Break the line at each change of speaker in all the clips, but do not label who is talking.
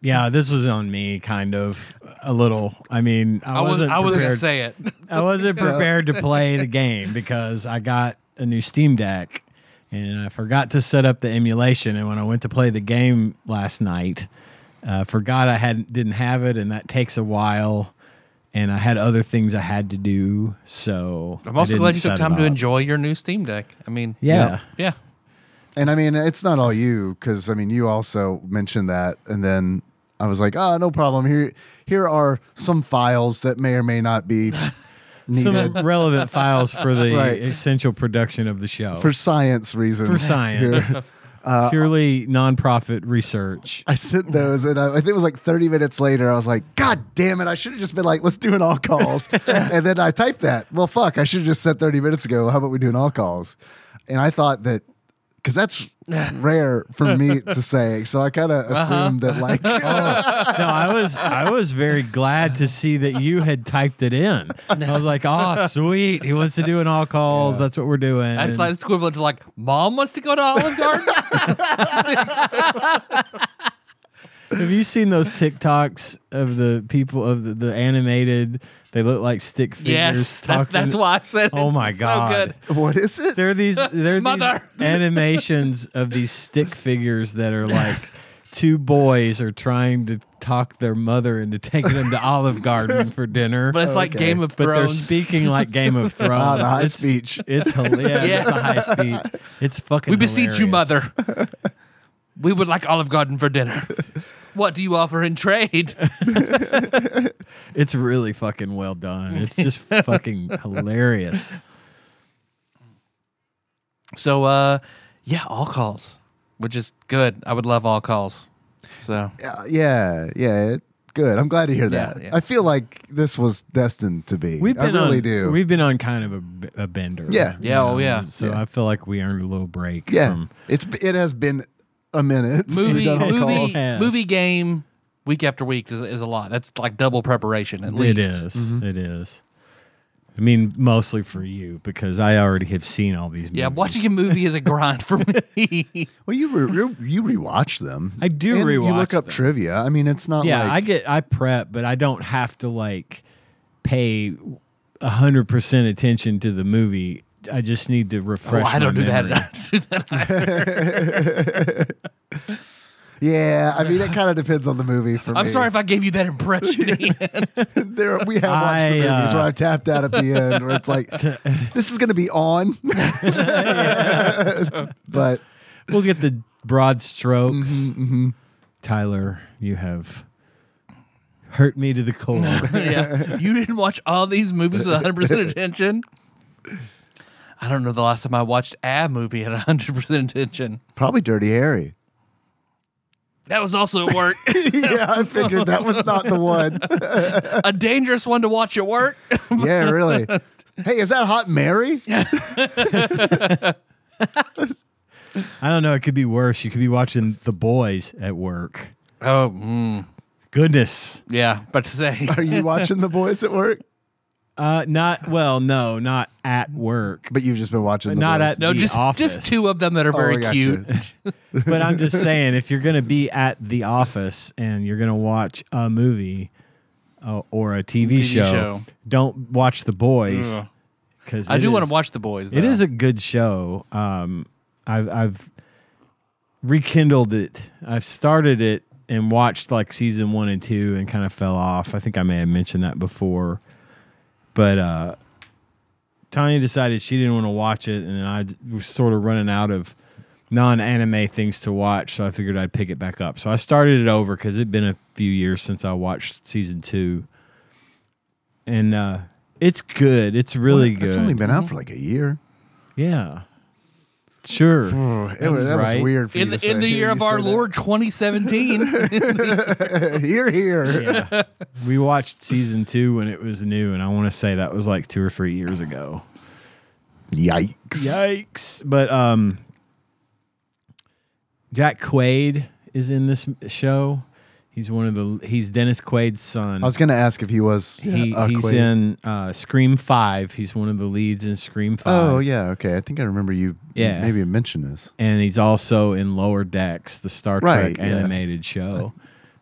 Yeah, this was on me, kind of a little. I mean, I,
I was
wasn't
I was gonna
prepared.
say it.
I wasn't prepared to play the game because I got a new Steam Deck and I forgot to set up the emulation. And when I went to play the game last night, uh, forgot I had didn't have it, and that takes a while. And I had other things I had to do, so
I'm
I
also
didn't
glad you took
set it
time to
up.
enjoy your new Steam Deck. I mean,
Yeah,
Yeah.
yeah,
and I mean it's not all you because I mean you also mentioned that, and then I was like, oh, no problem. Here here are some files that may or may not be
some
needed
relevant files for the
Right.
essential production of the show
for science reasons.
For science.
Here. Uh,
purely nonprofit research.
I sent those, and I, I think it was like 30 minutes later. I was like, God damn it! I should have just been like, let's do an all calls, and then I typed that. Well, fuck! I should have just said 30 minutes ago. How about we do an all calls? And I thought that because that's rare for me to say, so I kind of
Uh-huh.
assumed that like,
Oh, no, I was I was very glad to see that you had typed it in. I was like, oh, sweet. He wants to do an all calls. That's what we're doing.
that's like it's equivalent to like, mom wants to go to Olive Garden.
Have you seen those TikToks of the people of the, the animated? They look like stick figures.
yes, that,
talking-
that's why I said.
Oh
it's
my
so
god.
good.
what is it?
There are these there are these
Mother.
animations of these stick figures that are like two boys are trying to talk their mother into taking them to Olive Garden for dinner.
But it's like
Okay.
Game of
but they're
Thrones.
speaking like Game of Thrones.
Ah, the high
it's,
speech.
It's hilarious.
Yeah.
Yeah. It's a high speech. It's fucking.
we beseech you,
hilarious.
mother. we would like Olive Garden for dinner. What do you offer in trade?
It's really fucking well done. It's just fucking hilarious.
So uh yeah, all calls, which is good. I would love all calls. So
Yeah, uh, yeah, yeah. it- good. I'm glad to hear
Yeah,
that.
yeah.
I feel like this was destined to be.
We've been
I really
on,
do.
We've been on kind of a, b- a bender.
Yeah.
you
Yeah, oh, yeah.
Um, So
Yeah.
I feel like we earned a little break.
yeah,
From,
it's it has been a minute. since we've
movie
done all
movie
calls.
Yes.
movie game week after week is, is a lot. That's like double preparation at least. Mm-hmm.
It is.
Mm-hmm.
It is. I mean, mostly for you because I already have seen all these.
Yeah,
movies.
watching a movie is a grind for me.
Well, you re- you- you rewatch them.
I do
and You
rewatch
look up
them.
trivia. I mean, it's not
Yeah,
like
I get I prep, but I don't have to like pay hundred percent attention to the movie. I just need to
Well,
refresh.
Oh, I don't
my
do that.
memory.
I don't do that.
yeah, I mean, it kind of depends on the movie for me.
I'm sorry if I gave you that impression. Ian.
there we have
I,
watched the movies
uh,
where I tapped out at the end, where it's like, this is going to be on. but
Mm-hmm,
We'll get the broad strokes. Tyler, you have hurt me to the core.
Ah, yeah. You didn't watch all these movies with 100% attention? I don't know the last time I watched a movie at 100% attention.
Probably Dirty Harry.
That was also at work.
yeah, I figured that was not the one.
a dangerous one to watch at work.
yeah, really. Hey, is that Hot Mary?
I don't know. It could be worse. You could be watching The Boys at work.
oh, mm,
Goodness.
yeah. But to say,
Are you watching The Boys at work?
Uh, not well. No, not at work.
But you've just been watching. The
Not
Boys.
at-
no,
The
just just
Office.
two of them that are
Oh, I
very
got you.
cute.
But I'm just saying, if you're gonna be at the office and you're gonna watch a movie uh, or a TV,
TV
show,
show.
don't watch The Boys
Ugh.
because
I do want to watch The Boys.
It
though.
is a good show. Um, I've I've rekindled it. I've started it and watched like season one and two and kind of fell off. I think I may have mentioned that before, but uh, Tanya decided she didn't want to watch it, and then I d- was sort of running out of non-anime things to watch, so I figured I'd pick it back up. So I started it over because it'd been a few years since I watched season two, and uh, it's good. It's really good.
It's only been out for like a year.
Yeah. Sure.
It was,
That's
that was
right.
weird for
in
you to
the, in
say.
the year
You
of our
say that.
Lord 2017.
here, here.
Yeah. we watched season two when it was new, and I want to say that was like two or three years ago.
Yikes!
Yikes. But um Jack Quaid is in this show. He's one of the he's Dennis Quaid's son.
I was gonna ask if he was.
he,
uh,
he's
Quaid.
in uh, Scream Five. He's one of the leads in Scream Five.
Oh yeah, okay. I think I remember you.
Yeah.
maybe mentioned this.
and he's also in Lower Decks, the Star
Right,
Trek
yeah.
animated show,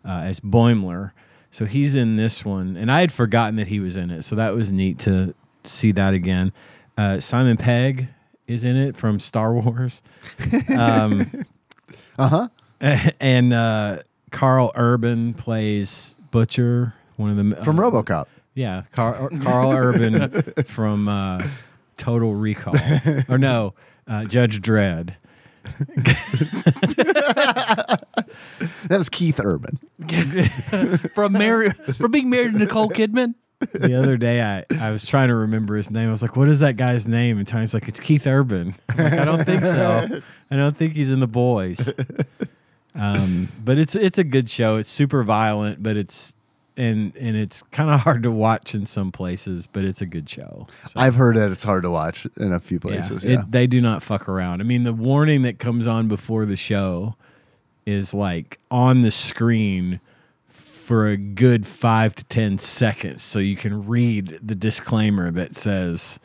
uh, as Boimler. So he's in this one, and I had forgotten that he was in it. So that was neat to see that again. Uh, Simon Pegg is in it from Star Wars. Um,
Uh-huh.
uh huh. And uh, Carl Urban plays Butcher, one of the
From
uh,
RoboCop.
yeah, Carl, Carl Urban from uh, Total Recall, or no, uh, Judge Dredd.
That was Keith Urban.
from, Mary, from being married to Nicole Kidman.
The other day, I, I was trying to remember his name. I was like, "What is that guy's name?" And Tony's like, "It's Keith Urban." I'm like, I don't think so. I don't think he's in the boys. Um, but it's it's a good show. It's super violent, but it's and and it's kind of hard to watch in some places. But it's a good show. So-
I've heard that it's hard to watch in a few
Yeah,
places.
it-
Yeah,
they do not fuck around. I mean, the warning that comes on before the show is like on the screen for a good five to 10 seconds. So you can read the disclaimer that says,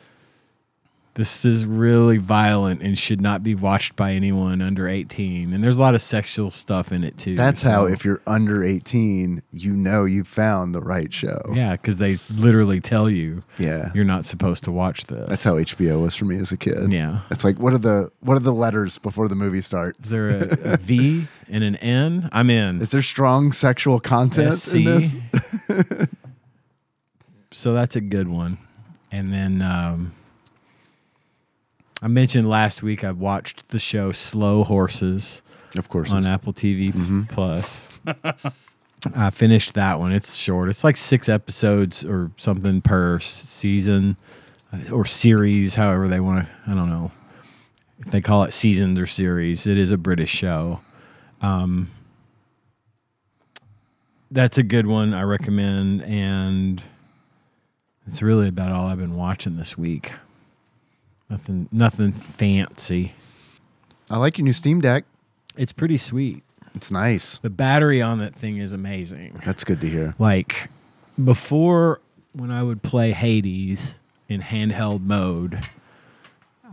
this is really violent and should not be watched by anyone under 18. And there's a lot of sexual stuff in it too.
that's how.
So-
If you're under 18, you know you found the right show.
yeah, because they literally tell you
Yeah.
you're not supposed to watch this.
That's how HBO was for me as a kid.
Yeah.
It's like what are the what are the letters before the movie starts?
Is there a, a V and an N? I'm in.
Is there strong sexual content in this?
SC. so that's a good one. And then um, I mentioned last week I watched the show Slow Horses
Of course. Mm-hmm.
on Apple TV Plus. I finished that one. It's short. It's like six episodes or something per s- season uh, or series, however they want to. I don't know if they call it seasons or series. It is a British show. Um, that's a good one. I recommend, and it's really about all I've been watching this week. Nothing, nothing fancy.
I like your new Steam Deck.
It's pretty sweet.
It's nice.
The battery on that thing is amazing.
That's good to hear.
Like before, when I would play Hades in handheld mode,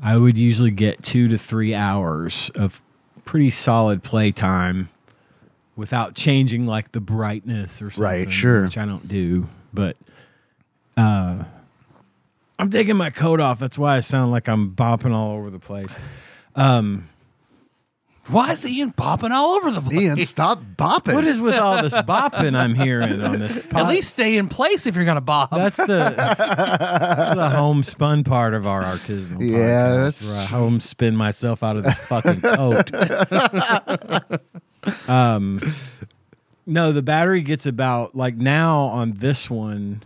I would usually get two to three hours of pretty solid play time without changing like the brightness or something.
Right, sure.
Which I don't do, but uh, I'm taking my coat off. That's why I sound like I'm bopping all over the place. Um,
Why is Ian popping all over the place?
Ian, stop bopping.
What is with all this bopping I'm hearing on this? Podcast?
At least stay in place if you're going to bop.
That's the that's the homespun part of our artisanal.
Yeah,
podcast,
that's
where I homespin myself out of this fucking coat. um, No, the battery gets about like now on this one,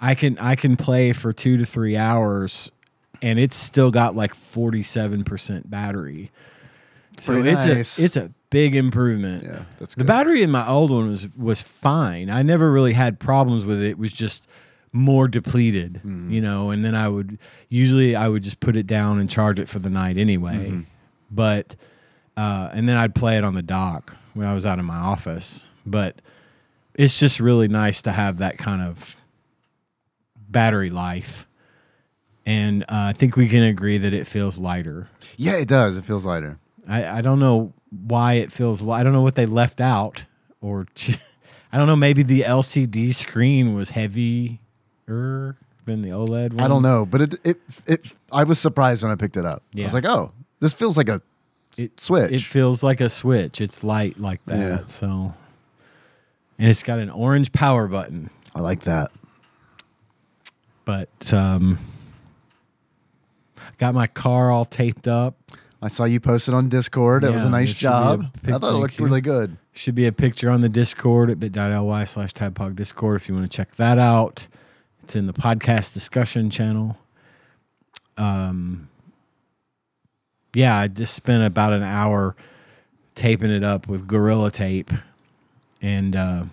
I can I can play for two to three hours, and it's still got like forty seven percent battery. So
Pretty
it's
nice.
a it's a big improvement.
Yeah, that's
the
good.
battery in my old one was was fine. I never really had problems with it. It was just more depleted,
Mm-hmm.
you know. And then I would usually I would just put it down and charge it for the night anyway.
Mm-hmm.
But uh, and then I'd play it on the dock when I was out in my office. But it's just really nice to have that kind of battery life. And uh, I think we can agree that it feels lighter.
Yeah, it does. It feels lighter.
I, I don't know why it feels. li- I don't know what they left out, or ch- I don't know. Maybe the LCD screen was heavier than the OLED. One.
I don't know, but it it it. I was surprised when I picked it up. I
Yeah.
was like, oh, this feels like a
It-
switch.
It feels like a switch. It's light like that.
Yeah.
So, and it's got an orange power button.
I like that.
But um, got my car all taped up.
I saw you posted on Discord. it was
Yeah,
a nice
it should be a
job.
pic-
I thought it
thank
looked
you.
really good.
Should be a picture on the Discord at bit.ly slash tadpog discord if you want to check that out. It's in the podcast discussion channel. Um, yeah, I just spent about an hour taping it up with Gorilla Tape and uh,
Does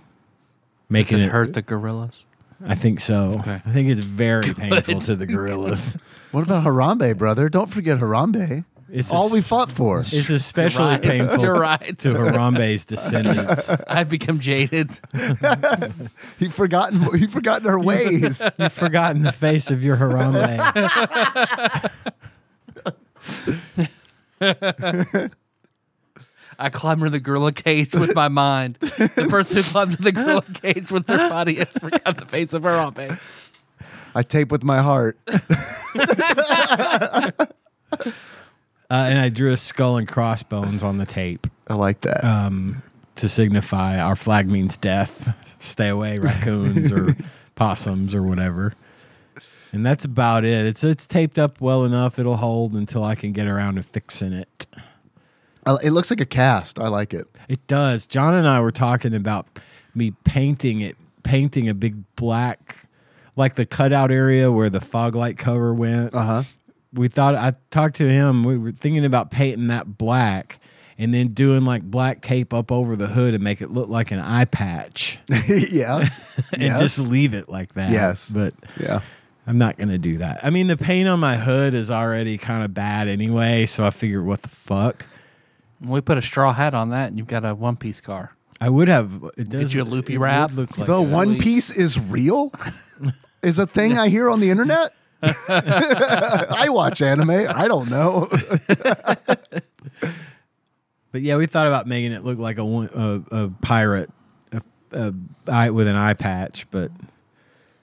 making
it
it.
hurt the gorillas?
I think so.
Okay.
I think it's very painful to the gorillas.
What about Harambe, brother? Don't forget Harambe.
It's
all
a-
we fought for.
It's especially
You're right.
painful
You're right.
to Harambe's descendants.
I've become jaded.
He forgotten. He forgotten our ways.
You've forgotten the face of your Harambe.
I climb into the gorilla cage with my mind. The person who climbs into the gorilla cage with their body has forgotten the face of Harambe.
I tape with my heart.
Uh, and I drew a skull and crossbones on the tape
I like that.
um, to signify our flag means death. Stay away, raccoons or possums or whatever. And that's about it. It's it's taped up well enough. It'll hold until I can get around to fixing it.
I- it looks like a cast. I like it.
It does. John and I were talking about me painting it, painting a big black, like the cutout area where the fog light cover went.
Uh huh.
we thought I talked to him. We were thinking about painting that black and then doing like black tape up over the hood and make it look like an eye patch
yes.
and
yes.
just leave it like that.
Yes.
But
yeah.
I'm not going to do that. I mean, the paint on my hood is already kind of bad anyway. So I figured, what the fuck?
We put a straw hat on that, and you've got a one piece car.
I would have. It does,
Get you a loopy
it would
wrap.
Look like
The
that.
One
Sweet.
Piece is real. Is a thing I hear on the internet. I watch anime. I don't know.
But yeah, we thought about making it look like a one- a, a pirate, a, a eye with an eye patch. But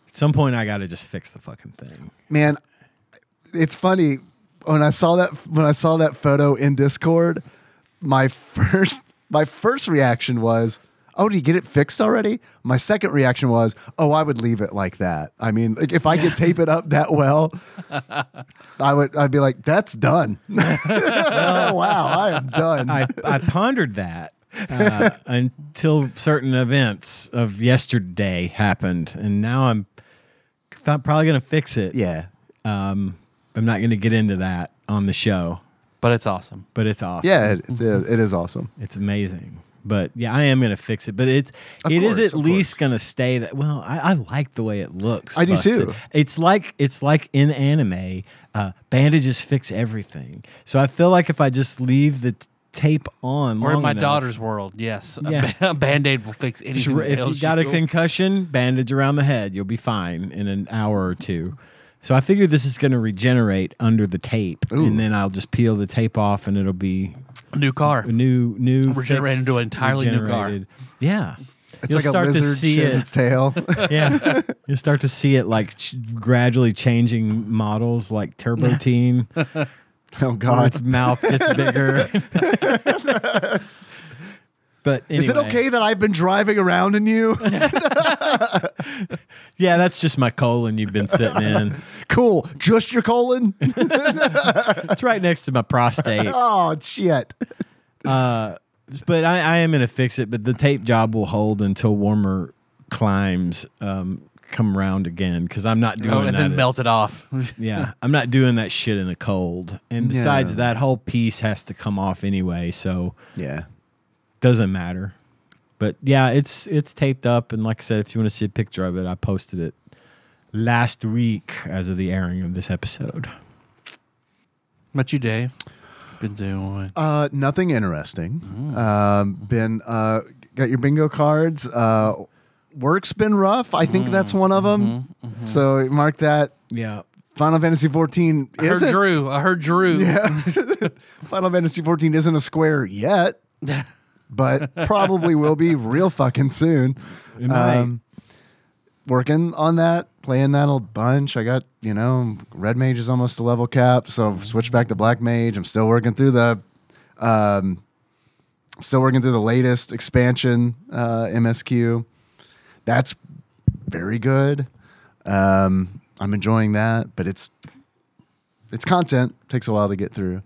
at some point, I got to just fix the fucking thing.
man it's funny when i saw that when i saw that photo in discord my first my first reaction was oh did you get it fixed already my second reaction was oh i would leave it like that i mean like, if i could tape it up that well i would i'd be like that's done Oh, wow i am done
I, I pondered that uh, until certain events of yesterday happened, and now I'm th- probably going to fix it.
yeah
Um, I'm not going to get into that on the show,
But it's awesome.
but it's awesome. Mm-hmm.
yeah it, it, is, it is awesome
It's amazing. But yeah, I am going to fix it. But it's
Of
it is
course,
at
of
least going to stay that. Well, I, I like the way it looks.
I do
busted.
too.
It's like it's like in anime, uh, bandages fix everything. So I feel like if I just leave the t- tape on,
Or in
long
my
enough-
daughter's world, yes, a
Yeah.
ba- a band aid will fix
Just
anything.
r- if you
else
got a
will.
concussion, bandage around the head. You'll be fine in an hour or two. So I figure this is going to regenerate under the tape, and then I'll just peel the tape off, and it'll be
new car.
a new, new,
Regenerated
fixed,
into an entirely new car.
regenerated- Yeah,
it's
you'll
like
start
a
to
lizard
see
sheds
it.
its tail
yeah, you'll start to see it like ch- gradually changing models, like Turbo Team.
oh
where
god
its mouth gets bigger. But
is it
anyway.
okay that i've been driving around in you
Yeah, that's just my colon you've been sitting in.
cool just your colon
It's right next to my prostate.
oh shit
Uh, but I, I am gonna fix it. But the tape job will hold until warmer climbs um, come around again because I'm not doing
Oh, and
that.
then melt it off.
yeah, I'm not doing that shit in the cold. And besides,
Yeah.
that whole piece has to come off anyway, so
Yeah.
doesn't matter. But yeah, it's it's taped up, and like I said, if you want to see a picture of it, I posted it last week as of the airing of this episode.
What you, Dave? Been doing.
Uh, nothing interesting. Um, been uh, got your bingo cards. Uh, work's been rough. I think
Mm-hmm.
that's one of them. So mark that.
Yeah,
Final Fantasy 14
I heard
isn't
Drew. I heard Drew.
Yeah. Final Fantasy 14 isn't a square yet, but probably will be real fucking soon. Um,
It might.
working on that, playing that a bunch. I got, you know, Red Mage is almost a level cap, so I've switched back to Black Mage. I'm still working through the um still working through the latest expansion uh MSQ. That's very good. Um I'm enjoying that, but it's it's content takes a while to get through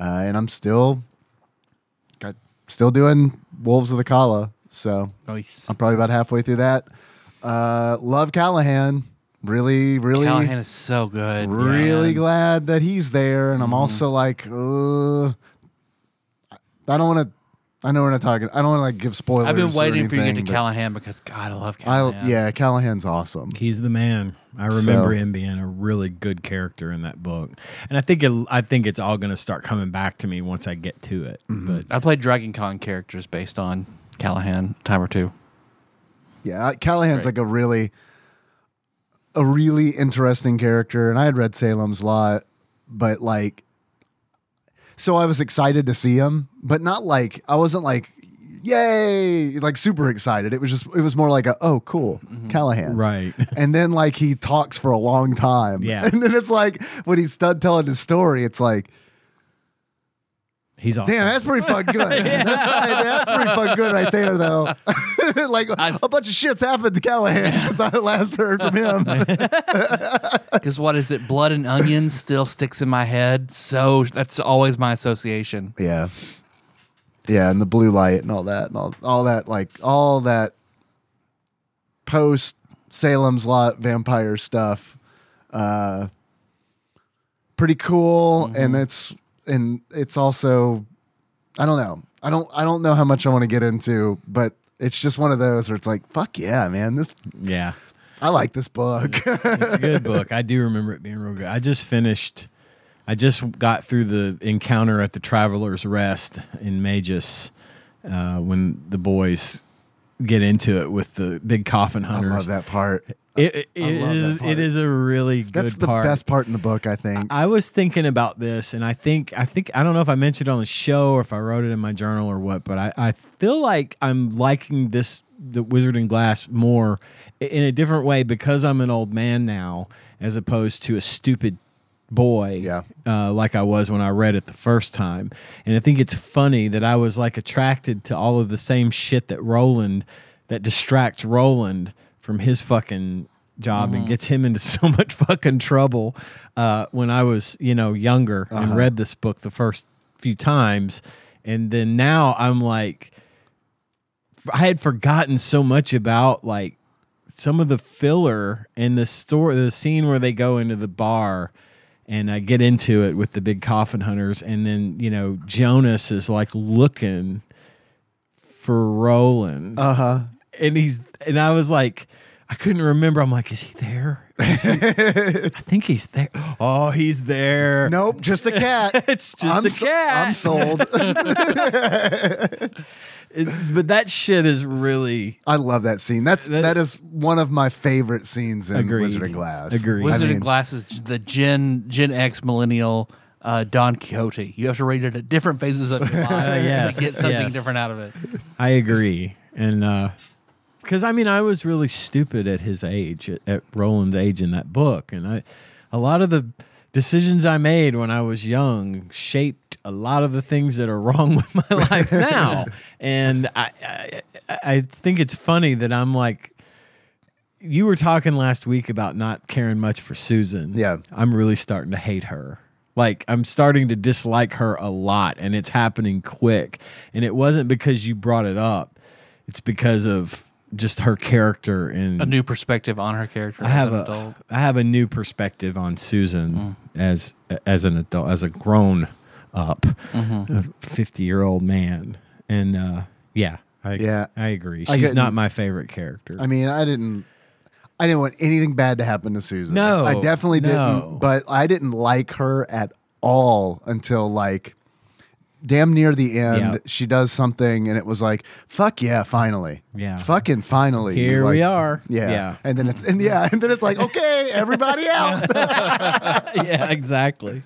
uh, and i'm still got still doing wolves of the kala so
Nice.
i'm probably about halfway through that uh, love callahan really really
Callahan is so good.
really
man.
glad that he's there
Mm-hmm.
and i'm also like uh, i don't want to i know we're not talking i don't want to like give spoilers
I've been
or
waiting for you to
anything,
get
but
to Callahan because God, I love Callahan.
I, yeah callahan's awesome
He's the man. I remember
So-
him being a really good character in that book, and I think it, I think it's all going to start coming back to me once I get to it.
Mm-hmm.
But
I played Dragon Con characters based on Callahan time or two.
Yeah, Callahan's
Great.
like a really, a really interesting character, and I had read Salem's Lot, but like, so I was excited to see him, but not like I wasn't like, yay, like super excited. It was just it was more like a oh cool Callahan,
Mm-hmm. right,
and then like he talks for a long time,
Yeah.
and then it's like when he's done telling his story, it's like.
he's awesome.
Damn, that's pretty fucking good. that's, pretty, that's pretty fucking good right there, though. like a
I-
bunch of shit's happened to Callahan since I last heard from him.
Because what is it? Blood and onions still sticks in my head. So that's always my association.
yeah, yeah, and the blue light and all that and all all that like all that post Salem's Lot vampire stuff. Uh, pretty cool,
Mm-hmm.
and it's and it's also I don't know. I don't I don't know how much I want to get into, but. It's just one of those where it's like, fuck yeah, man. This
yeah.
I like this book.
it's a good book. I do remember it being real good. I just finished. I just got through the encounter at the Traveler's Rest in Magus uh, when the boys get into it with the big coffin
I
hunters.
love that part.
It, it, it
I love that
is.
part.
It is a really good.
That's the
part.
best part in the book, I think.
Um, I was thinking about this, and I think I think I don't know if I mentioned it on the show or if I wrote it in my journal or what, but I, I feel like I'm liking this the Wizard in Glass more i- in a different way because I'm an old man now, as opposed to a stupid boy
Yeah.
uh, like I was when I read it the first time. And I think it's funny that I was like attracted to all of the same shit that Roland, that distracts Roland from his fucking job and gets him into so much fucking trouble uh, when I was, you know, younger and read this book the first few times. And then now I'm like, I had forgotten so much about like some of the filler in the store, the scene where they go into the bar and I get into it with the big coffin hunters, and then you know Jonas is like looking for Roland,
Uh huh.
and he's and I was like, I couldn't remember. I'm like, is he there? Is he- I think he's there. Oh, he's there.
Nope, just a cat.
It's just
I'm
a
so-
cat.
I'm sold.
It- but that shit is really
I love that scene. That's
That-
that is one of my favorite scenes in
Agreed.
Wizard of Glass.
Agreed.
Wizard
I mean,
and Glass is the Gen Gen X millennial uh, Don Quixote. You have to read it at different phases of your life
yes,
to get something
yes.
different out of it.
I agree. And uh 'cause because I mean, I was really stupid at his age, at, at Roland's age in that book, and I, a lot of the decisions I made when I was young shaped a lot of the things that are wrong with my life now. and I, I, I think it's funny that I'm like. You were talking last week about not caring much for Susan.
Yeah.
I'm really starting to hate her. Like I'm starting to dislike her a lot and it's happening quick. And it wasn't because you brought it up. It's because of just her character
Hmm.
and
a new perspective on her character
I have
as an
a
adult. Mm.
I have a new perspective on Susan as as an adult, as a grown up,
Mm-hmm.
fifty year old man, and uh, yeah, I,
Yeah.
I agree.
I
She's
couldn't-
not my favorite character.
I mean, I didn't. I didn't want anything bad to happen to Susan.
No,
I definitely
no.
didn't. But I didn't like her at all until like damn near the end.
Yeah.
She does something, and it was like, "Fuck yeah, finally!
Yeah.
fucking finally!
Here
Like,
we are.
Yeah.
yeah,
and then it's and yeah, and then it's like, oh, okay, everybody out.
yeah, exactly.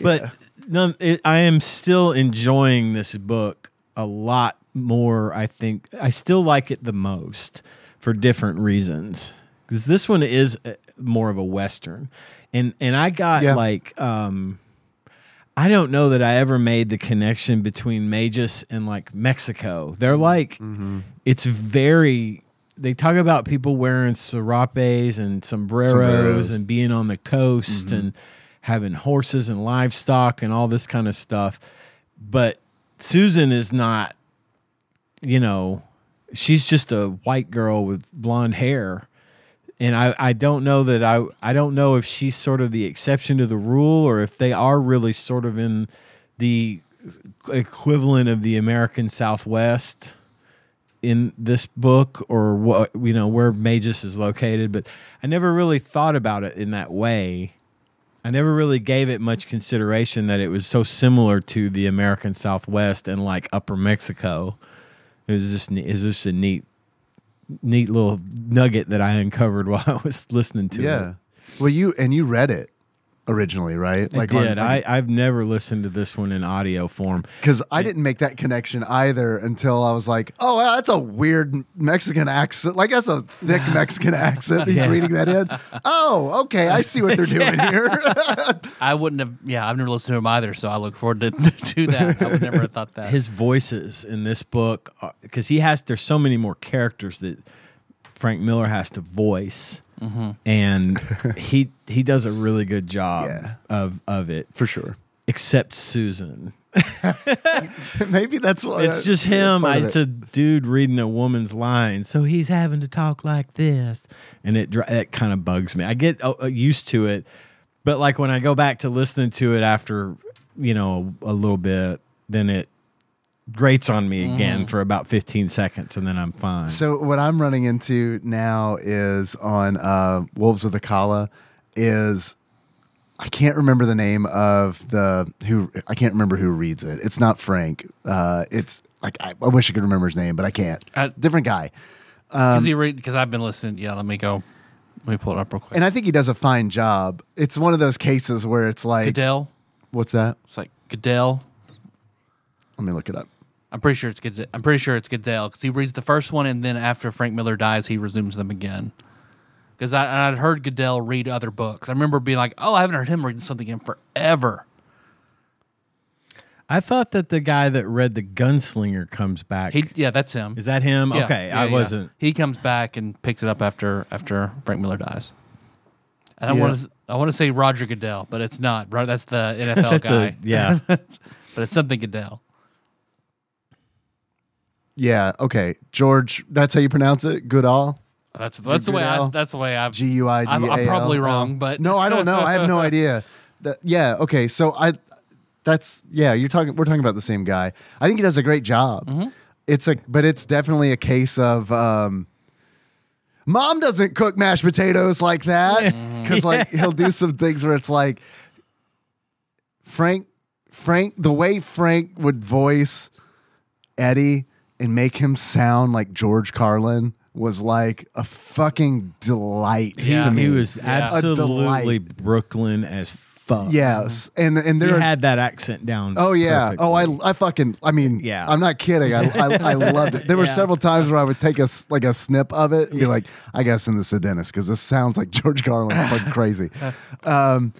But none, it, I am still enjoying this book a lot more. I think I still like it the most for different reasons because this one is uh, more of a western, and and I got
Yeah.
like um, I don't know that I ever made the connection between Magus and like Mexico. They're like, it's very. They talk about people wearing serapes and sombreros,
Sombreros.
and being on the coast and having horses and livestock and all this kind of stuff. But Susan is not, you know, she's just a white girl with blonde hair and I, I don't know that I I don't know if she's sort of the exception to the rule or if they are really sort of in the equivalent of the American Southwest in this book or what you know where Magus is located but I never really thought about it in that way. I never really gave it much consideration that it was so similar to the American Southwest and like upper Mexico. It was just ne- it's just a neat neat little nugget that I uncovered while I was listening to it.
yeah. Well, you and you read it originally, right?
I
on-
did. I, I've never listened to this one in audio form.
Because I didn't make that connection either until I was like, oh, wow, that's a weird Mexican accent. Like, that's a thick Mexican accent. He's
Yeah.
reading that in. Oh, okay. I see what they're doing here.
I wouldn't have. Yeah, I've never listened to him either, so I look forward to, to that. I would never have thought that.
His voices in this book, because he has, there's so many more characters that Frank Miller has to voice, and he he does a really good job
Yeah.
of of it.
For sure.
Except Susan,
Maybe that's what
it's just him. I, it's a dude reading a woman's line, so he's having to talk like this, and it dri- it kind of bugs me. I get uh, uh, used to it, but like when I go back to listening to it after you know a, a little bit, then it grates on me again for about fifteen seconds, and then I'm fine.
Mm-hmm. So what I'm running into now is on uh, Wolves of the Kala is I can't remember the name of the who I can't remember who reads it. It's not Frank. Uh, it's like I, I wish I could remember his name, but I can't.
Uh,
Different guy, Um,
Because he read because I've been listening. Yeah, let me go. Let me pull it up real quick.
and I think he does a fine job. It's one of those cases where it's like,
Goodell.
what's that?
It's like Goodell.
Let me look it up.
I'm pretty sure it's Goodell. I'm pretty sure it's Goodell because he reads the first one, and then after Frank Miller dies, he resumes them again. Because I and I'd heard Goodell read other books. I remember being like, "Oh, I haven't heard him reading something in forever."
I thought that the guy that read the Gunslinger comes back.
He, yeah, that's him.
Is that him?
Yeah,
okay,
yeah,
I
yeah.
wasn't.
He comes back and picks it up after after Frank Miller dies. And I
Yeah.
want to I want to say Roger Goodell, but it's not. Ro- That's the NFL
That's
guy.
a- yeah.
but it's something Goodell.
Yeah, okay, George. That's how you pronounce it. Goodall.
That's that's the way I
Goodell.
that's the way I've
G U I D.
I'm- I'm probably wrong,
No.
but-
no, Oh, I don't know. I have no idea. That- yeah. Okay. So I, that's yeah. You're talking. We're talking about the same guy. I think he does a great job.
Mm-hmm.
It's a, but it's definitely a case of. um Mom doesn't cook mashed potatoes like that because like he'll do some things where it's like Frank, Frank, the way Frank would voice Eddie and make him sound like George Carlin was like a fucking delight
Yeah.
to me.
He was
Yeah. A
absolutely
delight.
Brooklyn as fuck.
yes, and and
He
there. Are,
had that accent down.
oh yeah. Oh,
perfectly.
I I fucking. I mean,
Yeah.
I'm not kidding. I I, I loved it. There were
Yeah.
several times where I would take a s- like a snip of it and be like, I gotta send this to Dennis because this sounds like George Carlin. It's fucking crazy. Um,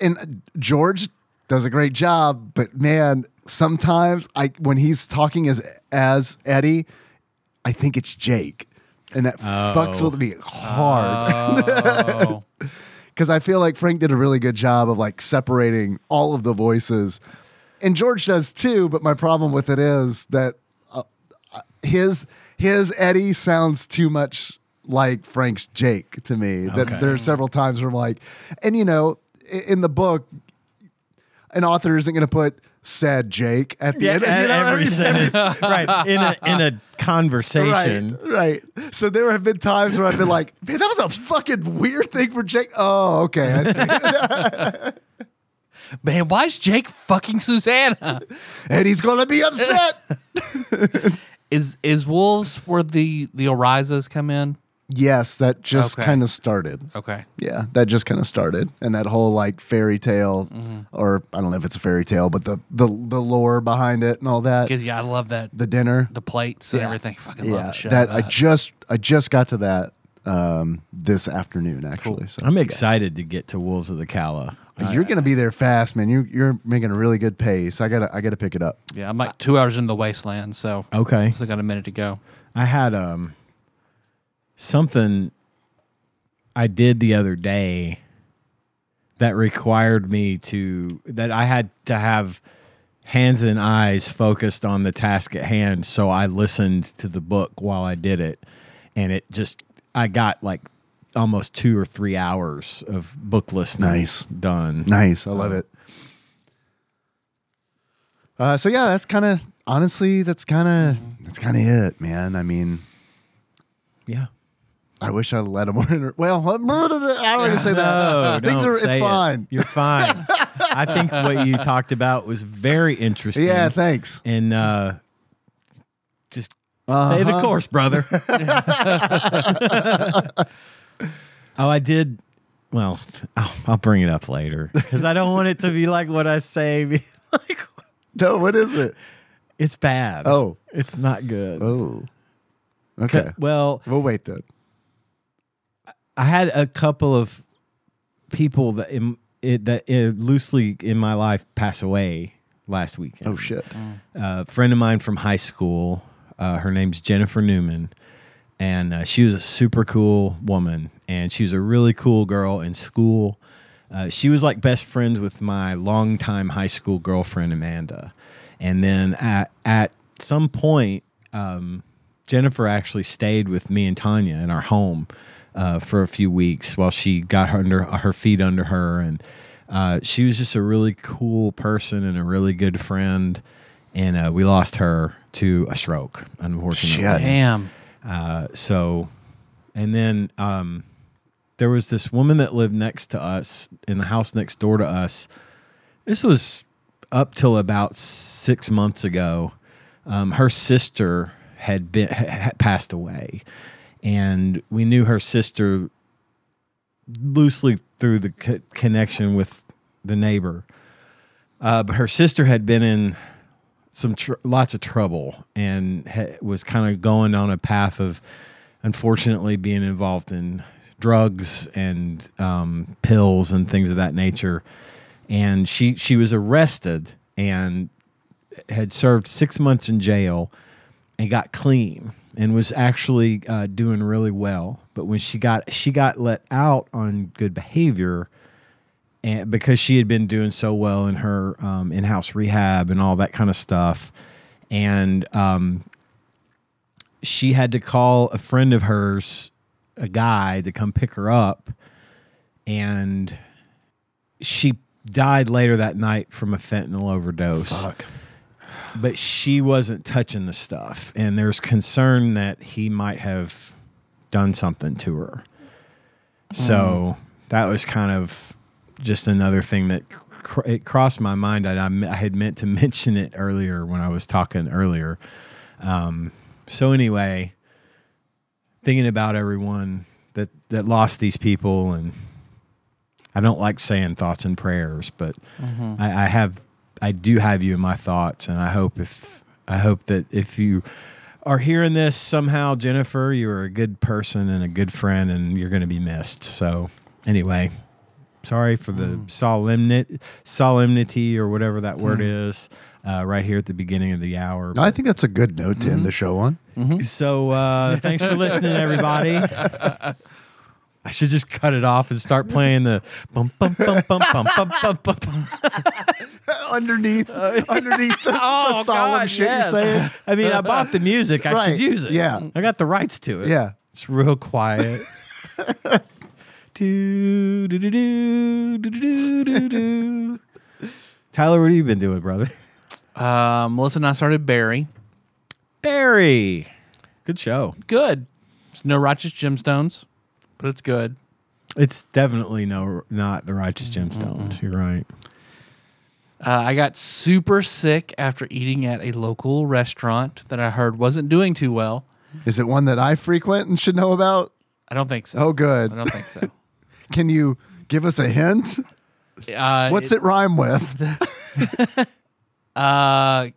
and George does a great job, but man, sometimes I when he's talking as as Eddie, I think
Oh.
it's Jake, and that fucks with me hard
Oh.
because I feel like Frank did a really good job of like separating all of the voices, and George does too. But my problem with it is that uh, uh, his his Eddie sounds too much like Frank's Jake to me.
Okay.
That there are several times where I'm like, and you know, i- in the book, an author isn't going to put sad Jake at the
Yeah,
end. you know
every
what I mean?
sentence, right? In a in a conversation,
Right, right. So there have been times where I've been like, man, that was a fucking weird thing for Jake. Oh, okay. I see.
Man, why is Jake fucking Susanna?
and he's going to be upset.
Is is Wolves where the the Orizas come in?
yes, that just
Okay.
kind of started.
Okay.
Yeah, that just kind of started. And that whole like fairy tale,
Mm-hmm.
or I don't know if it's a fairy tale, but the, the, the lore behind it and all that.
Because yeah, I love that
The dinner.
the plates and
Yeah.
everything. Fucking love
yeah,
the shit. Uh,
that, uh,
out
I
of that.
just I just got to that um, this afternoon actually. So
I'm excited to get to Wolves of the Cala.
you're gonna be there fast, man. You you're making a really good pace. I gotta I gotta pick it up.
yeah, I'm like two hours into the wasteland, so
Okay,
still got a minute to go.
I had um something I did the other day that required me to that I had to have hands and eyes focused on the task at hand so I listened to the book while I did it and it just I got like almost 2 or 3 hours of book listening
Nice.
done.
Nice, I
So-
love it. Uh, so yeah, that's kind of honestly, that's kind of that's kind of it, man. I mean,
Yeah.
I wish I let him more. Inter- well, I don't like to say
No,
that. Things
don't
are it's
say it.
fine.
You're fine. I think what you talked about was very interesting.
Yeah, thanks.
and uh, just stay the
Uh-huh.
course, brother. oh, I did. Well, oh, I'll, I'll bring it up later because I don't want it to be like what I say. Be like
No, what is it?
it's bad.
Oh.
it's not good.
Oh,
C-
okay.
Well,
We'll wait then.
I had a couple of people that in, it, that uh loosely in my life pass away last weekend. Uh,
Oh shit.
a friend of mine from high school. Uh, her name's Jennifer Newman, and uh, she was a super cool woman, and she was a really cool girl in school. Uh, she was like best friends with my longtime high school girlfriend Amanda, and then at at some point, um, Jennifer actually stayed with me and Tanya in our home uh, for a few weeks while she got her under uh, her feet under her, and uh, she was just a really cool person and a really good friend. And uh, we lost her to a stroke, unfortunately Uh,
Shit.
Damn.
so and then um there was this woman that lived next to us in the house next door to us this was up till about six months ago um, her sister had been had passed away and we knew her sister loosely through the co- connection with the neighbor uh, but her sister had been in some tr- lots of trouble and ha- was kind of going on a path of unfortunately being involved in drugs and um, pills and things of that nature and she she was arrested and had served six months in jail and got clean and was actually uh, doing really well but when she got she got let out on good behavior and because she had been doing so well in her um, in-house rehab and all that kind of stuff, and um, she had to call a friend of hers, a guy, to come pick her up, and she died later that night from a fentanyl overdose
Fuck.
but she wasn't touching the stuff and there's concern that he might have done something to her so that was kind of just another thing that cr- it crossed my mind and I, me- I had meant to mention it earlier when i was talking earlier um, so anyway thinking about everyone that that lost these people and I don't like saying thoughts and prayers, but I, I have I do have you in my thoughts, and I hope if I hope that if you are hearing this somehow, Jennifer, you are a good person and a good friend, and you're going to be missed. So anyway, sorry for the solemnity, solemnity or whatever that word is, uh, right here at the beginning of the hour.
I think that's a good note
Mm-hmm.
to end the show on.
So uh, thanks for listening, everybody. I should just cut it off and start playing the bum bum bum bum bum bum bum bum. bum.
underneath, underneath the, the solemn shit
Oh, yes.
you're saying.
I mean, I bought the music. I
Right,
should use it.
yeah.
I got the rights to it.
Yeah.
It's real quiet. do, do, do, do, do, do, do, do. Tyler, what have you been doing, brother?
Um, Melissa and I started Barry.
Barry. Good show.
Good. It's no righteous gemstones, but it's good.
It's definitely no, not the Righteous Gemstones. You're right.
Uh, I got super sick after eating at a local restaurant that I heard wasn't doing too well.
Is it one that I frequent and should know about?
I don't think so.
Oh, good.
I don't think so.
Can you give us a hint?
Uh,
What's it rhyme with?
Uh,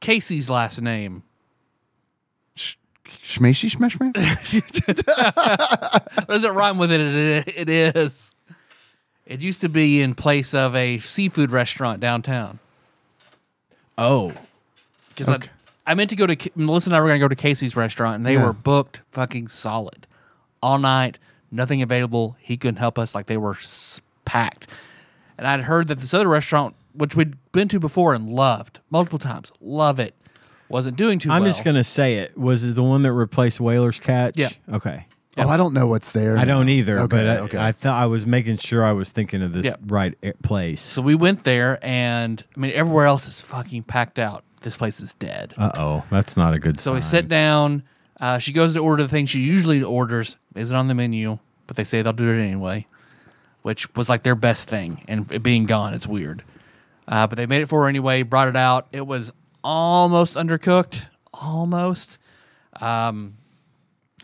Casey's last name.
Shmashy shmashman?
Does it rhyme with it? It, it is. It used to be in place of a seafood restaurant downtown.
Oh.
Because I, I meant to go to Ca- Melissa and I were going to go to Casey's restaurant, and they
Yeah.
were booked fucking solid all night. Nothing available. He couldn't help us. Like they were s- packed. And I'd heard that this other restaurant, which we'd been to before and loved multiple times, love it, wasn't doing too
I'm
well.
just going to say it. Was it the one that replaced Whaler's Catch?
Yeah.
Okay.
Oh, I don't know what's there.
I don't either,
Okay,
but I,
okay.
I thought I was making sure I was thinking of this
Yeah.
right a- place.
So we went there, and I mean, everywhere else is fucking packed out. This place is dead.
uh oh, that's not a good
so
sign.
we sit down. Uh, she goes to order the thing she usually orders. Isn't on the menu, but they say they'll do it anyway, which was like their best thing. And it being gone, it's weird. Uh, but they made it for her anyway, brought it out. It was almost undercooked, almost. Um,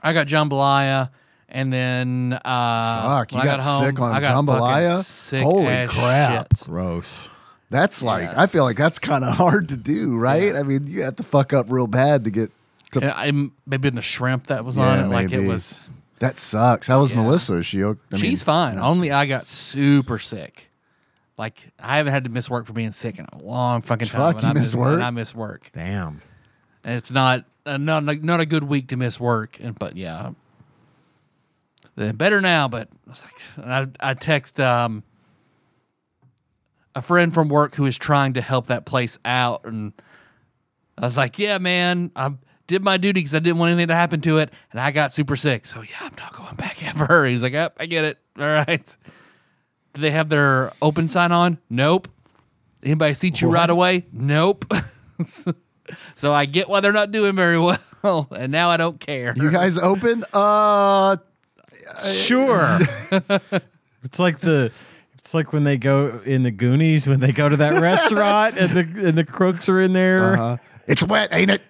I got jambalaya. And then uh,
Fuck, you
when I
got
home,
sick on
I got fucking
jambalaya?
sick
Holy
as
crap.
shit.
Gross.
That's like, I feel like that's kind of hard to do, right? I mean, you have to fuck up real bad to get to.
Yeah, I'm maybe in the shrimp that was on it. Like it
maybe.
was.
That sucks. How was
Yeah.
Melissa? Is she okay? I mean,
she's fine. Only I got super sick. Like I haven't had to miss work for being sick in a long fucking time.
Fuck,
and
you
I
missed work?
And I miss work.
Damn.
And it's not uh, not like, not a good week to miss work. And but yeah, Uh, better now. But I was like, and I I text um a friend from work who is trying to help that place out, and I was like, yeah, man, I did my duty because I didn't want anything to happen to it, and I got super sick. So yeah, I'm not going back ever. He's like, yep, I get it. All right. Do they have their open sign on? Nope. Anybody seat you right away? Nope. So I get why they're not doing very well, and now I don't care.
You guys open? Uh,
Sure. it's like the it's like when they go in the Goonies when they go to that restaurant and the and the crooks are in there.
uh, it's wet, ain't it?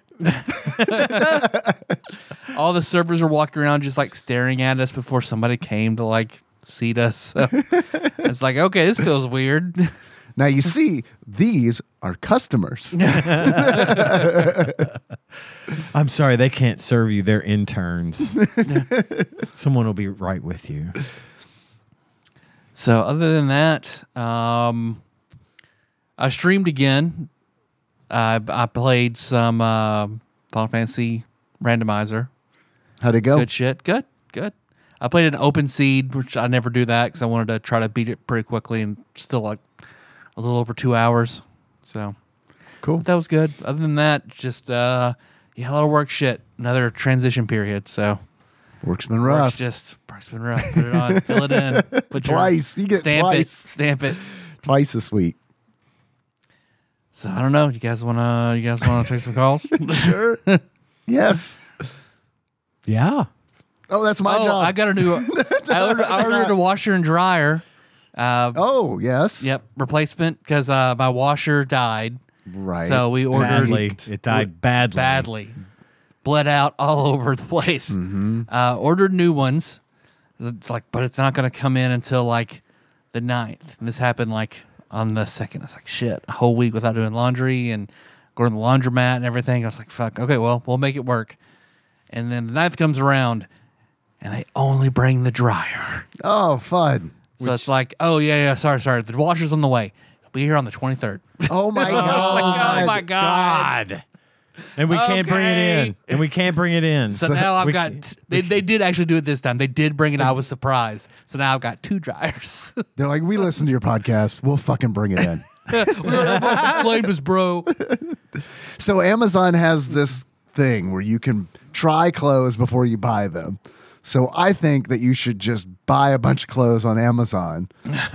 All the servers are walking around just like staring at us before somebody came to like seat us. So it's like, okay, this feels weird.
Now you see, these are customers.
I'm sorry, they can't serve you. They're interns. Someone will be right with you.
So other than that, um, I streamed again. I I played some uh, Final Fantasy Randomizer.
How'd it go?
Good shit. Good. Good. I played an open seed, which I never do that because I wanted to try to beat it pretty quickly and still like a little over two hours. So
Cool.
But that was good. Other than that, just uh yeah, a lot of work shit. Another transition period. So
Work's been
work's
rough.
just work's been rough. Put it on, fill it in. Put your-
Twice. You get
stamp it.
twice.
Stamp it.
Twice this week.
So I don't know. You guys wanna you guys wanna take some calls?
Sure. yes.
Yeah.
Oh, that's my
oh,
job.
I got a new I ordered, I ordered a washer and dryer. Uh,
oh, yes.
Yep, replacement because uh, my washer died.
Right.
So we ordered
Badly. It died badly.
badly. bled out all over the place.
Mm-hmm.
Uh, ordered new ones. It's like, but it's not going to come in until like the 9th. And this happened like on the second. It's like shit, a whole week without doing laundry and going to the laundromat and everything. I was like, fuck. Okay, well, we'll make it work. And then the 9th comes around, and they only bring the dryer.
oh, fun.
So it's like, oh yeah, yeah, sorry, sorry. The washer's on the way. It'll be here on the 23rd.
Oh my god.
oh my god.
God. and we can't bring it
Okay.
in, and we can't bring it in.
So, now I've
we
got.
can't-
they, they did actually do it this time. They did bring it. I was surprised. So now I've got two dryers.
They're like, we listen to your podcast. We'll fucking bring it in.
Blame us, bro.
so Amazon has this thing where you can try clothes before you buy them. So I think that you should just buy a bunch of clothes on Amazon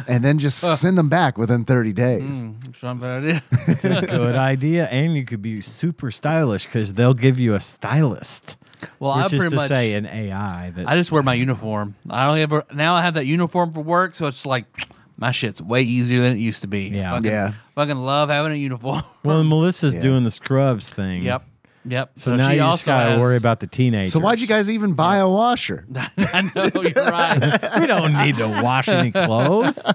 and then just send them back within 30 days.
Hmm, Something I did.
it's a good idea, and you could be super stylish because they'll give you a stylist,
Well, I
which is
pretty
to
much.
say an AI that
I just wear my uniform. I only ever now I have that uniform for work, so it's like my shit's way easier than it used to be.
Yeah.
fucking,
Yeah.
fucking love having a uniform.
Well, and Melissa's
Yeah.
doing the scrubs thing.
yep, yep.
So, now you just gotta
has-
worry about the teenagers.
So why'd you guys even buy a washer?
I know you're right.
we don't need to wash any clothes.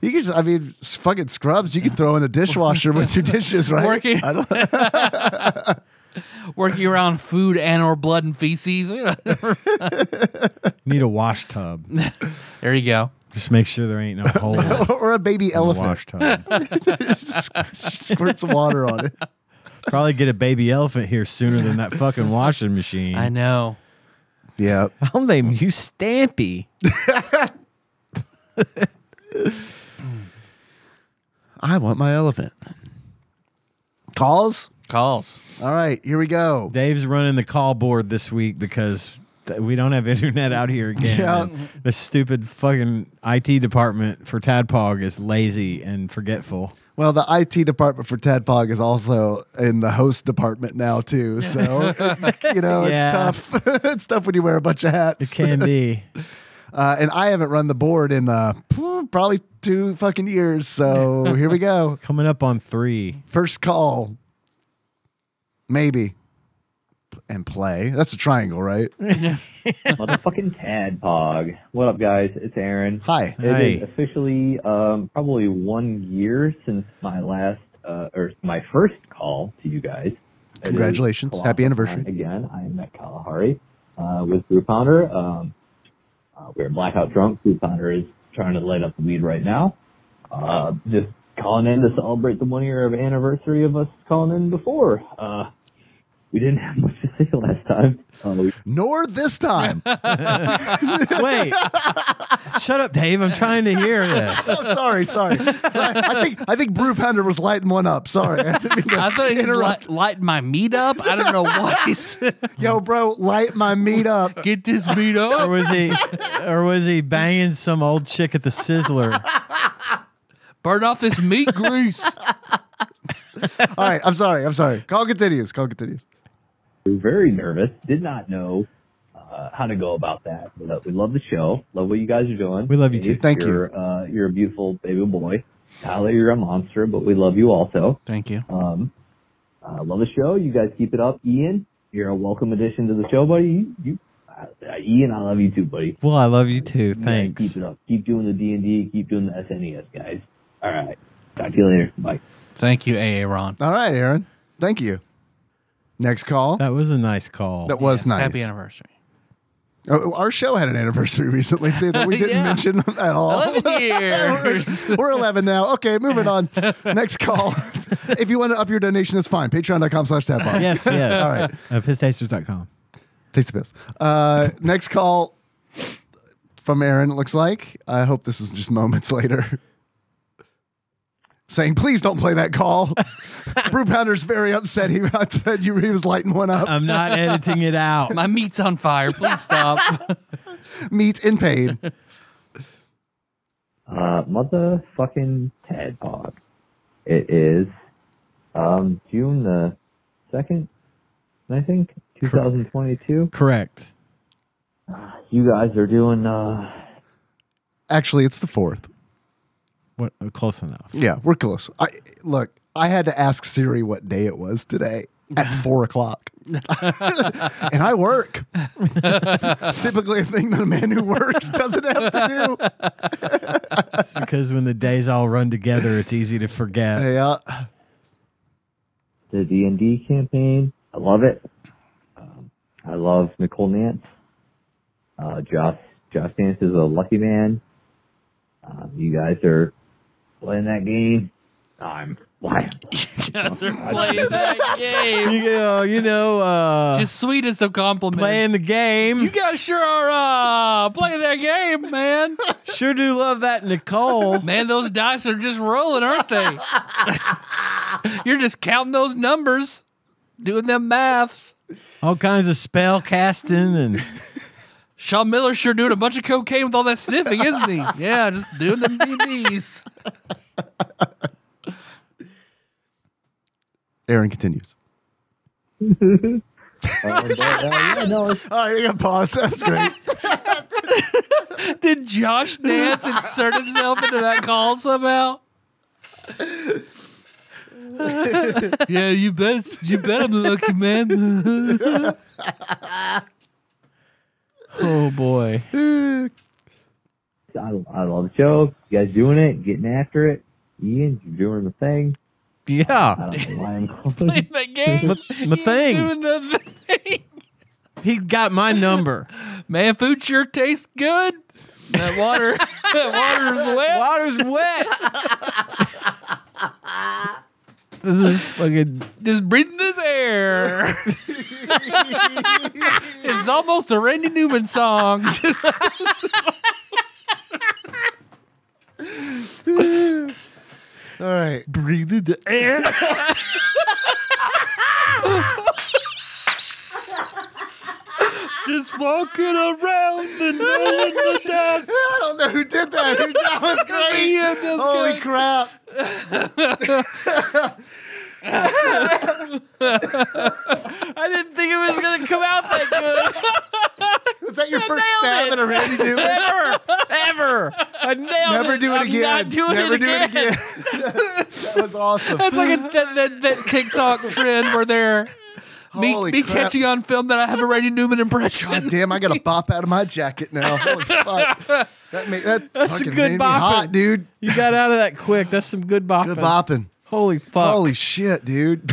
You can just, I mean, s- fucking scrubs, you can throw in a dishwasher with your dishes, right?
Working.
I don't,
Working around food and or blood and feces.
Oh,
need a wash tub.
there you go.
Just make sure there ain't no hole. in the
or a baby elephant.
Wash tub.
Just Squirt some water on it.
Probably get a baby elephant here sooner than that fucking washing machine.
I know.
Yeah.
I'll name you Stampy.
I want my elephant. Calls?
Calls.
All right, here we go.
Dave's running the call board this week because th- we don't have internet out here again.
Yeah.
And The stupid fucking IT department for Tadpog is lazy and forgetful.
Well, the IT department for Tadpog is also in the host department now too. So you know
Yeah.
it's tough. it's tough when you wear a bunch of
It
hats.
can be.
Uh, and I haven't run the board in uh, probably two fucking years. So here we go.
Coming up on three.
First call, maybe, and play. That's a triangle, right?
Motherfucking Tadpog. What up, guys? It's Aaron.
Hi.
It is
Hey.
officially um, probably one year since my last uh, or my first call to you guys. It is
Congratulations.
Kalahari
Happy anniversary.
time Again, I am at Kalahari uh, with Brew Pounder. Um, uh, we're blackout drunk. Brew Pounder is trying to light up the weed right now. Uh, just calling in to celebrate the one year of anniversary of us calling in before. Uh, we didn't have much to say last time. Uh, we
Nor this time.
Wait. Shut up, Dave. I'm trying to hear this.
oh, sorry, sorry. I, I think I think Brew Pounder was lighting one up. Sorry. I didn't mean to
I thought he was
interrupt.
light, lighting my meat up. I don't know what. he's-
Yo, bro, light my meat up.
Get this meat
Or
up.
was he or was he banging some old chick at the sizzler?
Burn off this meat grease.
All right, I'm sorry. I'm sorry. Call continues. Call continues.
We were very nervous, did not know uh, how to go about that. But we love the show, love what you guys are doing.
We love you too.
Dave,
Thank you.
you're, Uh, you're a beautiful baby boy. Tyler, you're a monster, but we love you also.
Thank you.
Um, uh, love the show. You guys keep it up. Ian, you're a welcome addition to the show, buddy. You, you, uh, Ian, I love you too, buddy.
Well, I love you too.
You guys
Thanks.
keep it up. Keep doing the D and D. Keep doing the SNES, guys. All right. Talk to you later. Bye.
Thank you, AA Ron.
All right, Aaron. Thank you. Next call. That,
That was a nice call.
was nice.
Happy anniversary.
Oh, Our show had an anniversary recently too that we didn't
Yeah.
mention at all.
11 years.
We're- We're 11 now. Okay, moving on. Next call. if you want to up your donation, that's fine. Patreon.com slash tapbox.
Yes, yes.
All right.
Uh, pisstasters.com.
Taste the piss. Uh, next call from Aaron, it looks like. I hope this is just moments later. Saying, please don't play that call. Brew Pounder's very upset. He said you he was lighting one up.
I'm not editing it out.
My meat's on fire. Please stop.
Meat in pain.
Uh, motherfucking Tadpog. It is um, June the second, I think, 2022.
Correct.
You guys are doing uh,
Actually, it's the fourth.
What? uh, Close enough.
Yeah, we're close. I look. I had to ask Siri what day it was today at four o'clock, and I work. it's typically a thing that a man who works doesn't have to do.
It's because when the days all run together, it's easy to forget.
Hey, uh,
the D and D campaign. I love it. Um, I love Nicole Nance. Uh, Josh Josh Nance is a lucky man. Um, you guys are playing that game. I'm why
You guys are playing that game.
You know, you know, uh,
Just sweetest of compliments.
playing the game.
You guys sure are uh, playing that game, man.
sure do love that Nicole.
Man, those dice are just rolling, aren't they? You're just counting those numbers, doing them maths.
All kinds of spell casting and
Sean Miller sure doing a bunch of cocaine with all that sniffing, isn't he? Yeah, just doing them DBs.
Aaron continues. All right, you got pause. That's great.
Did Josh Nance insert himself into that call somehow? yeah, you bet. You bet I'm lucky, man.
oh boy.
I, I love the show. You guys doing it, getting after it. Ian, you're doing the thing.
Yeah.
I don't know why I'm calling.
Playing that game.
My, my
You
thing.
doing the thing.
He got my number.
Man, food sure tastes good. That water, that water is wet.
Water's wet. this is fucking
Just breathing this air. it's almost a Randy Newman song. Just-
All right.
breathing the air. Just walking around and rolling the dust.
I don't know who did that. Who- That was great.
Yeah, that's
Holy
good.
crap.
I didn't think it was gonna come out that good.
Was that your first stab at a Randy Newman?
Ever. Ever. I nailed
Never do it
I'm
again.
Not doing
Never
it
do
again.
it again. that was awesome.
That's like a, that, that, that TikTok trend where they're me,
Holy
me
crap.
catching on film that I have a Randy Newman impression.
God damn, I got a bop out of my jacket now. Holy fuck. That made, that
That's a
fucking
good
made me
bopping.
hot, dude.
You got out of that quick. That's some good bopping.
Good bopping.
Holy fuck.
Holy shit, dude.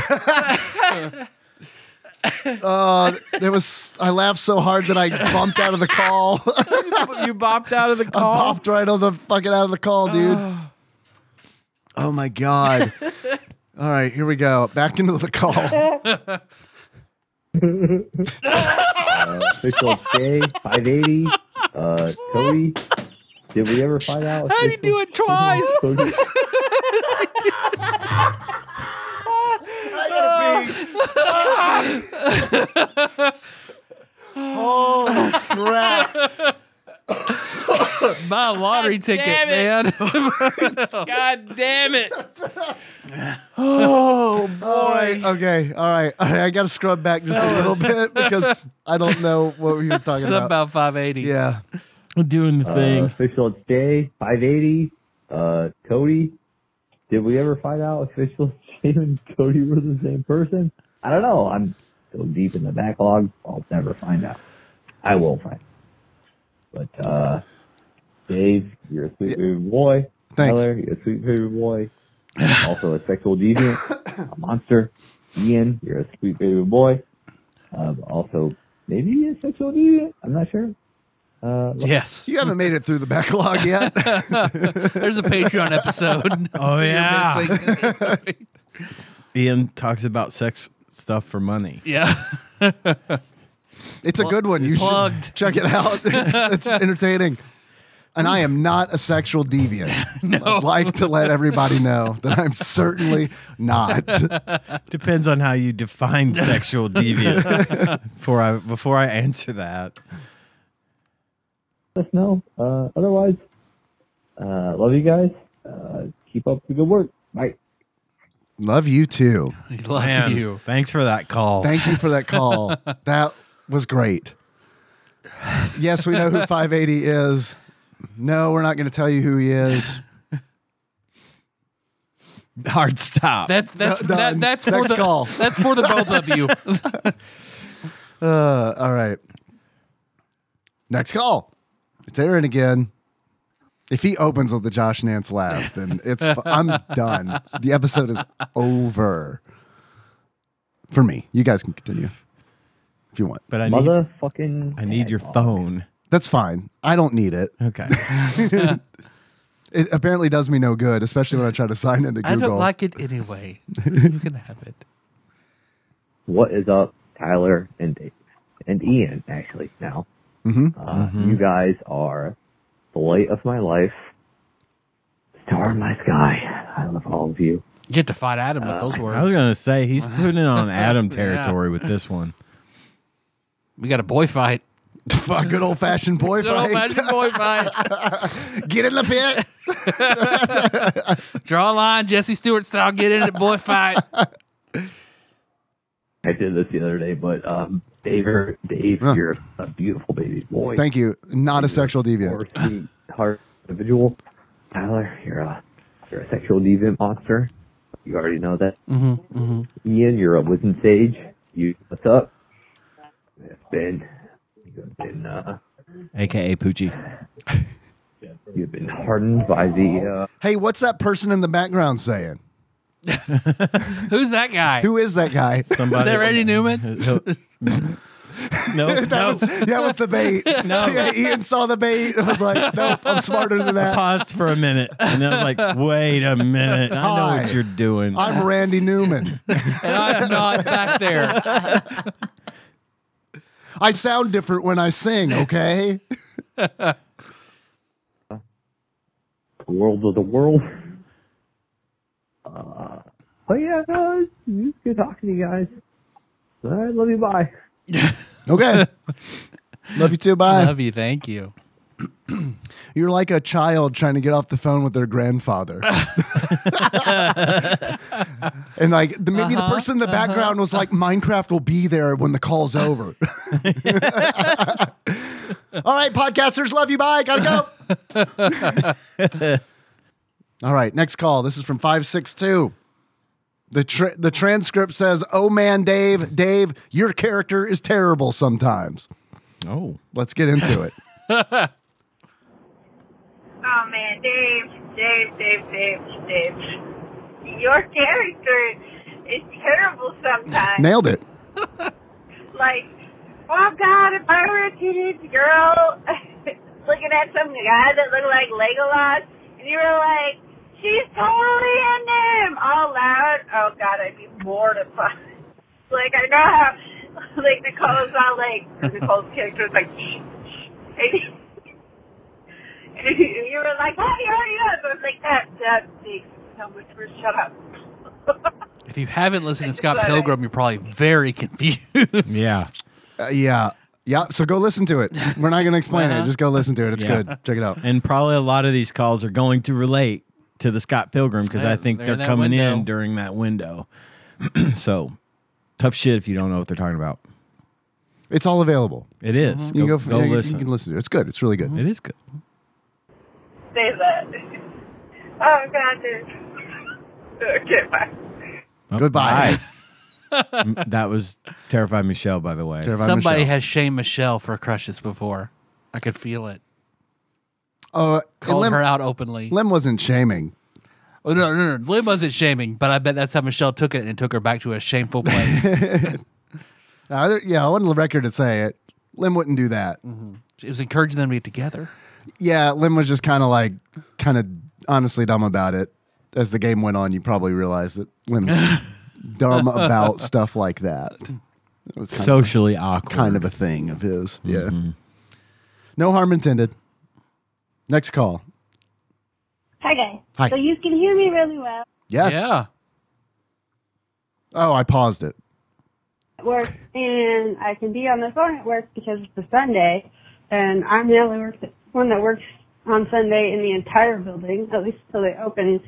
uh, there was I laughed so hard that I bumped out of the call.
you bopped out of the call.
Popped right on the fucking out of the call, dude. oh my god. All right, here we go. Back into the call. Oh,
Official J, 580, uh, Cody. Did we ever find out?
How do you do it twice?
Cody,
Crap.
My lottery ticket, man.
God damn it. oh
All
boy.
right, okay. All right. All right. I got to scrub back just a little bit because I don't know what he was talking
Something
about.
about 580.
Yeah.
Doing the
uh,
thing.
official J, 580, uh, Cody. Did we ever find out official J and Cody were the same person? I don't know. I'm so deep in the backlog, I'll never find out. I will find. out. But uh, Dave, you're a sweet baby boy.
Thanks.
Tyler, you're a sweet baby boy. also a sexual deviant, a monster. Ian, you're a sweet baby boy. Um, also, maybe a sexual deviant. I'm not sure. Uh,
Yes.
You haven't made it through the backlog yet.
There's a Patreon episode.
Oh yeah.
yeah.
Ian talks about sex stuff for money.
yeah.
It's a good one. You
Plugged.
should check it out. It's, it's entertaining. And I am not a sexual deviant. I'd like to let everybody know that I'm certainly not.
Depends on how you define sexual deviant. before I before I answer that.
let us know. Uh, otherwise, uh, love you guys. Uh, keep up the good work. Bye.
Love you too.
We love
Man,
you.
Thanks for that call.
Thank you for that call. That was great. Yes, we know who 580 is. No, we're not going to tell you who he is.
Hard stop.
That's that's
No,
that,
done.
that's for
Next
the
call.
that's for the both of you.
Uh, all right. Next call. It's Aaron again. If he opens with the Josh Nance laugh, then it's fu- I'm done. The episode is over for me. You guys can continue if you want.
but I need
Motherfucking.
I need your
hag.
phone.
That's fine. I don't need it.
Okay.
It apparently does me no good, especially when I try to sign into
I
Google.
don't like it anyway. you can have it.
What is up, Tyler and Dave and Ian? Actually, now
Mhm.
uh, you guys are the light of my life, star in my sky. I love all of you.
You get to fight Adam with those words.
Uh, I was gonna say he's putting it on Adam territory with this one.
we got a boy fight.
Fuck, good old fashioned boy
Good old
fight.
fashioned boy fight.
Get in the pit.
Draw a line, Jesse Stewart style. Get in it, boy fight.
I did this the other day, but um, Dave, you're- Dave,
Huh.
you're a beautiful baby boy.
Thank you. Not a sexual deviant.
Or sweet heart individual. Tyler, you're a you're a sexual deviant monster. You already know that.
Mm-hmm, mm-hmm.
Ian, you're a wisdom sage. You, what's up? It's been you've been uh,
AKA Poochie.
you've been hardened by the
Hey, what's that person in the background saying?
Who's that guy?
Who is that guy?
Somebody.
Is that Randy Newman?
no.
that was that was the bait.
No.
Yeah, Ian saw the bait and was like, nope, I'm smarter than
I
that.
paused for a minute and I was like, wait a minute. I know
Hi.
what you're doing.
I'm Randy Newman.
And I'm not back there.
I sound different when I sing, okay?
uh, world of the world. Uh, but yeah, no, it's, it's good talking to you guys. All right, love you. Bye.
Okay. Love you too. Bye.
Love you. Thank you.
You're like a child trying to get off the phone with their grandfather. and like the, maybe
Uh-huh,
the person in the background was like, Minecraft will be there when the call's over. All right, podcasters, love you. Bye. Gotta go. All right, next call. This is from 562. The, tra- the transcript says, Oh man, Dave, Dave, your character is terrible sometimes.
oh.
Let's get into it.
Oh man, Dave, Dave, Dave, Dave, Dave. Your character is terrible sometimes.
Nailed it.
like, oh god, if I were a teenage girl looking at some guy that looked like Legolas, and you were like, she's totally in him, all loud. Oh god, I'd be mortified. like, I know how, like, Nicole's not like, Nicole's character is like, and you were like, well, you already know. So I was like, that, that makes so much for shut up.
If you haven't listened to Scott Pilgrim, you're probably very confused.
Yeah.
Uh, yeah. Yeah. So go listen to it. We're not going to explain it.
Uh-huh.
Just go listen to it. It's
Yeah.
good. Check it out.
And probably a lot of these calls are going to relate to the Scott Pilgrim because I
Yeah,
think
they're
they're,
in that
coming
window.
in during that window. so tough shit if you don't know what they're talking about.
It's all available.
It is.
You can go,
go,
yeah, you-
listen.
You can listen to it. It's good. It's really good.
It is good.
say that. Oh God, dude. Okay, bye.
Goodbye.
that was Terrified Michelle, by the way.
Terrified
Somebody
Michelle.
has shamed Michelle for crushes before. I could feel it.
Uh, and
Called her
Lem,
out openly.
Lem wasn't shaming.
Oh, no, no, no. Lynn wasn't shaming, but I bet that's how Michelle took it and it took her back to a shameful place.
I don't- yeah, I wanted the record to say it. Lem wouldn't do that.
she Mm-hmm. was encouraging them to be together.
Yeah, Lem was just kind of like, kind of honestly dumb about it. As the game went on, you probably realized that Lem's dumb about stuff like that. It was kind of-
Socially awkward. Mm-hmm.
kind of a thing of his. Yeah. No harm intended. Next call.
Hi guys.
Hi.
So you can hear me really well.
Yes.
Yeah.
Oh, I paused it.
at work and I can be on the phone at work because it's a Sunday and I'm the only work one that works on Sunday in the entire building, at least until they open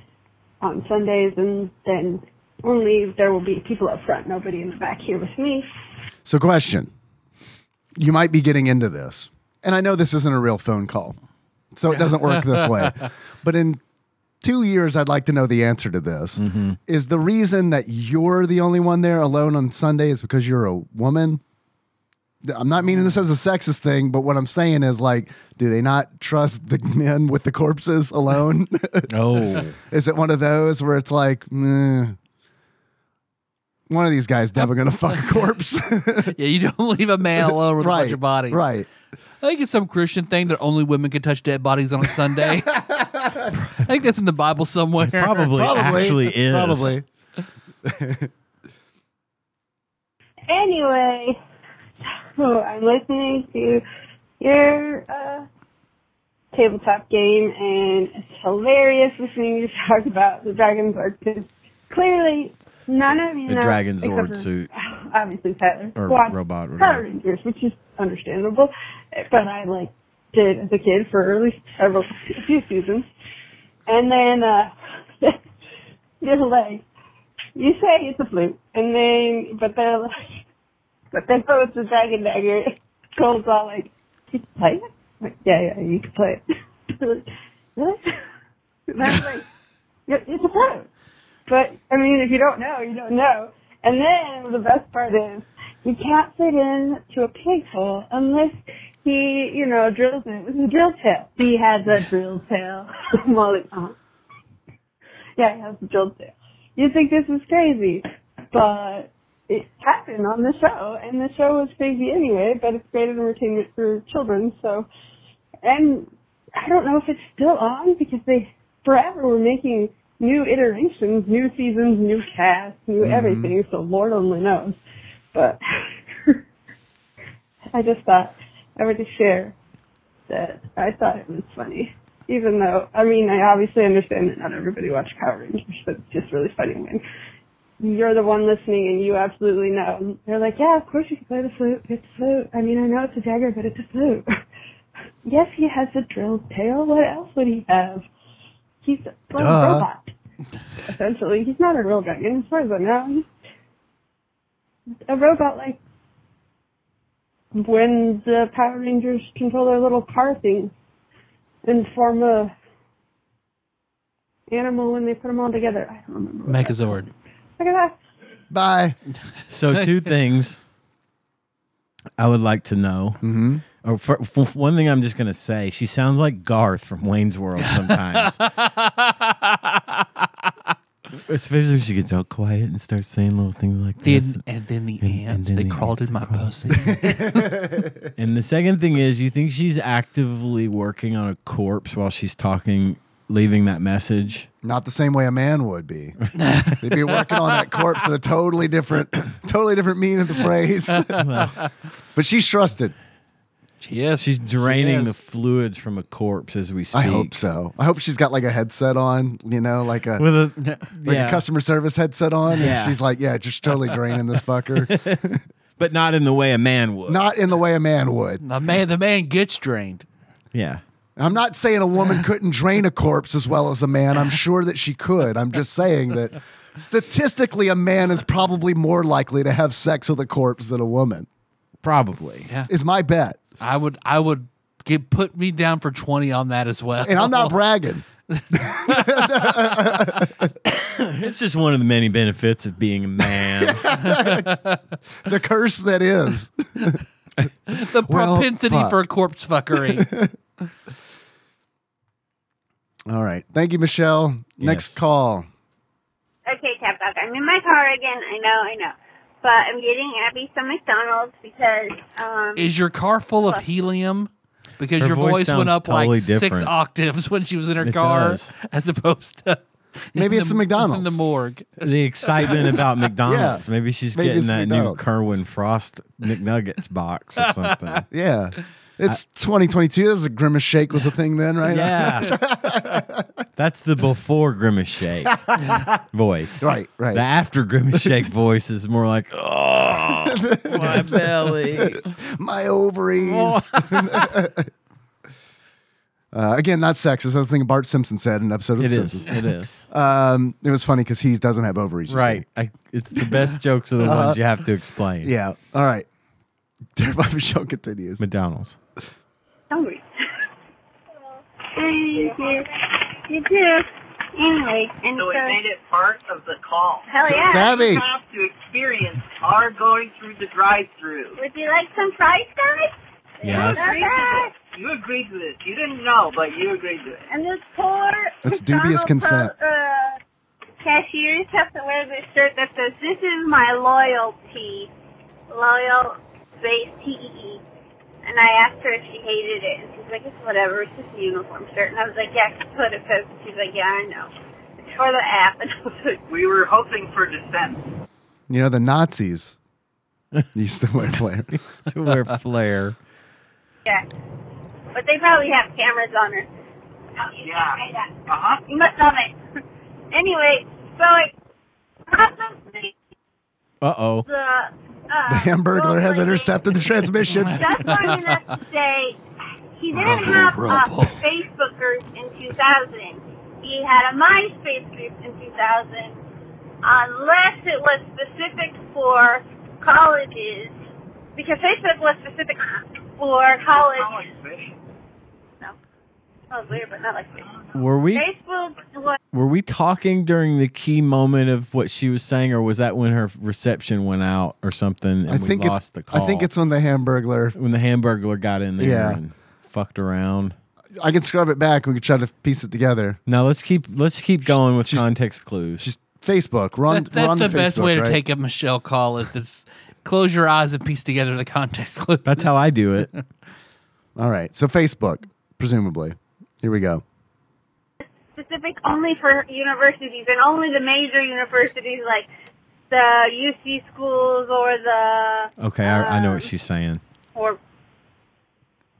on Sundays and then only there will be people up front, nobody in the back here with me.
So, question. You might be getting into this, and I know this isn't a real phone call, so it doesn't work this way. But in two years, I'd like to know the answer to this. Is the reason that you're the only one there alone on Sunday is because you're a woman? I'm not meaning this as a sexist thing, but what I'm saying is like, do they not trust the men with the corpses alone?
Oh.
Is it one of those where it's like, meh, one of these guys never gonna fuck a corpse?
Yeah, you don't leave a man alone with a bunch of bodies.
Right.
I think it's some Christian thing that only women can touch dead bodies on a Sunday. I think that's in the Bible somewhere.
Probably,
Probably
actually is.
Probably.
Anyway, so I'm listening to your uh, tabletop game, and it's hilarious listening you talk about the Dragon Zord because clearly none of you
The
know
Dragon
except
Zord
for,
suit.
obviously Tyler,
Or
watched
robot, whatever.
Power Rangers, which is understandable, but I like did as a kid for at least several a few seasons, and then uh, you're like you say it's a flute, and then but they're like, but then oh, it's a dragon dagger. Cole's all like, you can play it? I'm Like, yeah, yeah, you can play it. They're like, really? And I was like, yeah, it's a flute. But I mean, if you don't know, you don't know. And then the best part is you can't fit in to a pig hole unless he, you know, drills it with a drill tail. He has a drill tail. Molly, uh yeah, he has a drill tail. You think this is crazy, but it happened on the show, and the show was crazy anyway. But it's great entertainment for children. So, and I don't know if it's still on because they forever were making new iterations, new seasons, new casts, new everything. So Lord only knows. But I just thought I would just share that I thought it was funny. Even though, I mean, I obviously understand that not everybody watched Power Rangers, but it's just really funny when you're the one listening and you absolutely know. And They're like, yeah, of course you can play the flute. It's a flute. I mean, I know it's a dagger, but it's a flute. yes, he has a drilled tail. What else would he have? He's like
Duh.
a robot. Essentially, he's not a real dragon as far as I know. He's a robot like when the Power Rangers control their little car thing and form a animal when they put them all together. I don't remember. what that-
Mechazord.
Look at that.
Bye.
So two things I would like to know. Mm-hmm. Or for, for one thing, I'm just gonna say she sounds like Garth from Wayne's World sometimes. Especially if she gets all quiet and starts saying little things like
Then,
this.
and then the
and
ants,
then
they
the
crawled
ants
in my
crawled.
pussy.
And the second thing is, you think she's actively working on a corpse while she's talking, leaving that message.
Not the same way a man would be. They'd be working on that corpse in a totally different, totally different meaning of the phrase. but she's trusted.
Yes,
She's draining the
is.
fluids from a corpse as we speak.
I hope so. I hope she's got like a headset on, you know, like a
With a,
like
yeah,
a customer service headset on.
Yeah.
And she's like, yeah, just totally draining this fucker.
but not in the way a man would.
Not in the way a man would.
the man. The man gets drained.
yeah.
I'm not saying a woman couldn't drain a corpse as well as a man. I'm sure that she could. I'm just saying that statistically, a man is probably more likely to have sex with a corpse than a woman,
Probably.
is my bet.
I would, I would get put me down for twenty on that as well.
And I'm not bragging.
It's just one of the many benefits of being a man.
The curse that is.
the
Well,
propensity
fuck.
for corpse fuckery.
All right. Thank you, Michelle. Next
Yes.
call.
Okay, Tap Dog, I'm in my car again. I know, I know. But I'm getting Abby some McDonald's because, um,
Is your car full of helium? Because
Her
your
voice
voice, went
sounds
up
totally
like six
different.
octaves when she was in her
It
car,
does.
as opposed to
Maybe
in
it's
the,
the
in
McDonald's.
the morgue.
the excitement about McDonald's. Maybe she's
Maybe
getting
it's
that
McDonald's.
new Kerwin Frost McNuggets box or something.
Yeah. It's 2022. This is a grimace shake was a thing then, right?
yeah. That's the before Grimace Shake voice.
Right, right.
The after Grimace Shake voice is more like, oh, my belly.
My ovaries. uh, again, not sexist. That's the thing Bart Simpson said in an episode of
It
The
is.
Simpsons.
It is.
Um, it was funny because he doesn't have ovaries. you Uh,
Right. I, it's the best jokes are the ones you have to explain.
see. Yeah. All right. Terrified Michelle continues.
McDonald's.
hungry. Thank you. You too. Anyway, and
So it made it part of the call.
hell yeah.
Tabby.
Have to experience are going through the drive-through.
Would you like some fries, guys?
Yes.
Okay.
You agreed to this. You didn't know, but you agreed to it.
And this poor
That's dubious
McDonald's
consent.
pro- uh, cashiers have to wear this shirt that says, "This is my loyalty, loyal base T E E,"
and I asked her if she hated it, and she's like, it's whatever, it's just a uniform shirt. And I was like, yeah, 'cause that's what it says. And she's like, yeah, I know. It's for the app. And I was like,
We were hoping for dissent.
You know, the Nazis used to wear flare.
to wear flare.
yeah. But they probably have cameras on her. Oh, you
Yeah.
should try that.
Uh-huh.
You must love it. anyway, so I probably
Uh oh.
the... Uh,
The hamburglar has
role-playing-
intercepted the transmission.
That's long enough to say he didn't
Rubble,
have a
rubble.
Facebook group in 2000. He had a MySpace group in 2000, unless it was specific for colleges, because Facebook was specific for college. No, that was weird, but not like Facebook.
Were we
Facebook was
were we talking during the key moment of what she was saying, or was that when her reception went out or something? And
I
we
think it's
lost the call.
I think it's when the Hamburglar.
when the Hamburglar got in there
Yeah.
and fucked around.
I can scrub it back. We can try to piece it together.
Now let's keep let's keep going with
she's-
context clues.
Just Facebook. Run.
That- that's
run
the best
Facebook,
way to
right?
take a Michelle call is to s- close your eyes and piece together the context clues.
That's how I do it.
All right. So Facebook, presumably. Here we go.
specific only for universities and only the major universities like the UC schools or the
Okay, I, I know
um,
what she's saying.
or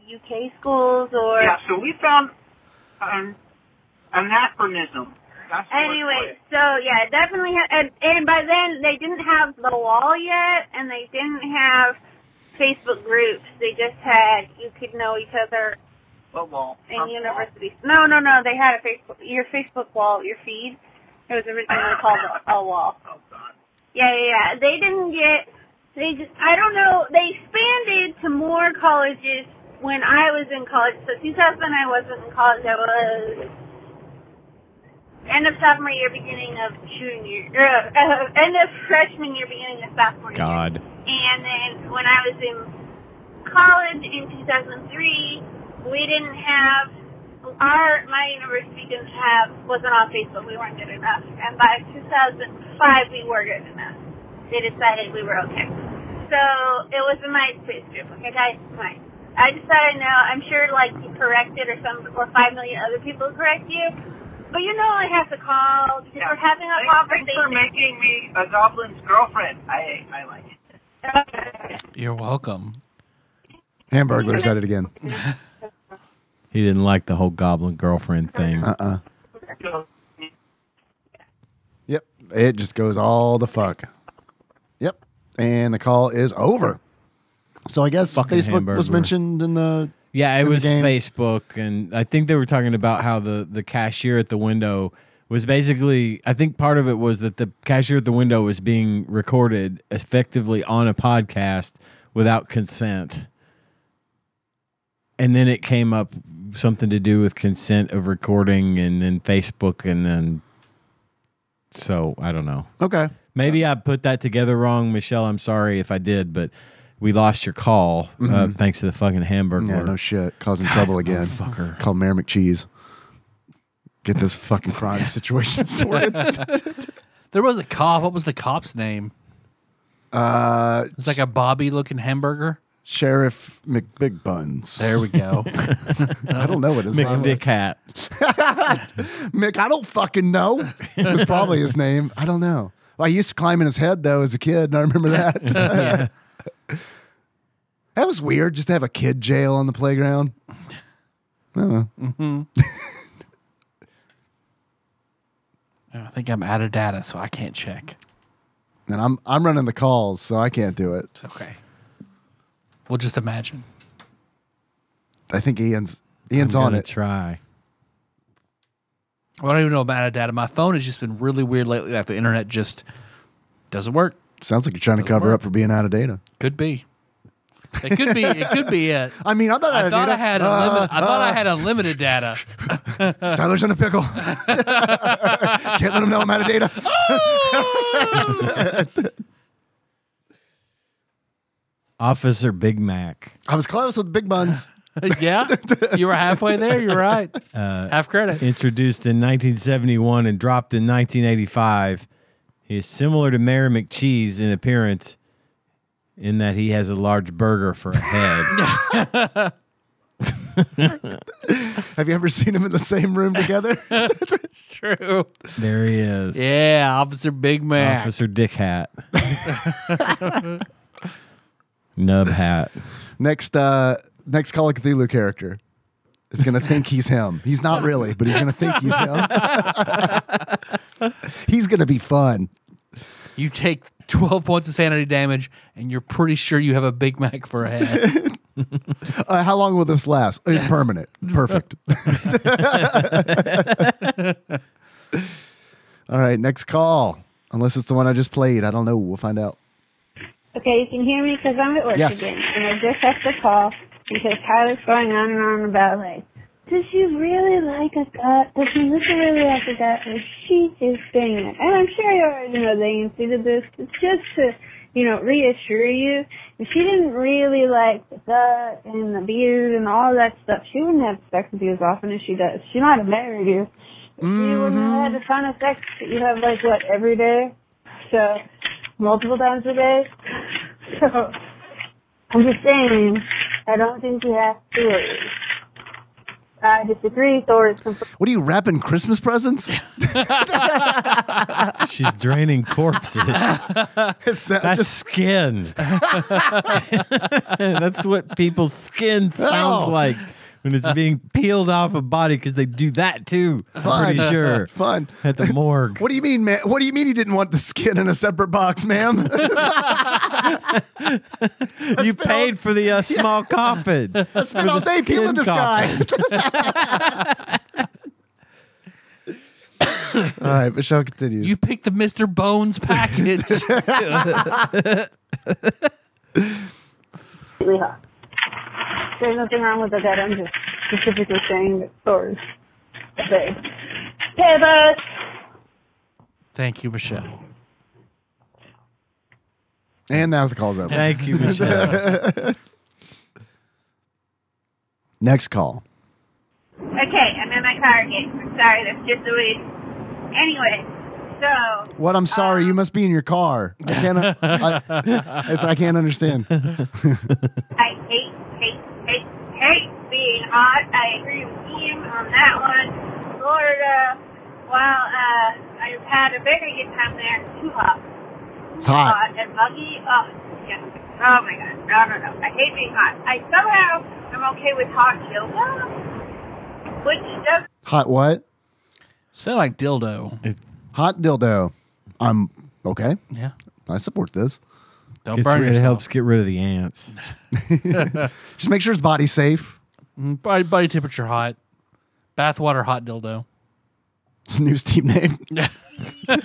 UK schools or
Yeah, so we found an anachronism. That's the word for
anyway.
it.
So yeah, it definitely. Ha- and, and by then they didn't have the wall yet, and they didn't have Facebook groups. They just had you could know each other
But well,
in
um,
universities. No, no, no. They had a Facebook your Facebook wall, your feed. It was originally called a, a wall.
Oh, God.
Yeah, yeah, yeah. They didn't get. They just. I don't know. They expanded to more colleges when I was in college. So 2000, I wasn't in college. I was end of sophomore year, beginning of junior. Uh, uh, end of freshman year, beginning of sophomore year.
God.
And then when I was in college in 2003, we didn't have our my university didn't have wasn't on Facebook. We weren't good enough. And by 2005, we were good enough. They decided we were okay. So it was a MySpace group. Okay, guys, fine. I decided now. I'm sure like you corrected or some or five million other people correct you. But you know I have to call because
Yeah.
we're having a
Thanks, thanks for
conversation.
making me a goblin's girlfriend. I I like it.
You're welcome.
Hamburglar's at it again.
He didn't like the whole goblin girlfriend thing.
Uh uh
So,
Yep. It just goes all the fuck. Yep. And the call is over. So I guess
Fucking
Facebook was
Hamburglar.
mentioned in the.
Yeah, it
the
was
game.
Facebook, and I think they were talking about how the the cashier at the window was basically. I think part of it was that the cashier at the window was being recorded effectively on a podcast without consent, and then it came up something to do with consent of recording, and then Facebook, and then so I don't know.
Okay.
Maybe I put that together wrong, Michelle. I'm sorry if I did, but we lost your call
Mm-hmm.
uh, thanks to the fucking hamburger.
Yeah, no shit. Causing trouble again.
motherfucker.
Call Mayor McCheese. Get this fucking crime situation sorted.
There was a cop. What was the cop's name?
Uh,
It's like a Bobby looking hamburger.
Sheriff McBig Buns.
There we go.
I don't know what his name
Mick
is.
Cat.
Mick, I don't fucking know. It was probably his name. I don't know. Well, I used to climb in his head though as a kid, and I remember that. That was weird, just to have a kid jail on the playground.
Mm-hmm. I think I'm out of data, so I can't check.
And I'm I'm running the calls, so I can't do it.
It's okay. We'll just imagine.
I think Ian's Ian's on it.
Try.
I don't even know about out of data. My phone has just been really weird lately. Like the internet just doesn't work.
Sounds like you're trying to
Doesn't
cover
work.
up for being out of data.
Could be. It could be. It could be it.
I mean, I'm not out
I
of
thought
data. Uh,
I had. unlimited I thought I had unlimited data.
Tyler's in a pickle. can't let him know I'm out of data.
Officer Big Mac.
I was close with Big Buns.
yeah, you were halfway there. You're right. Half credit.
Uh, Introduced in 1971 and dropped in 1985. He is similar to Mayor McCheese in appearance in that he has a large burger for a head.
Have you ever seen them in the same room together?
True.
there he is.
Yeah, Officer Big Mac.
Officer Dick Hat. Nub Hat.
next, uh, next Call of Cthulhu character is gonna think he's him. He's not really, but he's gonna think he's him. he's gonna be fun.
You take 12 points of sanity damage, and you're pretty sure you have a Big Mac for a head.
Uh, how long will this last? It's permanent. Perfect. All right, next call. Unless it's the one I just played, I don't know. We'll find out.
Okay, you can hear me because I'm at work
Yes.
again, and I just have to call because Tyler's going on and on about like, does she really like a gut? Does Melissa really like a gut? And she is saying it. And I'm sure you already know they included this, but just to, you know, reassure you, if she didn't really like the gut and the beard and all that stuff, she wouldn't have sex with you as often as she does. She might have married you. But You wouldn't have had the kind of sex that you have like what every day. So multiple times a day. So I'm just saying, I don't think you have to worry. I disagree, Thor is completely
What are you wrapping Christmas presents?
She's draining corpses.
It sounds
That's
just-
skin. That's what people's skin sounds
Oh.
like when it's being peeled off a body because they do that too. I'm pretty
Fun.
sure.
fun.
At the morgue.
What do you mean, man? What do you mean he didn't want the skin in a separate box, ma'am?
you
spent
paid
all-
for the uh, small coffin. I
Spent all day peeling this guy. All right, Michelle continues.
you picked the Mr. Bones package.
hot. There's nothing wrong with that. I'm just specifically saying that Thor is a babe. Pivot!
Thank you, Michelle.
and now the call's over.
Thank you, Michelle.
Next call.
Okay, I'm in my car again. I'm sorry, that's just the way. Anyway, so
What? I'm sorry.
Um,
You must be in your car. I can't. I, it's, I can't understand.
I hate, hate, hate, hate being hot. I agree with Ian on that one. Florida, while uh, I've had a very good time there, too hot.
It's hot.
Hot and muggy. Oh, yeah. Oh my god. No, no, no. I hate being hot. I somehow am okay with hot yoga, which does
Hot what?
Sound like dildo.
Hot dildo. I'm okay.
Yeah.
I support this.
Don't
Gets
burn
rid- it
yourself.
helps get rid of the ants.
Just make sure his body's safe.
Mm, Body, body temperature hot. Bathwater hot dildo.
It's a new Steam name.
I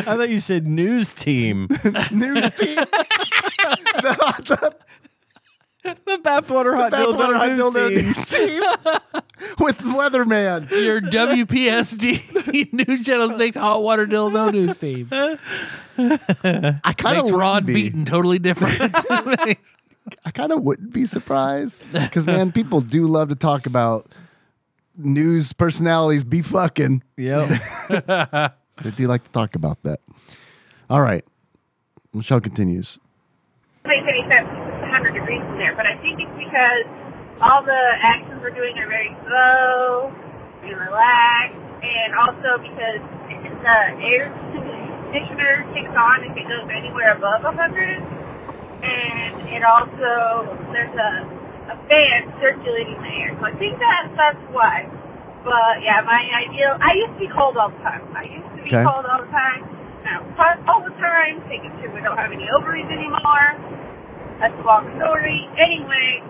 thought you said news team.
new Steam.
the bathwater hot
Bathwater hot dildo new Steam. With Weatherman.
Your WPSD News Channel 6 hot water dildo news team.
I kind of
Makes Rod
wouldn't be.
Beaton totally different.
I kind of wouldn't be surprised because man, people do love to talk about news personalities be fucking.
Yep.
They do like to talk about that. All right. Michelle continues.
makes any sense. It's 100 degrees in there, but I think it's because all the actions we're doing are very slow and relaxed, and also because the air conditioner kicks on if it goes anywhere above 100, and it also there's a a fan circulating the air. So I think that that's why. But yeah, my ideal. I used to be cold all the time. I used to be
Okay.
cold cold all the time. Now I'm hot all the time. Taking sure we don't have any ovaries anymore. That's a long story. Anyway,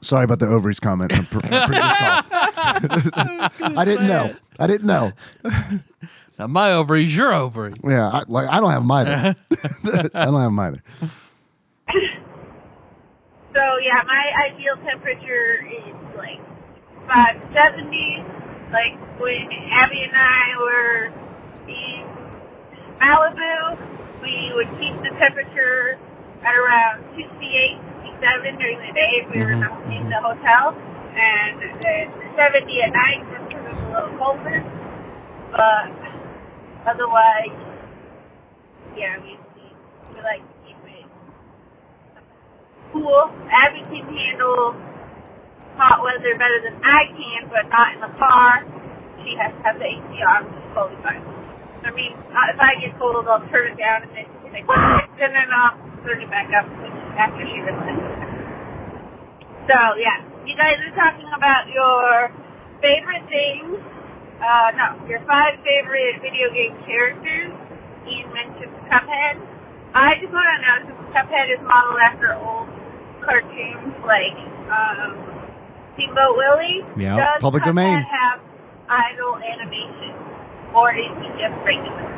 Sorry about the ovaries comment. on pr- on previous call. I didn't know. I didn't know.
now, my ovaries, your ovary.
Yeah, I, like I don't have them either. I don't have them either.
so yeah, my ideal temperature is like 570. Like when Abby and I were in Malibu, we would keep the temperature at around 68, 67 during the day if we were in the- in the hotel, and then 70 at night just because it's a little colder. But otherwise, yeah, we, we, we like cool. Abby can handle hot weather better than I can, but not in the car. She has to have the AC on, which is totally fine. I mean, uh, if I get totaled, I'll turn it down and then she's like, what? And then I'll turn it back up which is after she realizes. So, yeah. You guys are talking about your favorite things. Uh, no, your five favorite video game characters. Ian mentioned Cuphead. I just want to know, since Cuphead is modeled after old cartoons like, um, Steamboat Willie,
Yeah,
does
public
Cuphead
domain.
have idle animation? Or is he just regular?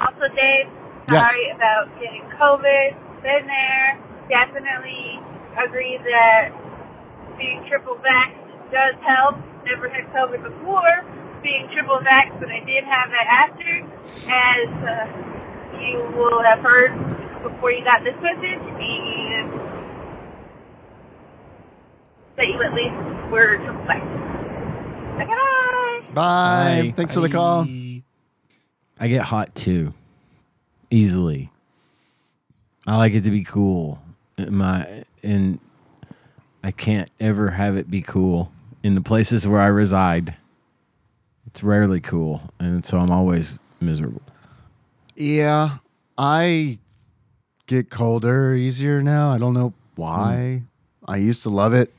Also, Dave,
Yes.
sorry about getting COVID. Been there. Definitely agree that being triple vax does help. Never had COVID before. Being triple vax, but I did have it after. As uh, you will have heard before you got this message, and that you at least were triple vax. Bye.
Bye.
Bye.
Thanks for the call.
I get hot too, easily. I like it to be cool. in My and I can't ever have it be cool in the places where I reside. It's rarely cool, and so I'm always miserable.
Yeah, I get colder easier now. I don't know why. I used to love it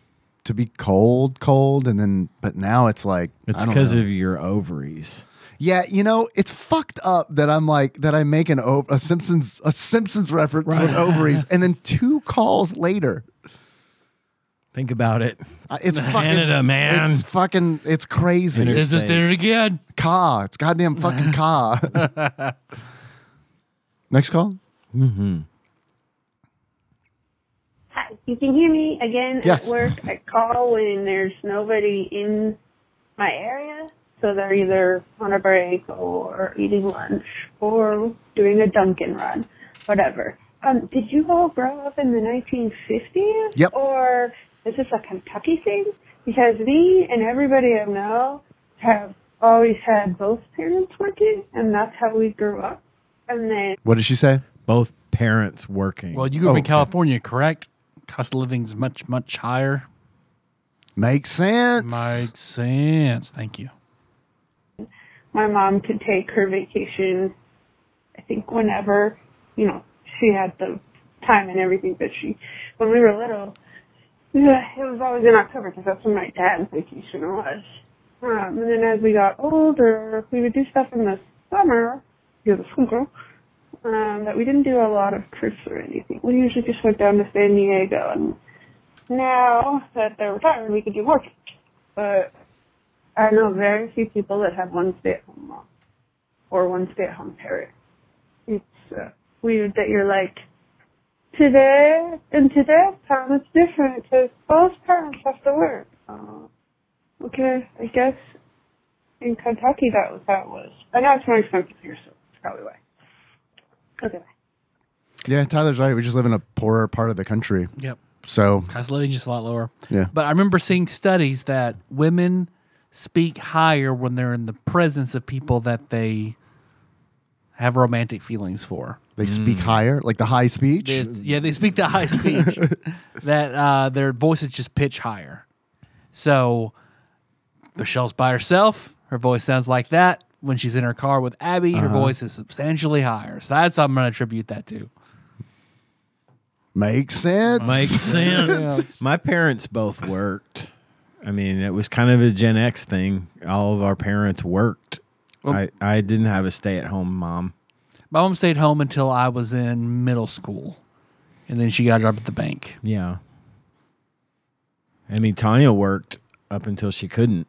to be cold, cold, and then, but now it's like
It's
I don't
because
know.
of your ovaries.
yeah. You know, it's fucked up that I'm like that. I make an o- a Simpsons a Simpsons reference with ovaries, and then two calls later,
Think about it.
uh, it's fucking
Canada, man.
It's fucking it's crazy.
This is dinner again.
car. It's goddamn fucking car. Next call.
Mm-hmm.
Hi, you can hear me again
Yes.
at work. I call when there's nobody in my area, so they're either on a break or eating lunch or doing a Dunkin' run, whatever. Um, did you all grow up in the 1950s?
Yep.
Or is this a Kentucky thing? Because me and everybody I know have always had both parents working, and that's how we grew up. And then
What did she say?
Both parents working.
Well, you grew up
Oh,
in
okay.
California, correct? Cost of living's much, much higher.
Makes sense.
Makes sense. Thank you.
my mom could take her vacation I think whenever, you know, she had the time and everything, but she, when we were little, yeah, it was always in October because that's when my dad's vacation was. Um, and then as we got older, we would do stuff in the summer, because of school, um, but we didn't do a lot of trips or anything. We usually just went down to San Diego, and now that they're retired, we could do more trips. But I know very few people that have one stay-at-home mom or one stay-at-home parent it's uh, weird that you're like today and today's time it's different because both parents have to work. Uh, okay, I guess in Kentucky that was how it was. I know it's more expensive here, so that's probably why. Okay. Bye.
Yeah, Tyler's right. We just live in a poorer part of the country.
Yep.
So
Cost of living just a lot lower.
Yeah.
But I remember seeing studies that women speak higher when they're in the presence of people that they have romantic feelings for.
they
Mm.
speak higher, like the high speech.
It's- yeah, they speak the high speech. that uh, their voices just pitch higher. So Michelle's by herself. Her voice sounds like that. When she's in her car with Abby, her
Uh-huh.
voice is substantially higher. So that's what I'm going to attribute that to.
Makes sense.
Makes sense. My parents both worked. I mean, it was kind of a Gen X thing. All of our parents worked. I, I didn't have a stay at home mom.
My mom stayed home until I was in middle school, and then she got a job at the bank.
Yeah. I mean, Tanya worked up until she couldn't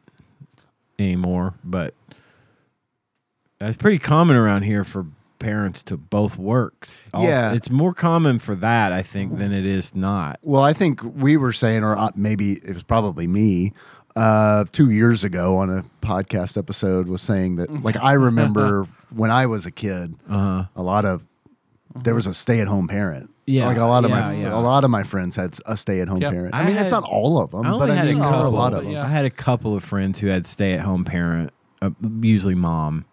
anymore, but that's pretty common around here for parents to both work. Also-
Yeah.
It's more common for that, I think, than it is not.
Well, I think we were saying, or uh, maybe it was probably me, uh, two years ago on a podcast episode was saying that, like, I remember when I was a kid,
Uh-huh.
a lot of there was a stay-at-home parent.
Yeah.
like a lot of my
Yeah, yeah.
a lot of my friends had a stay-at-home
Yep.
parent.
I
I mean, that's
had-
not all of them,
I
but
only
I
had
mean,
a
there were a
couple.
lot of them.
yeah.
I had a couple of friends who had stay-at-home parent, uh, usually mom,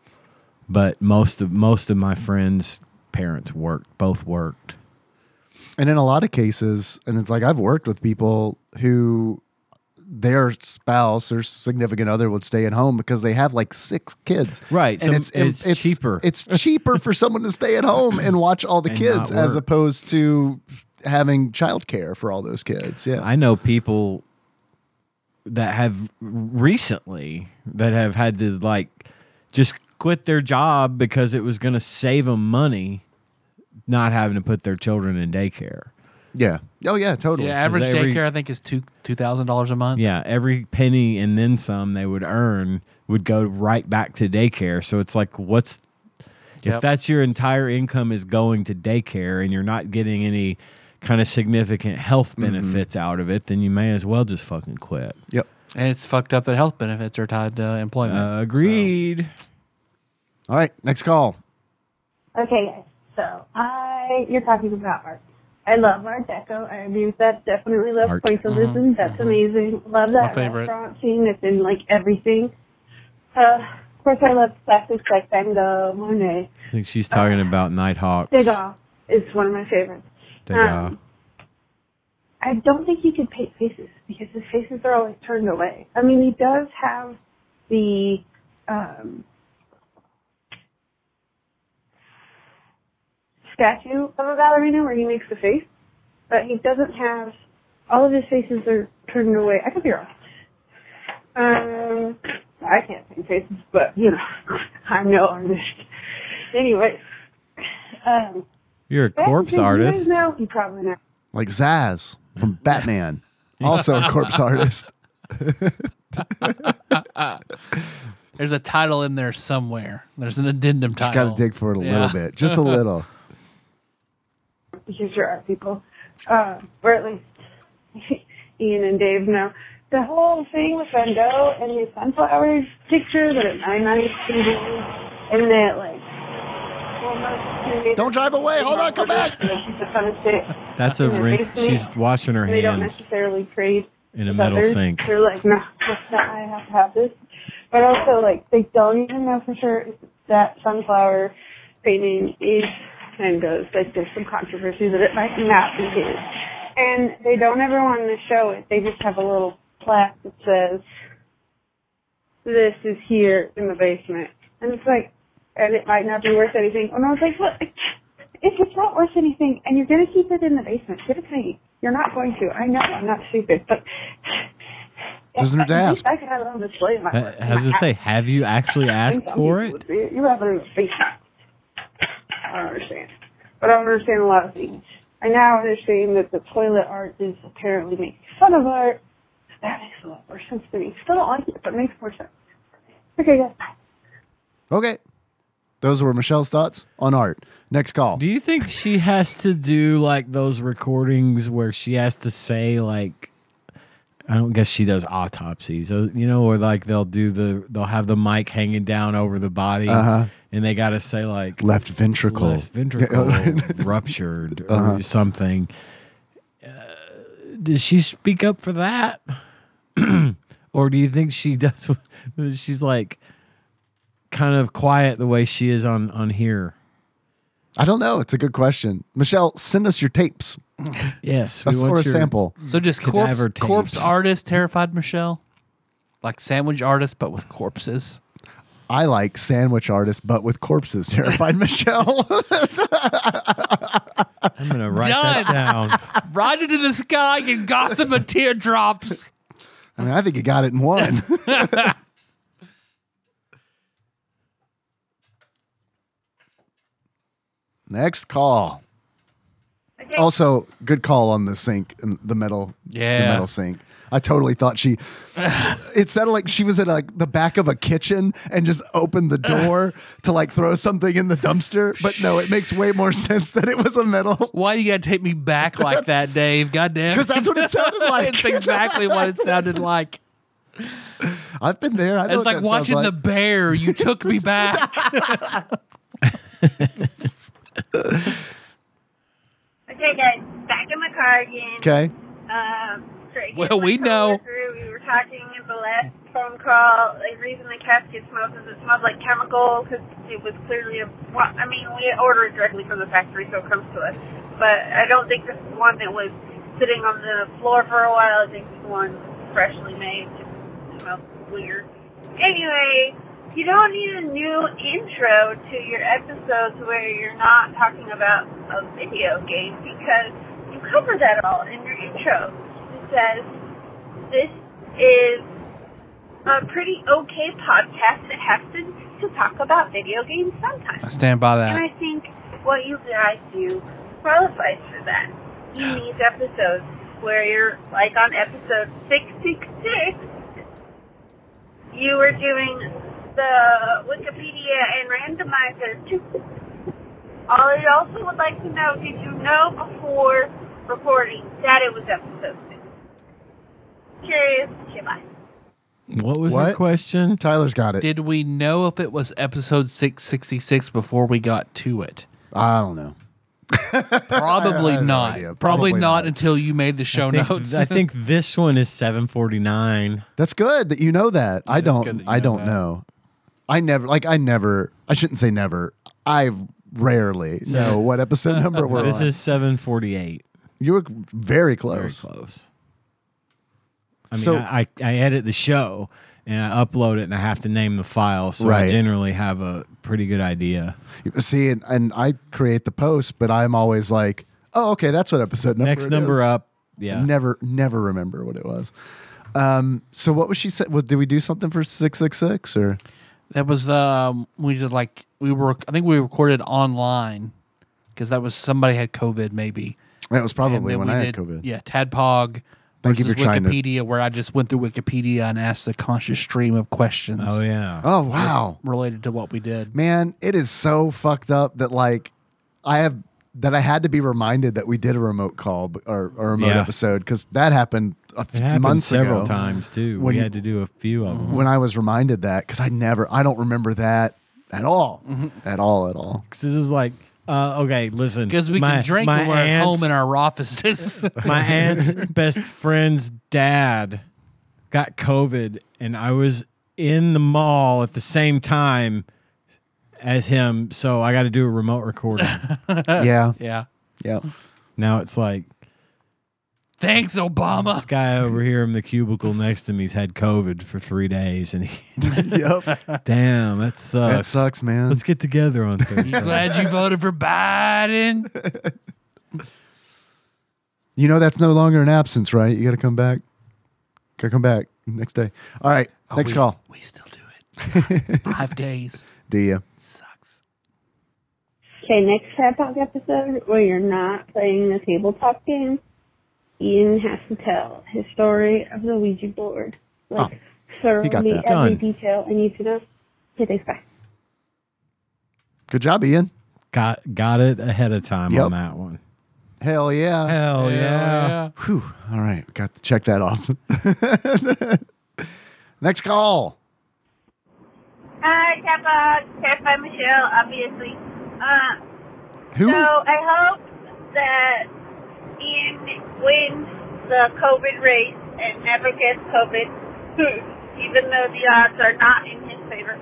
but most of most of my friends' parents worked, both worked.
And in a lot of cases, and it's like I've worked with people who their spouse or significant other would stay at home because they have like six kids.
Right,
And
so
it's, and
it's cheaper.
It's cheaper for someone to stay at home and watch all the
And
kids
not
as
work.
opposed to having childcare for all those kids. Yeah.
I know people that have recently that have had to like just quit their job because it was going to save them money not having to put their children in daycare.
yeah. Oh, yeah, totally.
Yeah, average
every-
daycare I think is two two thousand dollars a month.
Yeah, every penny and then some they would earn would go right back to daycare. So it's like what's if
Yep.
that's your entire income is going to daycare and you're not getting any kind of significant health benefits out of it, then you may as well just fucking quit.
Yep.
and it's fucked up that health benefits are tied to employment.
Uh, agreed.
All right. Next call.
Okay, so I you're talking about art. I love Art Deco. I agree with that. Definitely love
Art.
pointillism. That's amazing. Love
Mm-hmm. my
that
favorite.
restaurant scene. It's in like everything. Uh, of course, I love classics like Van Gogh, Monet,
I think she's talking
Uh,
about Nighthawks.
Degas. It's one of my favorites.
Degas.
Um, I don't think he could paint faces because his faces are always turned away. I mean, he does have the um, statue of a ballerina where he makes the face, but he doesn't have all of his faces are turned away. I could be wrong. Um, I can't paint faces, but you know, I'm no artist. Anyway, um,
You're a corpse
you guys
artist.
know- you probably know.
Like Zaz from Batman, also a corpse artist.
There's a title in there somewhere. There's an addendum
Just
title.
got to dig for it a
Yeah.
little bit, just a little.
because you're art people, uh, or at least Ian and Dave know. The whole thing with Van Gogh and his sunflower picture that at 99 and that like. almost-
Don't drive away. Hold on. Come back.
The funnest shit.
That's a
Yeah,
rinse.
basically,
She's washing her
They don't
hands.
necessarily trade
in a
with
metal
others.
sink.
They're like, no, I have to have this. But also, like, they don't even know for sure if that sunflower painting is and goes. Like, there's some controversy that it might not be his. And they don't ever want to show it. They just have a little plaque that says, this is here in the basement. And it's like, and it might not be worth anything. And I was like, look, if it's not worth anything and you're going to keep it in the basement, give it to me. You're not going to. I know I'm not stupid, but.
Doesn't hurt to
At
ask.
least I can have it on display in my
Ha-
work.
I was gonna say, have you actually asked
Some people
for it?
would be- You have it in the basement. I don't understand. But I don't understand a lot of things. I now understand that the toilet art is apparently making fun of art. That makes a lot more sense to me. Still don't like it, but it makes more sense. Okay, guys. Bye.
Okay. Those were Michelle's thoughts on art. Next call.
Do you think she has to do like those recordings where she has to say like I don't guess she does autopsies, uh, you know, or like they'll do the they'll have the mic hanging down over the body,
Uh-huh.
and they gotta say like
Left ventricle. Uh-huh.
left ventricle ruptured or something. Uh, does she speak up for that, or do you think she does? She's like kind of quiet the way she is on on here.
I don't know. It's a good question. Michelle, send us your tapes
Yes, we
That's-
want
or a
your-
sample.
So just corpse,
Cadaver tapes.
corpse artist, terrified Michelle, like sandwich artist, but with corpses.
I like sandwich artists, but with corpses. Terrified Michelle.
I'm gonna write
Done.
that down.
Ride into the sky and gossip of teardrops.
I mean, I think you got it in one. Next call.
Okay.
Also, good call on the sink and the metal. The
Yeah.
metal sink. I totally thought she. it sounded like she was at like the back of a kitchen and just opened the door to like throw something in the dumpster. But no, it makes way more sense that it was a metal
Why do you gotta take me back like that, Dave? Goddamn.
because that's what it sounded like.
it's exactly what it sounded like.
I've been there. I know
It's
what
like
that sounds
watching the
like.
bear. You took me back.
Okay, guys, back in my car again.
Okay.
Um, Craig
Well,
and my
we know.
coworker, We were talking in the last phone call. The reason the casket smells is it smells like chemical because it was clearly a. Well, I mean, we ordered directly from the factory, so it comes to us.
but I don't think this is one that was sitting on the floor for a while. I think this one freshly made. Just smells weird. Anyway, you don't need a new intro to your episodes where you're not talking about a video game because you cover that all in your intro. It says, this is a pretty okay podcast that has to, to talk about video games sometimes.
I stand by that.
And I think what you guys do qualifies for that. In these episodes, where you're like on episode 666, you were doing the Wikipedia and randomizer too. All I also would like to know, did you know before recording that it was episode 6? Curious, goodbye.
What was
What?
your question?
Tyler's got it.
Did we know if it was episode 666 before we got to it?
I don't know.
Probably not.
idea.
Probably,
Probably
not,
not.
until you made the show
I think,
notes.
I think this one is 749.
That's good that you know that. I
that's
don't.
good that you
I
know
don't
that.
know. I never. Like I never. I shouldn't say never. I rarely know what episode number we're
This
on.
is 748.
you were very close.
Very close. I mean,
So-
I, I, I edit the show and I upload it and I have to name the file. So I
Right.
generally have a pretty good idea.
See, and, and I create the post, but I'm always like, oh, okay, that's what episode number.
Next
it
number
is.
up. Yeah.
Never, never remember what it was. Um. So what was she said? Well, did we do something for six six six or?
that was the um, we did like we were. I think we recorded online because that was somebody had COVID maybe.
That was
And
probably
then
when
we
I had
did
COVID.
yeah Tadpog
Thank you
versus
for trying to-
Wikipedia where I just went through Wikipedia and asked a conscious stream of questions
Oh, yeah.
Oh wow.
related to what we did.
man, it is so fucked up that like I have that I had to be reminded that we did a remote call b- or, or a remote
Yeah.
episode because that happened a
It
few
happened
months
several
ago
times too.
When
we
you-
had to do a few of them.
when I was reminded that because I never I don't remember that at all at all at all.
Mm-hmm. 'Cause it was like, uh, okay, listen,
Because we
my-
can drink
my
when we're at
aunt's-
home in our offices.
my aunt's best friend's dad got COVID, and I was in the mall at the same time as him, so I got to do a remote recording.
yeah,
yeah.
yeah.
now it's like
Thanks, Obama.
this guy over here in the cubicle next to me's had COVID for three days, and he,
yep,
damn, that sucks.
that sucks, man.
Let's get together on Thursday.
Glad you voted for Biden.
You know that's no longer an absence, right? You got to come back. Got to come back next day. All right, next
Oh, we,
call.
We still do it. Five days
Do you?
sucks.
Okay, next Tab Talk episode where you're not playing the tabletop game, Ian has to tell his story of the Ouija board. Like, thoroughly
Oh, got that.
every
Done.
detail I need to know. Okay, thanks, bye.
Good job, Ian.
got got it ahead of time
Yep.
on that one.
Hell yeah.
Hell
Hell
yeah.
Whew. All right. Got to check that off. Next call.
Hi, Kappa. Kappa Michelle, obviously. Uh,
Who?
So I hope that Ian wins the COVID race and never gets COVID, even though the odds are not in his favor.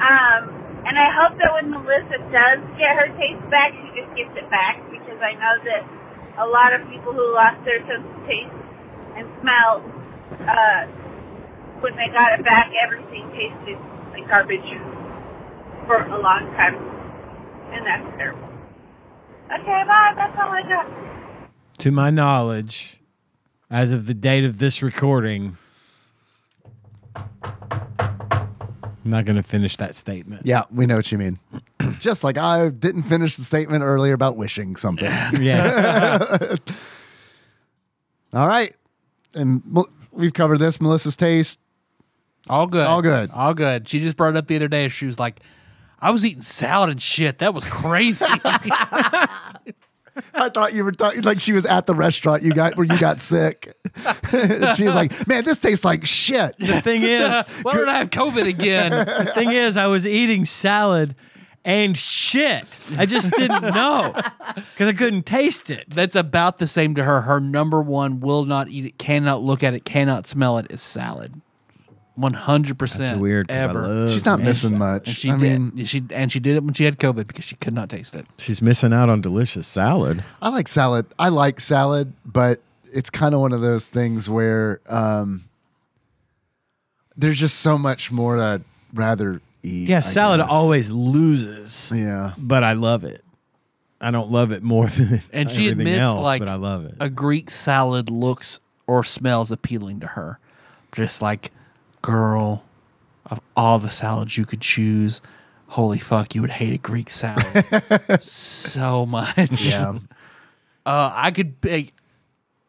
Um, and I hope that when Melissa does get her taste back, she just gets it back because I know that a lot of people who lost their sense of taste and smell, uh, when they got it back, everything tasted like garbage for a long time. And that's terrible. Okay, bye. That's all I got.
to my knowledge, as of the date of this recording, I'm not going to finish that statement.
yeah, we know what you mean. Just like I didn't finish the statement earlier about wishing something.
Yeah.
All right. And Mel- we've covered this. Melissa's taste.
All good.
All good.
All good. She just brought it up the other day. She was like, I was eating salad and shit. That was crazy.
I thought you were talking like she was at the restaurant you got where you got sick. she was like, "Man, this tastes like shit."
the thing is,
Why did I have COVID again?
the thing is, I was eating salad and shit. I just didn't know because I couldn't taste it.
That's about the same to her. Her number one will not eat it, cannot look at it, cannot smell it is salad. One hundred percent.
That's weird. 'cause I
Ever.
love
She's not
Mandy's.
missing much.
And she
I
did.
mean,
she and she did it when she had COVID because she could not taste it.
She's missing out on delicious salad.
I like salad. I like salad, but it's kind of one of those things where um, there's just so much more I'd rather eat.
Yeah,
I
salad
guess.
always loses.
Yeah.
But I love it. I don't love it more than
And she
everything
admits,
else,
like,
but I love it.
A Greek salad looks or smells appealing to her. Just like, girl, of all the salads you could choose, holy fuck, you would hate a Greek salad so much.
Yeah.
Uh, I could pick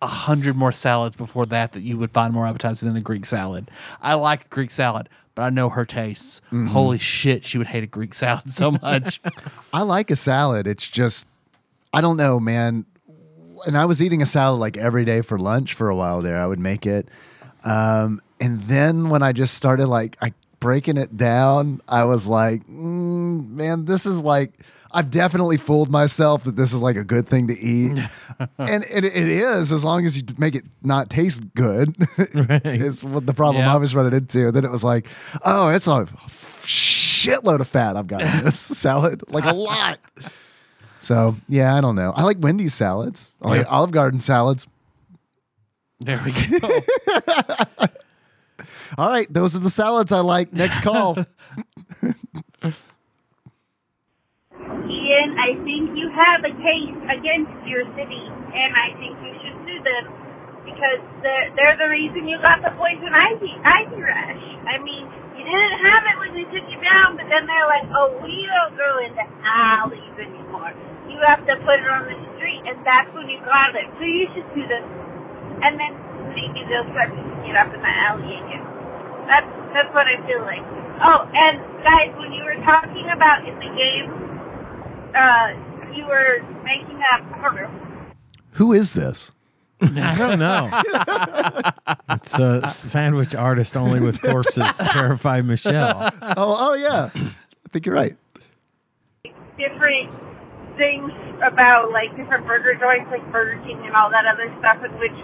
a hundred more salads before that that you would find more appetizing than a Greek salad. I like Greek salad, but I know her tastes.
Mm-hmm.
Holy shit, she would hate a Greek salad so much.
I like a salad. It's just, I don't know, man. And I was eating a salad like every day for lunch for a while there. I would make it. Um, and then when I just started like I, breaking it down, I was like, mm, man, this is like, I've definitely fooled myself that this is like a good thing to eat. and it, it is, as long as you make it not taste good, is what the problem
Yeah.
I was running into. then it was like, oh, it's a shitload of fat I've got in this salad, like a lot. So yeah, I don't know. I like Wendy's salads. I like Olive Garden salads.
there we go.
All right, those are the salads I like. Next call.
Ian, I think you have a case against your city, and I think you should sue them because they're, they're the reason you got the poison ivy, ivy rash. I mean, you didn't have it when they took you down, but then they're like, oh, we don't grow in the alleys anymore. You have to put it on the street, and that's when you got it. So you should sue them, and then maybe they'll start picking it up in the alley again. That's that's what I feel like. Oh, and guys, when you were talking about in the game uh, you were making up. I don't know.
Who is this?
I don't know.
Oh,
it's a sandwich artist only with corpses terrified Michelle.
Oh, oh yeah. I think you're right.
different things about like different burger joints, like Burger King and all that other stuff, in which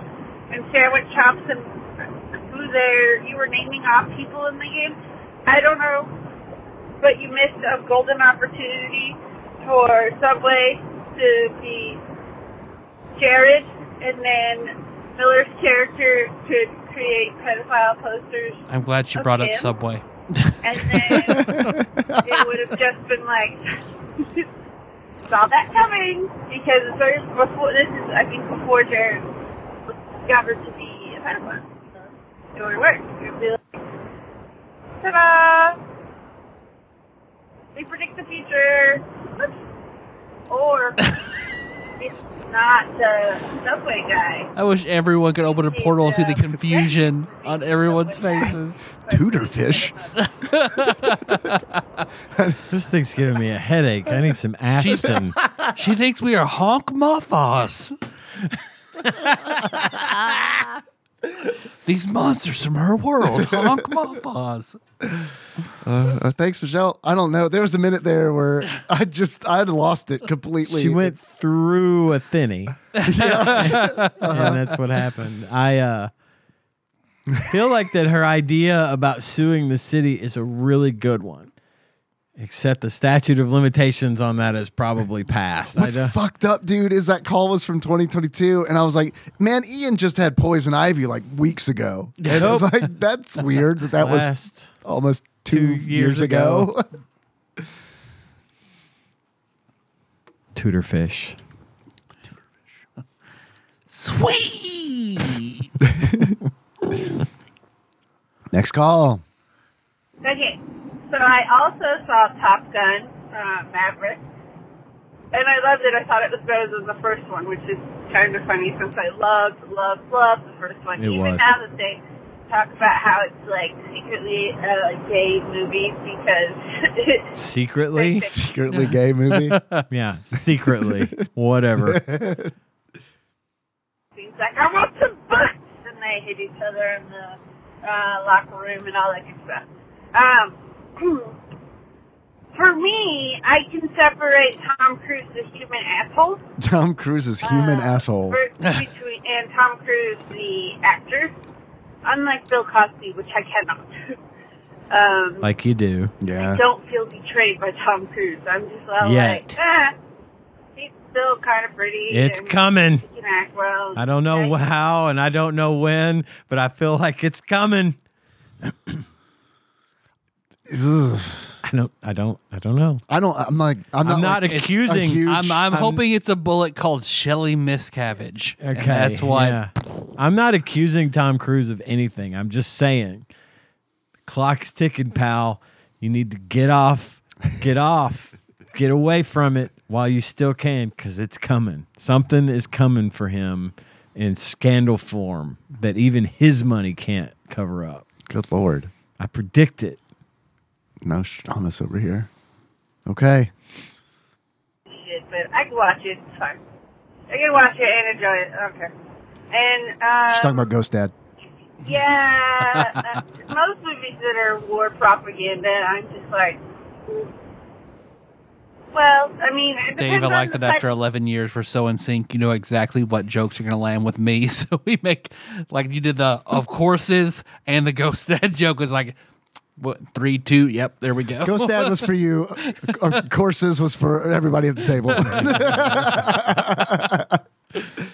and sandwich shops and who there you were naming off people in the game. I don't know, but you missed a golden opportunity for Subway to be Jared, and then Miller's character to create pedophile posters
I'm glad she brought up
Okay.
Subway.
and then it would have just been like saw that coming because it's very before this is I think before Jared was discovered to be a pedophile. So It would work. It would be like ta-da! We predict the future. Whoops. Or it's not the subway guy.
I wish everyone could open a portal and see the confusion on everyone's faces.
Tudorfish.
This thing's giving me a headache. I need some Aston.
She thinks we are honk muffos. These monsters from her world, honk muffos.
Uh, thanks, Michelle. I don't know. There was a minute there where I just I had lost it completely.
she went through a thinny.
Uh-huh.
and that's what happened. I uh, feel like that her idea about suing the city is a really good one. Except the statute of limitations on that is probably passed. I
What's
don't-
fucked up, dude, is that call was from 2022, and I was like, man, Ian just had poison ivy like weeks ago. And I was
Nope.
like, that's weird. That that was
Last-
almost two, years, ago.
Tudor fish.
Sweet.
Next call.
Okay, so I also saw Top Gun uh, Maverick, and I loved it. I thought it was better than the first one, which is kind of funny since I loved, loved, loved the first one.
It
Even
was.
now that they talk about how it's like secretly a gay movie because
Secretly?
Secretly gay movie.
yeah, secretly. Whatever.
He's like, I want some books! And they hit each other in the uh, locker room and all that good stuff. Um, for me, I can separate Tom Cruise, the human asshole,
Tom Cruise's human
uh,
asshole.
ver- between, and Tom Cruise, the actor, unlike Bill Cosby, which I cannot. Um,
like you do.
Yeah.
don't feel betrayed by Tom Cruise. I'm just all
Yet.
like, ah, he's still kind of pretty.
It's
and
coming.
He can act well.
I don't know
what.
how and I don't know when, but I feel like it's coming.
Ugh.
I don't. I don't. I don't know.
I don't. I'm like. I'm not.
I'm not
like,
it's
accusing.
huge-
I'm,
I'm-
I'm hoping it's a bullet called Shelly Miscavige. and
Okay,
that's why.
yeah. I'm not accusing Tom Cruise of anything. I'm just saying, clock's ticking, pal. You need to get off, get off, get away from it while you still can, because it's coming. Something is coming for him in scandal form that even his money can't cover up.
good lord.
I predict it.
Nostradamus over here. Okay.
shit, but I can watch it. It's fine. I can watch it and enjoy it. Okay. And um,
She's talking about Ghost Dad.
yeah, uh, most movies that are war propaganda, I'm just like, well, I mean, it
Dave,
depends
I
on
like
the
that after
type-
11 years, we're so in sync. You know exactly what jokes are going to land with me. So we make, like, you did the of courses and the ghost dad joke was like, what, three, two? Yep, there we go.
Ghost Dad was for you. Uh, Courses was for everybody at the table.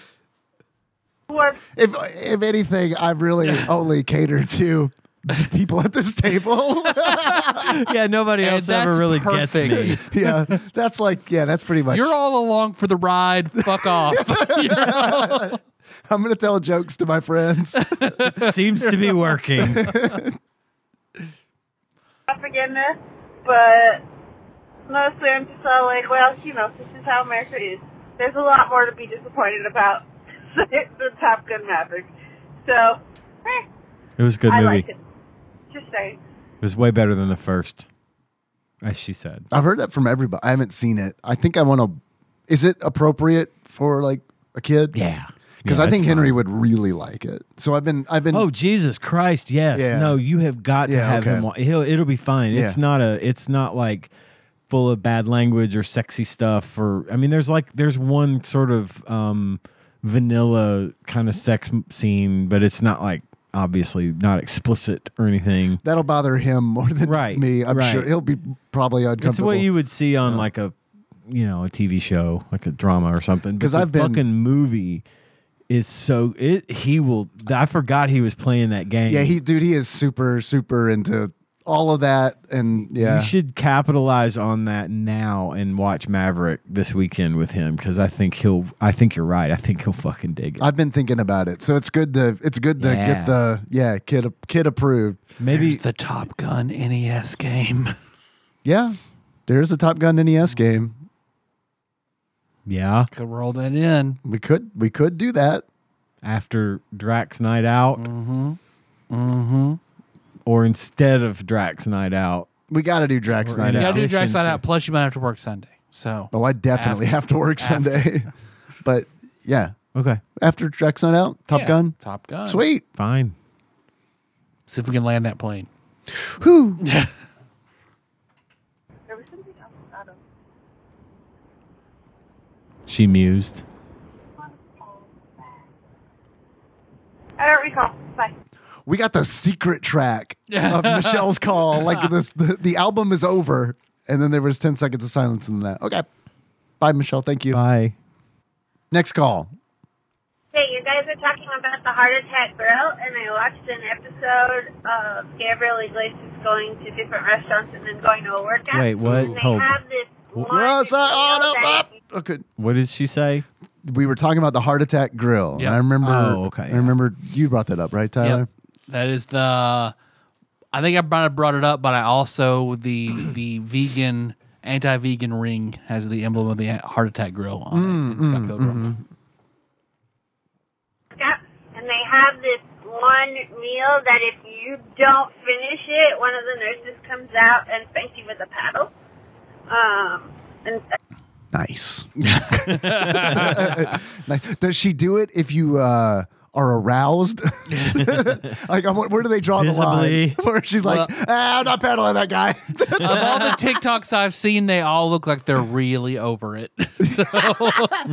war.
if if anything, I really only cater to the people at this table.
Yeah, nobody
And
else ever
that's
really gets me.
perfect.
yeah, that's like yeah, that's pretty much.
You're all along for the ride. Fuck off. You know?
I'm gonna tell jokes to my friends.
It seems to be working.
propaganda, but mostly I'm just all like, well, you know, this is how America is. There's a lot more to be disappointed about the Top Gun Maverick. So, eh,
It was a good
I
movie.
liked
It
it. Just saying.
was way better than the first, as she said.
I've heard that from everybody. I haven't seen it. I think I want to. Is it appropriate for like a kid?
Yeah.
because
Yeah,
I think
it's
Henry
fine.
would really like it. So I've been, I've been.
Oh Jesus Christ! Yes,
Yeah.
no, you have got to
Yeah,
have
okay.
him. wa- He'll it'll be fine. It's
Yeah.
not a. It's not like full of bad language or sexy stuff. Or I mean, there's like there's one sort of um, vanilla kind of sex m- scene, but it's not like obviously not explicit or anything.
that'll bother him more than
Right,
me. I'm
right.
sure he'll be probably
It's
uncomfortable.
what you would see on like a you know a TV show, like a drama or something. But
'Cause
the
I've been-
fucking movie is so it he will. I forgot he was playing that game.
yeah, he, dude, he is super, super into all of that, and yeah,
You should capitalize on that now and watch Maverick this weekend with him because I think he'll. I think you're right. I think he'll fucking dig
Uh,
it.
I've been thinking about it, so it's good to, it's good to
Yeah.
get the, yeah, kid, kid approved.
Maybe
There's the Top Gun NES game.
Yeah, there is a Top Gun
Mm.
NES game.
yeah.
Could roll that in.
We could, we could do that.
After Drax Night Out,
Mm-hmm.
or instead of Drax Night Out,
We got to do Drax
We're
Night
You
in
got to do
Out.
addition
dry side
to-
out. Plus, you might have to work Sunday. So,
Oh, I definitely
After-
have to work
after.
Sunday, but yeah,
okay,
after Drax Night Out, Top
yeah,
Gun,
Top Gun.
sweet.
fine.
See if we can land that plane.
Whew.
There was something else. I don't
She mused.
I don't recall. Bye.
we got the secret track of Michelle's call. Like this, the, the album is over, and then there was ten seconds of silence in that. Okay, bye, Michelle. Thank you.
Bye.
Next call.
Hey, you guys are talking about the Heart Attack Grill, and I watched an episode of Gabriel Iglesias going to different restaurants and then going to a workout.
Wait, what?
And they
Hold.
have this one
What's
video
that? Oh, no,
that-
up. Okay.
What did she say?
We were talking about the heart attack grill,
Yep.
and I remember.
Oh, okay,
I
yeah.
remember you brought that up, right, Tyler?
Yep. That is the. I think I might have brought it up, but I also the the vegan anti-vegan ring has the emblem of the heart attack grill on
Mm,
it. It's got
mm-hmm.
Pilgrim.
workout, and they have this one meal that if you don't finish it, one of the nurses comes out and spanks you with a paddle. Um, and
Nice. Nice. Does she do it if you uh, are aroused? like, I'm- where do they draw
Visibly.
the line? Where she's like, ah, I'm not peddling that guy.
Of all the TikToks I've seen, they all look like they're really over it. So,
Pa-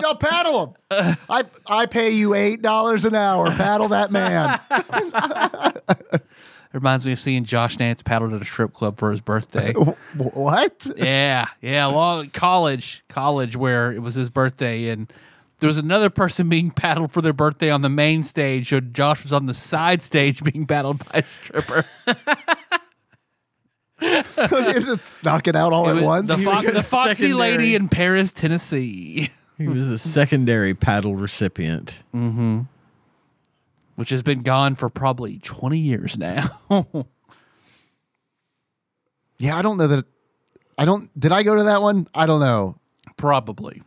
no, paddle him. I I pay you eight dollars an hour. Paddle that man.
It reminds me of seeing Josh Nance paddled at a strip club for his birthday.
Wh- What?
yeah, yeah, long college, college where it was his birthday, and there was another person being paddled for their birthday on the main stage. So Josh was on the side stage being paddled by a stripper.
Just Knock it out all
It
at
was
once.
the, fo- the
Secondary.
foxy lady in Paris, Tennessee,
He was the secondary paddle recipient.
Mm-hmm. which has been gone for probably twenty years now.
yeah, I don't know that. I don't. Did I go to that one? I don't know.
probably.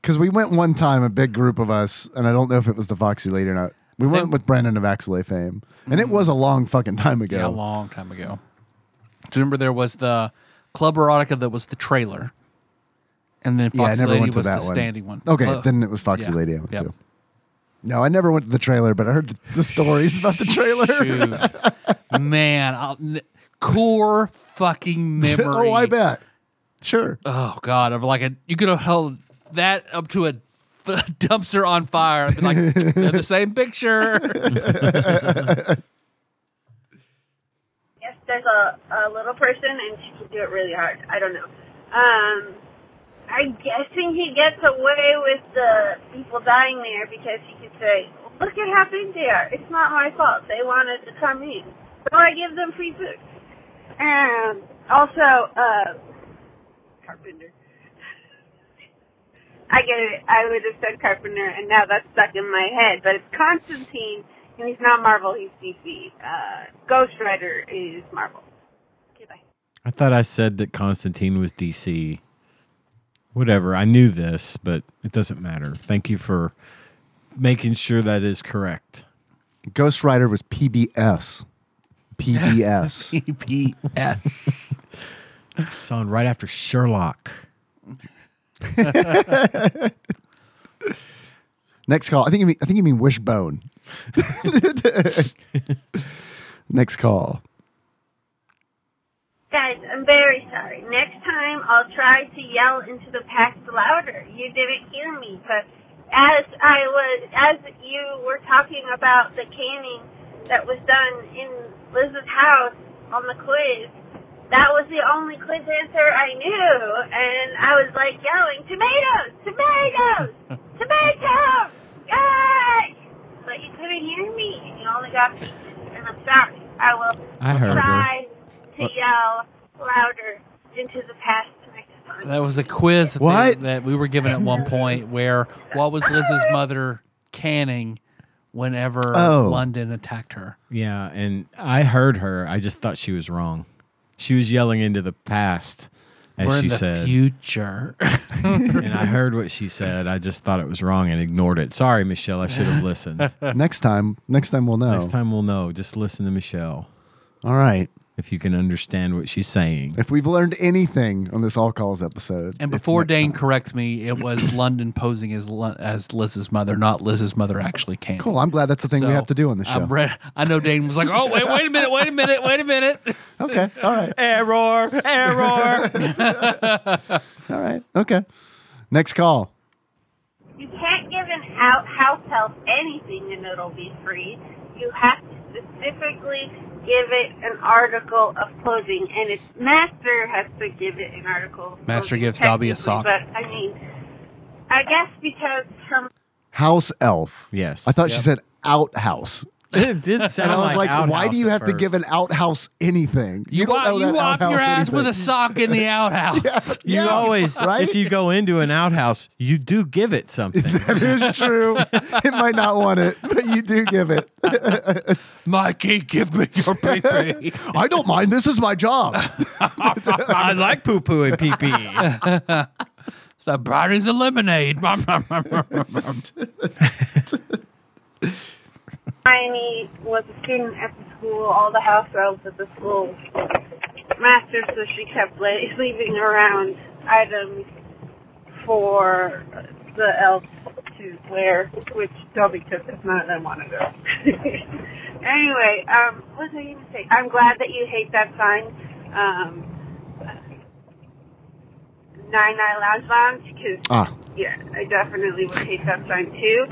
Because we went one time, a big group of us, and I don't know if it was the Foxy Lady or not. We went with Brandon of Axelay fame, and it was a long fucking time ago.
Yeah, a long time ago. Do you remember there was the Club Erotica that was the trailer, and then
Yeah, I
Foxy
never
Lady
went to
was
that
the
one.
standing one.
Okay,
Club-
then it was Foxy
yeah,
Lady I went
yep.
to. No, I never went to the trailer, but I heard the, the stories about the trailer. Oh,
Dude, man, I'll, n- core fucking memory.
oh, I bet. Sure.
Oh god, of like a you could have held that up to a f- dumpster on fire. I'd be like, they're the same picture.
Yes, there's a, a little person and she can do it really hard. I don't know. Um, I'm guessing he gets away with the people dying there because he could say, look at how big they are. It's not my fault. They wanted to come in. So I give them free food. Um, And also, uh, Carpenter. I get it. I would have said Carpenter, and now that's stuck in my head. But it's Constantine, and he's not Marvel. He's DC. Uh, Ghost Rider is Marvel. Okay, bye.
I thought I said that Constantine was DC. Whatever. I knew this, but it doesn't matter. Thank you for making sure that is correct.
Ghost Rider was PBS. PBS.
EPS.
It's on right after Sherlock.
Next call. I think you mean, I think you mean Wishbone. Next call.
Guys, I'm very sorry. Next time I'll try to yell into the past louder. You didn't hear me, but as I was, as you were talking about the canning that was done in Liz's house on the quiz, that was the only quiz answer I knew, and I was like yelling, tomatoes, tomatoes, tomatoes, yay! But you couldn't hear me, and you only got pieces, and I'm sorry. I will
I heard her.
try to yell louder into the past next time.
That was a quiz that, they-
What?
that we were given at one point where what was Liz's mother canning whenever
Oh.
London attacked her?
Yeah, and I heard her. I just thought she was wrong. She was yelling into the past, as
we're in
she
the
said.
future.
and I heard what she said. I just thought it was wrong and ignored it. Sorry, Michelle. I should have listened.
Next time. Next time we'll know.
Next time we'll know. Just listen to Michelle
Oh. All right.
if you can understand what she's saying.
If we've learned anything on this All Calls episode,
And
it's
before
next
Dane
time.
corrects me, it was London posing as Lo- as Liz's mother, not Liz's mother actually canning.
Cool. I'm glad that's the thing we
So,
have to do on the show.
I'm re- I know Dane was like, "Oh wait, wait a minute, wait a minute, wait a minute."
okay. All right.
Error, error.
All right. Okay. Next call.
You can't give an out house help anything and it'll be free. You have to specifically give it an article of clothing, and its master has to give it an article. Of
Master
clothing,
gives Dobby a
technically,
sock.
But I mean, I guess because her
House elf.
yes,
I thought she said outhouse.
it did sound.
And I was like, why
outhouse
do you
at
have to
first.
give an outhouse anything?
You,
don't
wop,
know
you
that
wop your
outhouse
ass
anything.
with a sock in the outhouse.
You
Yeah,
always,
right?
if you go into an outhouse, you do give it something.
That is true. it might not want it, but you do give it.
Mikey, give me your baby.
I don't mind. This is my job.
I like poo poo and pee pee.
the brownies and lemonade.
Tiny was a student at the school, all the house elves at the school master, so she kept la- leaving around items for the elves to wear, which Dobby took because none of them wanted it. anyway, um, what was I going to say? I'm glad that you hate that sign. Um, Nine Nine Lounge Lounge, because
Ah,
yeah, I definitely would hate that sign too.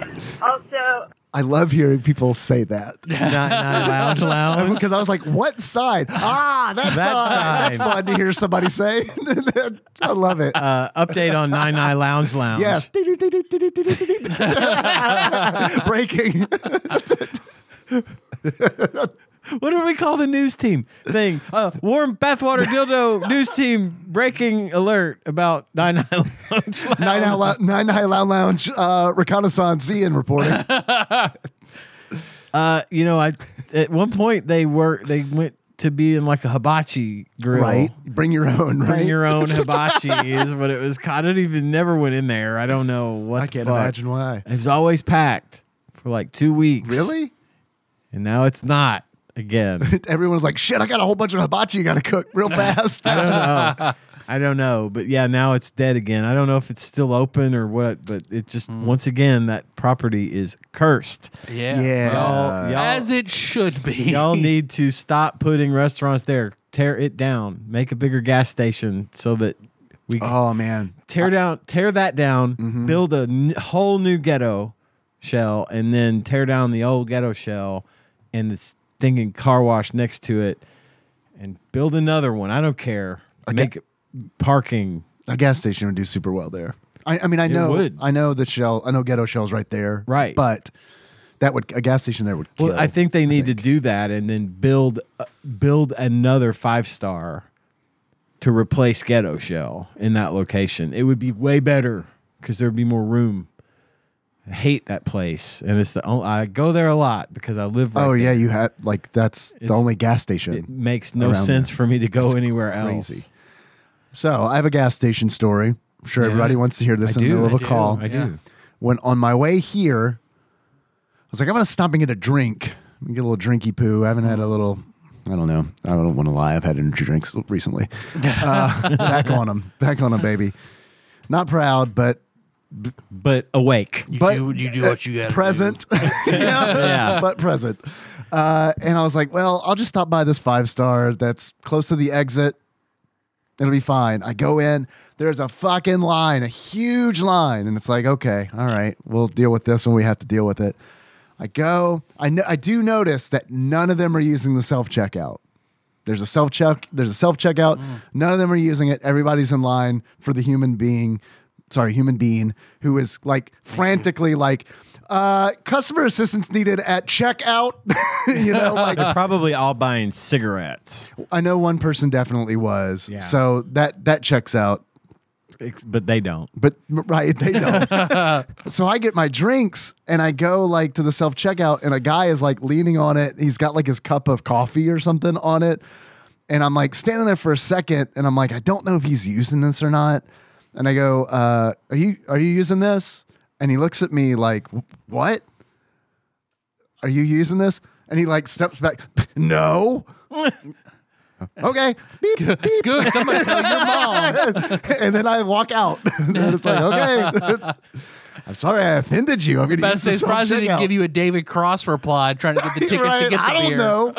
Also,
I love hearing people say that.
not, not lounge lounge.
Because I was like, what side? Ah, that,
That
side. That's
side.
fun to hear somebody say. I love it.
Uh, update on Nine Nine Lounge Lounge.
yes. Breaking.
What do we call the news team thing? Uh, warm bathwater dildo news team breaking alert about Nine Nine Lounge Lounge.
Nine Out Lou- Nine High Loud Lounge uh, reconnaissance Ian reporting.
Uh, you know, I at one point they were they went to be in like a hibachi grill.
Right. Bring your own, right?
Bring your own hibachi is what it was. called. I don't even never went in there. I don't know what.
I
the
can't
fuck.
imagine why.
It was always packed for like two weeks.
Really?
And now it's not again.
Everyone's like, shit, I got a whole bunch of hibachi you got to cook real fast.
I don't know. I don't know, but yeah, now it's dead again. I don't know if it's still open or what, but it just once again that property is cursed.
Yeah.
Yeah.
Well,
Y'all-
as it should be.
Y'all need to stop putting restaurants there. Tear it down. Make a bigger gas station so that we
oh, man. Mm-hmm.
tear down, tear that down. Build a n- whole new ghetto shell, and then tear down the old ghetto shell and the stinking car wash next to it, and build another one. I don't care. Make it parking.
a gas station would do super well there. I, I mean, I know,
would.
I know the shell, I know ghetto shell's right there,
Right.
But that would a gas station there would. Kill,
Well, I think they need to do that and then build uh, build another five star to replace Ghetto Shell in that location. It would be way better because there would be more room. I hate that place, and it's the only, I go there a lot because I live. Right
Oh yeah,
there.
you had like that's the
It's-
only
It
gas station.
makes no
around
sense for me to go anywhere
crazy.
else.
So I have a gas station story. I'm sure
Yeah.
everybody wants to hear this
I
in
do,
the middle
I
of a
do,
call.
I
Yeah.
do.
When on my way here, I was like, I'm gonna stop and get a drink. I'm gonna Get a little drinky poo. I haven't had a little. I don't know. I don't want to lie. I've had energy drinks recently. Uh, back on them. Back on them, baby. Not proud, but
But awake.
You
but uh,
do, you do what you got to
present. yeah, but present. Uh, and I was like, well, I'll just stop by this five star that's close to the exit. It'll be fine. I go in. There's a fucking line, a huge line, and it's like, okay, all right, we'll deal with this when we have to deal with it. I go. I know. I do notice that none of them are using the self checkout. There's a self check. There's a self checkout. None of them are using it. Everybody's in line for the human being. Sorry, human being who is like frantically like, uh, customer assistance needed at checkout. you know, like
They're probably all buying cigarettes,
I know one person definitely was.
Yeah.
So that that checks out.
Ex- but they don't.
But right, they don't. so I get my drinks and I go like to the self checkout, and a guy is like leaning on it. He's got like his cup of coffee or something on it. And I'm like standing there for a second, and I'm like, I don't know if he's using this or not. And I go, uh, Are you are you using this? And he looks at me like, "Wh- What? Are you using this? And he like steps back. No. okay. Beep, beep
do. Good. Somebody tell your mom.
and then I walk out. and then it's like, okay, I'm sorry I offended you. I'm going to
Best
use
say,
this self
surprised they didn't
checkout.
give you a David Cross reply trying to get the tickets to
right?
get the
I don't
beer.
know.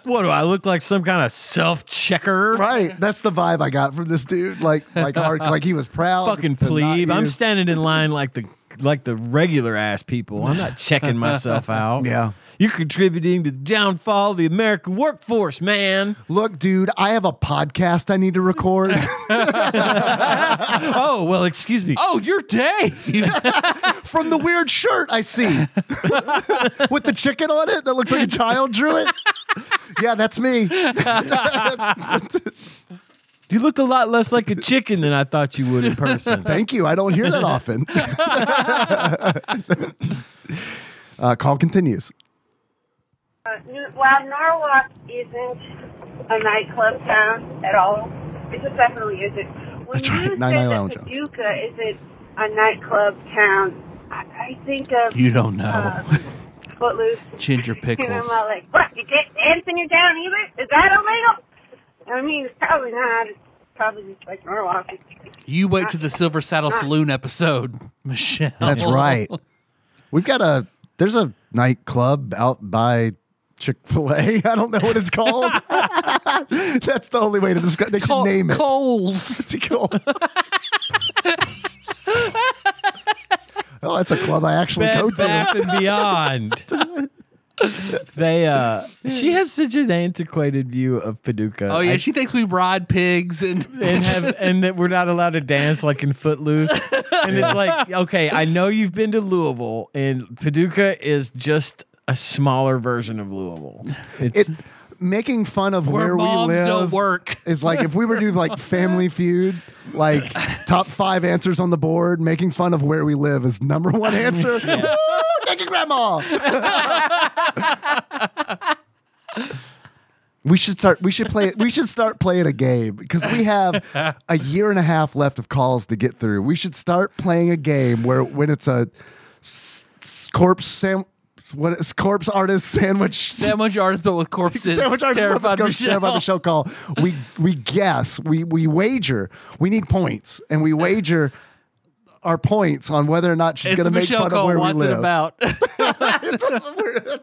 What do I look like? Some kind of self checker?
right? That's the vibe I got from this dude. Like, like hard, like he was proud.
fucking
to not
plebe. I'm
use-
standing in line like the like the regular ass people. I'm not checking myself out.
Yeah.
You're contributing to the downfall of the American workforce, man.
Look, dude, I have a podcast I need to record.
Oh, well, excuse me.
Oh, you're Dave.
from the weird shirt I see with the chicken on it that looks like a child drew it. Yeah, that's me.
You look a lot less like a chicken than I thought you would in person.
Thank you. I don't hear that often. uh, call continues.
Uh, N- while Norwalk isn't a nightclub town at all, it just definitely isn't. When
That's
you
right,
say
Nine
that
Nine Lounge.
Paducah isn't a nightclub town, I, I think of
you don't know.
uh, Footloose.
Ginger
And I'm
pickles.
all like, what? You can't dance in your town either? Is that illegal? I mean, it's probably not. It's probably just like Norwalk.
You wait to the Silver Saddle Saloon episode, Michelle.
That's right. We've got a there's a nightclub out by Chick Fil A. I don't know what it's called. That's the only way to describe. They should
Col-
name it.
Coles.
It's called- Oh, that's a club I actually go
Bed
to.
Bath and Beyond. they uh she has such an antiquated view of Paducah.
Oh yeah,
I-
she thinks we ride pigs and
and have and that we're not allowed to dance like in Footloose. And it's like, okay, I know you've been to Louisville, and Paducah is just a smaller version of Louisville. It's
It, making fun of where,
where
we
moms don't
live
work.
is like if we were to do like Family Feud, like top five answers on the board. Making fun of where we live is number one answer. Woo, Thank you, Grandma. We should start. We should play. We should start playing a game because we have a year and a half left of calls to get through. We should start playing a game where when it's a s- s- corpse sam, what is corpse artist sandwich
Sandwich artist built with corpses.
sandwich artist
terrified
goes
Michelle.
terrified Michelle call. We we guess. We we wager. We need points, and we wager our points on whether or not she's
It's
going to
the
make
Michelle
fun
call.
of where we
What's
live.
it about?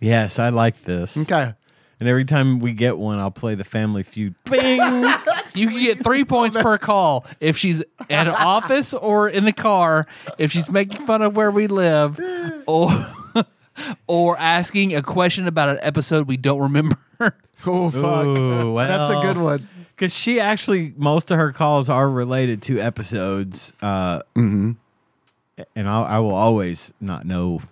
yes, I like this.
Okay.
And every time we get one, I'll play the Family Feud. Bing.
You can get three points per call if she's at an office or in the car, if she's making fun of where we live, or or asking a question about an episode we don't remember.
Oh fuck.
Ooh,
That's a good
well.
one.
Because she actually, most of her calls are related to episodes. Uh,
Mm-hmm.
And I'll, I will always not know.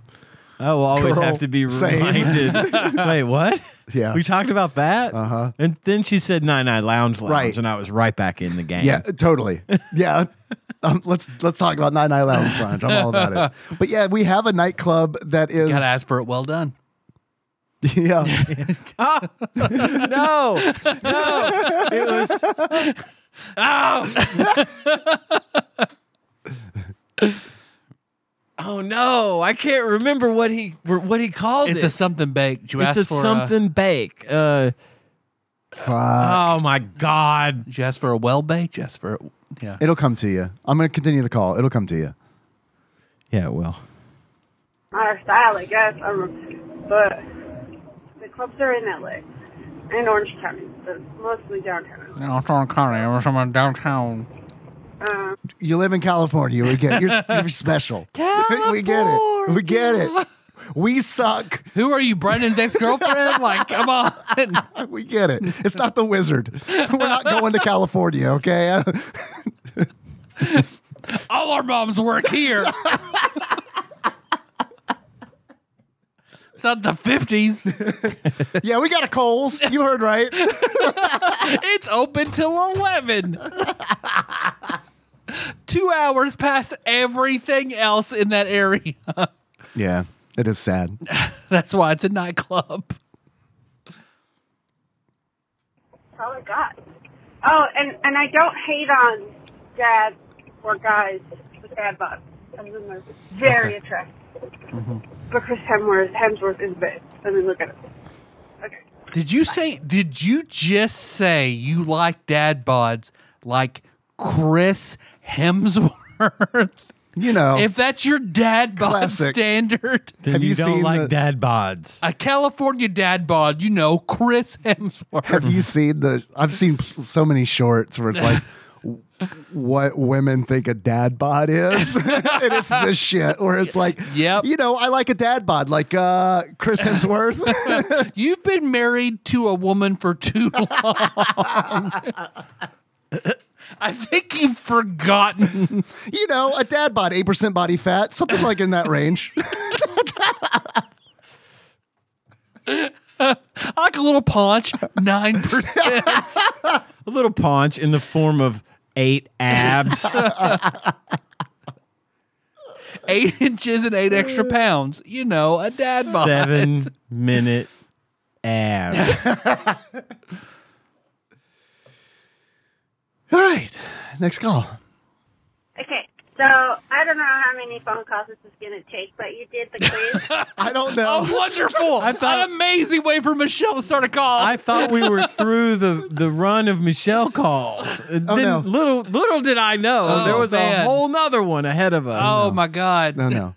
I will always
Girl,
have to be
same.
reminded. Wait, what?
Yeah.
We talked about that? Uh
Uh-huh.
And then she said Nine Nine Lounge Lounge,
Right.
and I was right back in the game.
Yeah, totally. Yeah. Um, let's let's talk about Nine Nine Lounge Lounge. I'm all about it. But yeah, we have a nightclub that is
Gotta ask for it. Well done.
yeah.
No, no. It was. Oh. oh no! I can't remember what he what he called
It's
it.
a something baked. You
it's
asked
a
for uh, a-
something bake. Uh,
Fuck.
oh my god!
did you ask for a well baked? You asked for a, yeah.
It'll come to you. I'm going to continue the call. It'll come to you.
Yeah, well,
our style, I guess. Um, but the clubs are in LA and Orange County, but mostly downtown.
I was on Connie. I was on downtown.
Um,
You live in California. We get it. You're, you're special. we get it. We get it. We suck.
Who are you, Brendan's ex girlfriend? like, come on.
We get it. It's not the wizard. We're not going to California, okay?
All our moms work here. it's not the 50s.
yeah, we got a Coles. You heard right.
It's open till 11. Two hours past everything else in that area.
Yeah, it is sad.
That's why it's a nightclub.
that's all I got. Oh, and and I don't hate on dads or guys with dad bods. Some of them are very attractive.
Mm-hmm.
But Chris Hemsworth, Hemsworth is big. Let me look at it. Okay.
Did you say, did you just say you like dad bods like Chris Hemsworth?
You know,
If that's your dad bod
Classic.
standard,
then
Have
you,
you
don't
seen
like
the-
dad bods.
a California dad bod, you know, Chris Hemsworth.
have you seen the? I've seen so many shorts where it's like, what women think a dad bod is, and it's this shit. Or it's like,
Yep.
you know, I like a dad bod, like uh, Chris Hemsworth.
You've been married to a woman for too long. I think you've forgotten.
you know, a dad bod, 8% body fat, something like in that range.
I like a little paunch, 9%.
A little paunch in the form of eight abs.
eight inches and eight extra pounds. You know, a dad bod.
seven minute abs.
All right, next call.
Okay, so I don't know how many phone calls this is going to take, but you did the quiz.
I don't
A
know.
wonderful,
thought-
an amazing way for Michelle to start a call.
I thought we were through the, the run of Michelle calls. It
Oh,
didn't-
no.
Little little did I know
Oh,
there was
man.
a whole nother one ahead of us.
oh, my God.
no, no.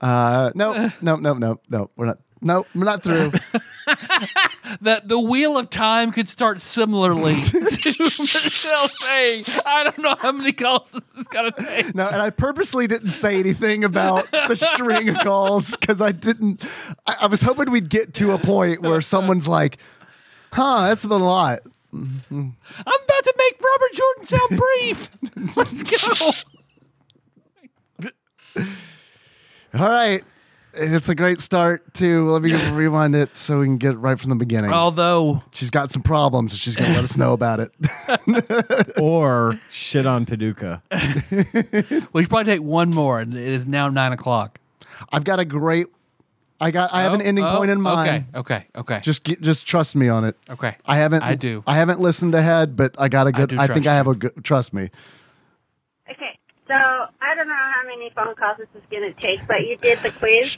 Uh, no, no, no, no, no. We're not. No, we're not through.
that the wheel of time could start similarly to Michelle saying, I don't know how many calls this is going to take.
No, and I purposely didn't say anything about the string of calls because I didn't. I, I was hoping we'd get to a point where someone's like, "Huh, that's been a lot." Mm-hmm.
I'm about to make Robert Jordan sound brief. Let's go.
All right, it's a great start too. Let me rewind it so we can get right from the beginning.
Although,
she's got some problems, and she's gonna let us know about it.
or shit on Paducah.
we should probably take one more, and it is now nine o'clock.
I've got a great. I got. I have an
Oh,
ending
oh,
point in mind.
Okay, okay, okay.
Just, get, just trust me on it.
okay.
I haven't.
I do.
I haven't listened ahead, but I got a good.
do
I, think
trust
I have a good. Trust me.
Okay, so I don't know how many phone calls this is going to take, but you did the quiz.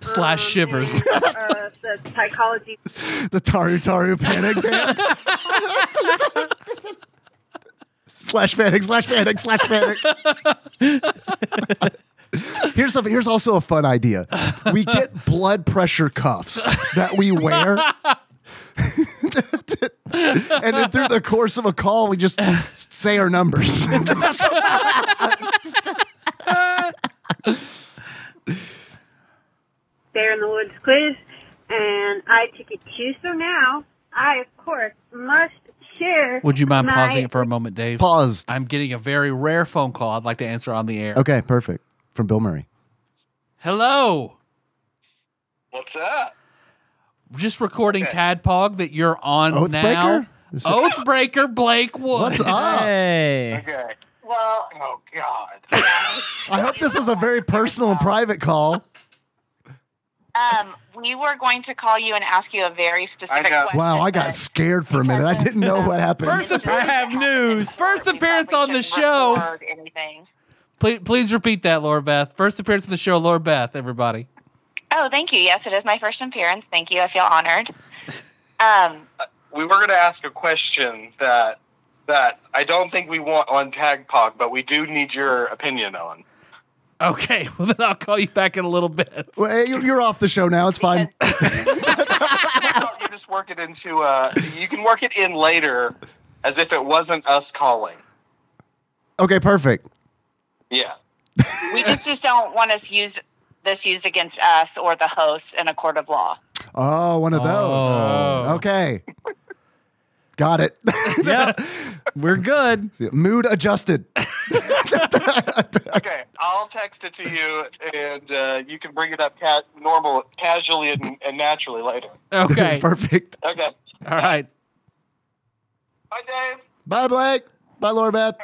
Slash
um,
shivers.
and, uh, the psychology.
The Taru Taru panic dance. slash panic, slash panic, slash panic. Here's something. Here's also a fun idea. We get blood pressure cuffs that we wear. and then through the course of a call, we just say our numbers.
Bear in the Woods quiz, and I took it too. So now I, of course, must share.
Would you mind
my-
pausing it for a moment, Dave?
Paused.
I'm getting a very rare phone call I'd like to answer on the air.
Okay, perfect. From Bill Murray.
Hello.
What's up?
Just recording
Okay.
Tadpog that you're on
Oathbreaker?
now. Oathbreaker Blake Wood.
What's up?
Hey.
Okay. Well, oh God.
I hope this was a very personal and private call.
Um, we were going to call you and ask you a very specific
I know.
question.
Wow, I
but
got scared for a minute. I didn't know what happened.
First
it
appearance-
just
I have
happened
news.
before
First
we thought
appearance
we
on
could
the show.
record Anything.
Please, please repeat that, Laura Beth. First appearance on the show, Laura Beth, everybody.
Oh, thank you. Yes, it is my first appearance. Thank you. I feel honored. Um,
we were going to ask a question that that I don't think we want on Tagpog, but we do need your opinion on.
Okay, well, then I'll call you back in a little bit.
Well, hey, you're you're off the show now. It's fine.
So you just work it into. Uh, you can work it in later, as if it wasn't us calling.
Okay, perfect.
Yeah.
we just, just don't want us use this used against us or the host in a court of law.
Oh, one of those.
Oh.
Okay. Got it.
Yep. We're good.
Mood adjusted.
Okay. I'll text it to you, and uh, you can bring it up ca- normal, casually, and, and naturally later.
Okay.
perfect.
Okay.
All right.
Bye, Dave.
Bye, Blake. Bye, Laura Beth.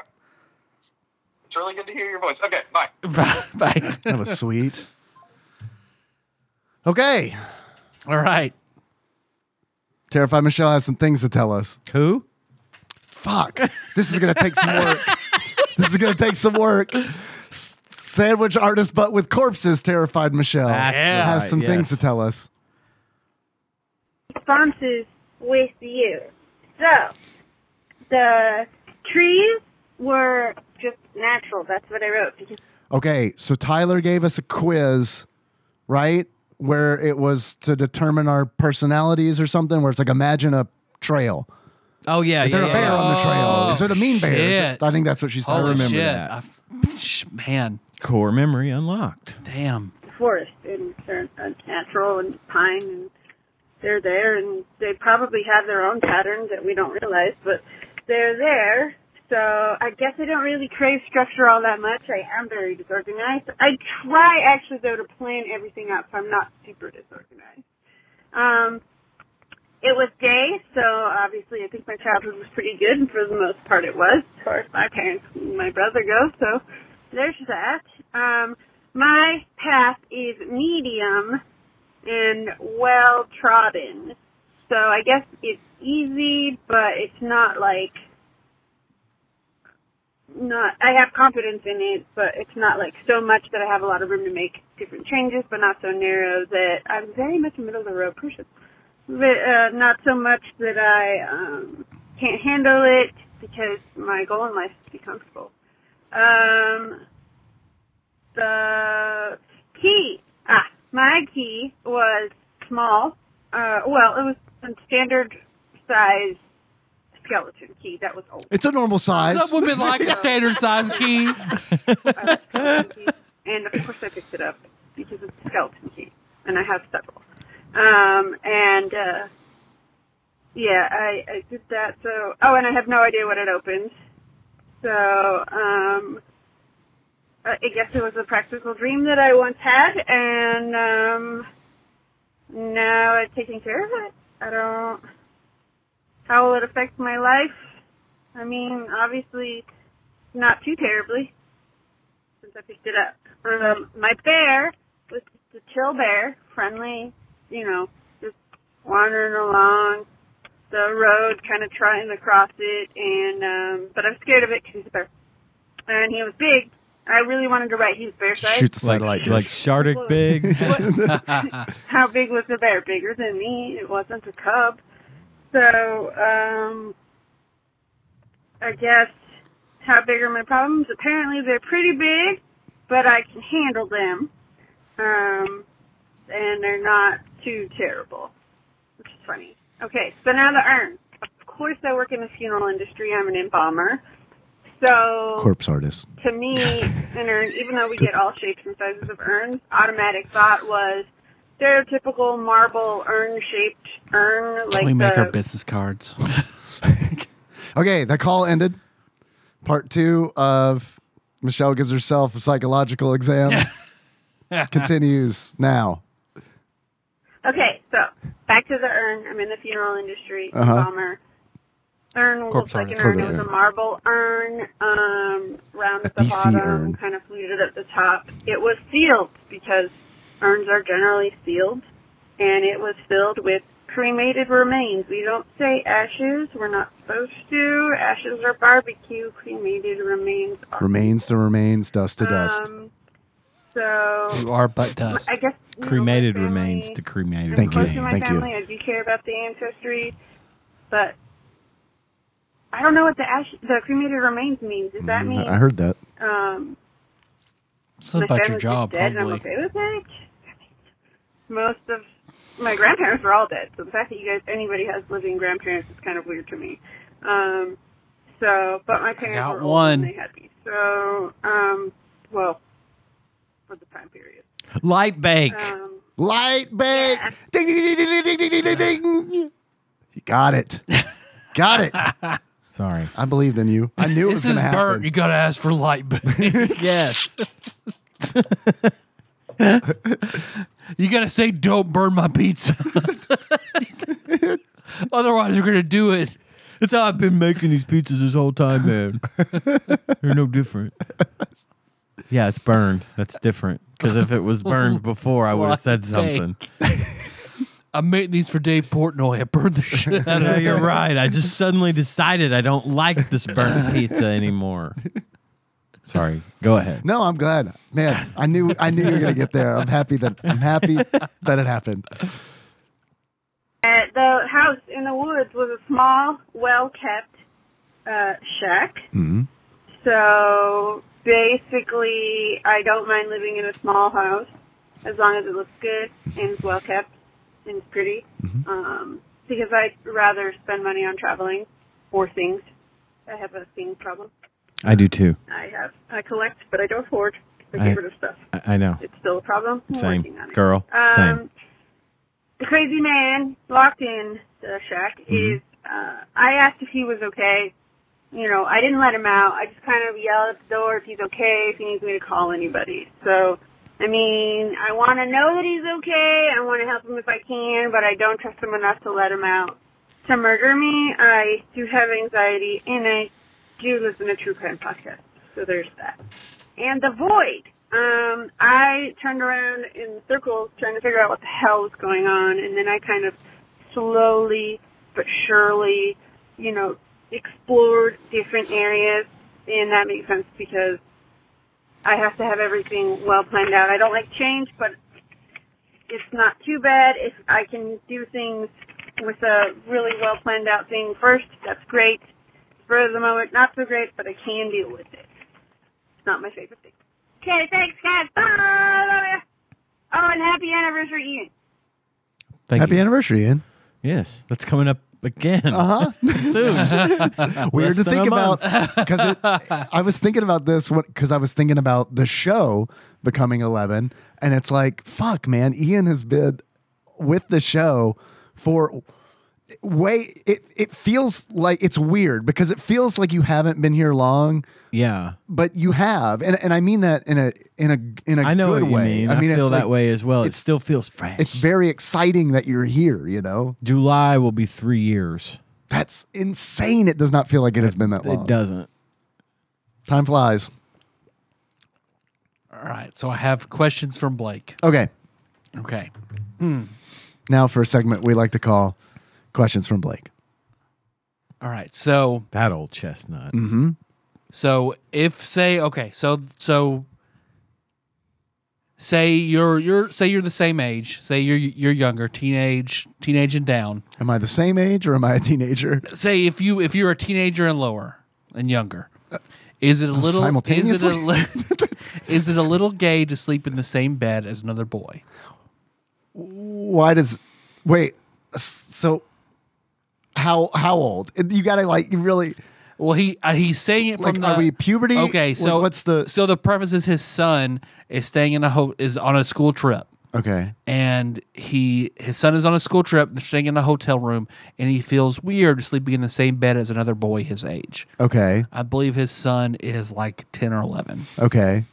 It's really good to hear your voice. Okay. Bye.
Bye. Bye.
That was sweet. Okay.
All right.
Terrified Michelle has some things to tell us.
Who?
Fuck. This is going to take some work. this is going to take some work. S- Sandwich artist, but with corpses, terrified Michelle
That's
Yeah.
has
right,
some
yes.
things to tell us.
responses with you. So, the trees were just natural. That's what I wrote. Because
Okay, so Tyler gave us a quiz, right? Where it was to determine our personalities or something, where it's like imagine a trail.
Oh yeah.
Is there
yeah,
a
yeah,
bear
yeah.
on the trail?
Oh,
Is there a mean bear? Is
shit.
it- I think that's what she said.
Holy
I remember
shit.
that.
I f- man,
Core memory unlocked.
damn.
forest and they're uh, natural and pine and they're there and they probably have their own patterns that we don't realize but they're there so i guess i don't really crave structure all that much i am very disorganized i try actually though to plan everything out so i'm not super disorganized um it was day so obviously i think my childhood was pretty good and for the most part it was as far as my parents and my brother go so there's that um my path is medium and well trodden. So I guess it's easy, but it's not like not I have confidence in it, but it's not like so much that I have a lot of room to make different changes, but not so narrow that I'm very much a middle of the road person. But uh, not so much that I um, can't handle it because my goal in life is to be comfortable. Um, the key. Ah, my key was small. Uh, well, it was some standard size skeleton key that was old.
It's a normal size.
Some women like a standard size key.
and of course I picked it up because it's a skeleton key, and I have several. Um, and uh, yeah, I, I did that. So oh, and I have no idea what it opened. So um, I I guess it was a practical dream that I once had, and um, now it's taking care of it. I don't. How will it affect my life? I mean, obviously, not too terribly since I picked it up. Um, my bear was just a chill bear, friendly, you know, just wandering along the road, kind of trying to cross it, and um, but I'm scared of it because he's a bear, and he was big. I really wanted to write he was bear size.
Shoot the
Like
satellite.
like like Shardik big.
How big was the bear? Bigger than me. It wasn't a cub. So, um, I guess how big are my problems? Apparently they're pretty big, but I can handle them. Um, and they're not too terrible, which is funny. Okay, so now the urn. Of course I work in the funeral industry. I'm an embalmer. So,
Corpse artist.
to me, an urn, even though we get all shapes and sizes of urns, automatic thought was stereotypical marble urn shaped urn. like
we make
the,
our business cards.
Okay, that call ended. Part two of Michelle gives herself a psychological exam continues now.
Okay, so back to the urn. I'm in the funeral industry.
Uh-huh.
Bummer. Urn looks
Corpse
like an
artist.
urn. It
Corpse
was a
artist.
marble urn, um, round
A
at the
DC
bottom,
urn.
kind of fluted at the top. It was sealed because urns are generally sealed, and it was filled with cremated remains. We don't say ashes. We're not supposed to. Ashes are barbecue. Cremated remains are
Remains to remains, dust to dust.
Um, so
you are butt dust.
I guess you know, my
Cremated
family-
remains to cremated
Thank you.
close to
remains.
my
Thank you.
family. I do care about the ancestry, but I don't know what the ash, the cremated remains means. Does that mean
Mm, I heard that.
um,
Something
my
about your
family's
job,
just dead and I'm
probably.
okay with it? Most of my grandparents were all dead, so the fact that you guys anybody has living grandparents is kind of weird to me. Um, so, but my parents
got
were old and
one.
they had me. So, um, well, for the time period.
Light bake.
Um,
Light bake. Ding, ding, ding, ding, ding, ding, ding, ding, ding, ding. You got it. got it.
Sorry.
I believed in you. I knew it was
This
going
is
to
dirt. You
happen.
gotta ask for light. babe.
Yes.
you gotta say, "Don't burn my pizza." Otherwise, you're gonna do it.
That's how I've been making these pizzas this whole time, man. They're no different. Yeah, it's burned. That's different. Because if it was burned before, I would have said
Light
something.
I'm making these for Dave Portnoy. I burned the shit out of
No,
it.
you're right. I just suddenly decided I don't like this burnt pizza anymore. Sorry. Go ahead.
No, I'm glad. Man, I knew I knew you were going to get there. I'm happy that I'm happy that it happened.
Uh, the house in the woods was a small, well kept uh, shack.
Mhm.
So basically, I don't mind living in a small house as long as it looks good and is well kept and it's pretty. Um, because I'd rather spend money on traveling or things. I have a things problem.
I do too.
I have I collect, but I don't hoard. I
I-
get rid of stuff.
I, I know.
It's still a problem. I'm
Same.
working on it.
Girl,
Um,
same.
The crazy man locked in the shack is. Uh, I asked if he was okay. You know, I didn't let him out. I just kind of yelled at the door if he's okay, if he needs me to call anybody. So, I mean, I want to know that he's okay. I want to help him if I can, but I don't trust him enough to let him out to murder me. I do have anxiety, and I do listen to true crime podcasts. So there's that and the void. Um, I turned around in circles trying to figure out what the hell was going on, and then I kind of slowly but surely, you know, explored different areas, and that makes sense because I have to have everything well planned out. I don't like change, but it's not too bad if I can do things with a really well planned out thing first. That's great. For the moment, not so great, but I can deal with it. It's not my favorite thing. Okay, thanks, guys. Bye. Love ya. Oh, and happy anniversary, Ian.
Thank
happy
you.
anniversary, Ian.
Yes, that's coming up again
Uh huh.
soon. Less
Weird to
than
think
a
about
month.
because I was thinking about this because I was thinking about the show becoming 11, and it's like, fuck, man, Ian has been with the show for way. It it feels like it's weird because it feels like you haven't been here long,
yeah,
but you have, and and I mean that in a in a in a
I know
good
what you
way.
mean.
I mean,
feel
it's
that
like-
way as well. It
it's-
still feels fresh.
It's very exciting that you're here. You know,
July will be three years.
that's insane. It does not feel like it has been that long.
It doesn't.
Time flies.
All right. So I have questions from Blake.
Oh.
Okay.
Okay.
Hmm.
Now for a segment we like to call questions from Blake.
All right. So
That old chestnut.
So if say okay, so so say you're you're say you're the same age, say you're you're younger, teenage teenage and down.
Am I the same age or am I a teenager?
Say if you if you're a teenager and lower and younger, is it a little is it
simultaneously?
a li- is it a little gay to sleep in the same bed as another boy?
Why does wait? s- So how how old? You gotta like you really
Well, he uh, he's saying it from
like
the
are we puberty?
okay.
Like,
So
what's the
so the preface is his son is staying in a ho- is on a school trip.
okay?
and he his son is on a school trip they're staying in a hotel room and he feels weird sleeping in the same bed as another boy his age
Okay,
i believe his son is like 10 or 11
okay.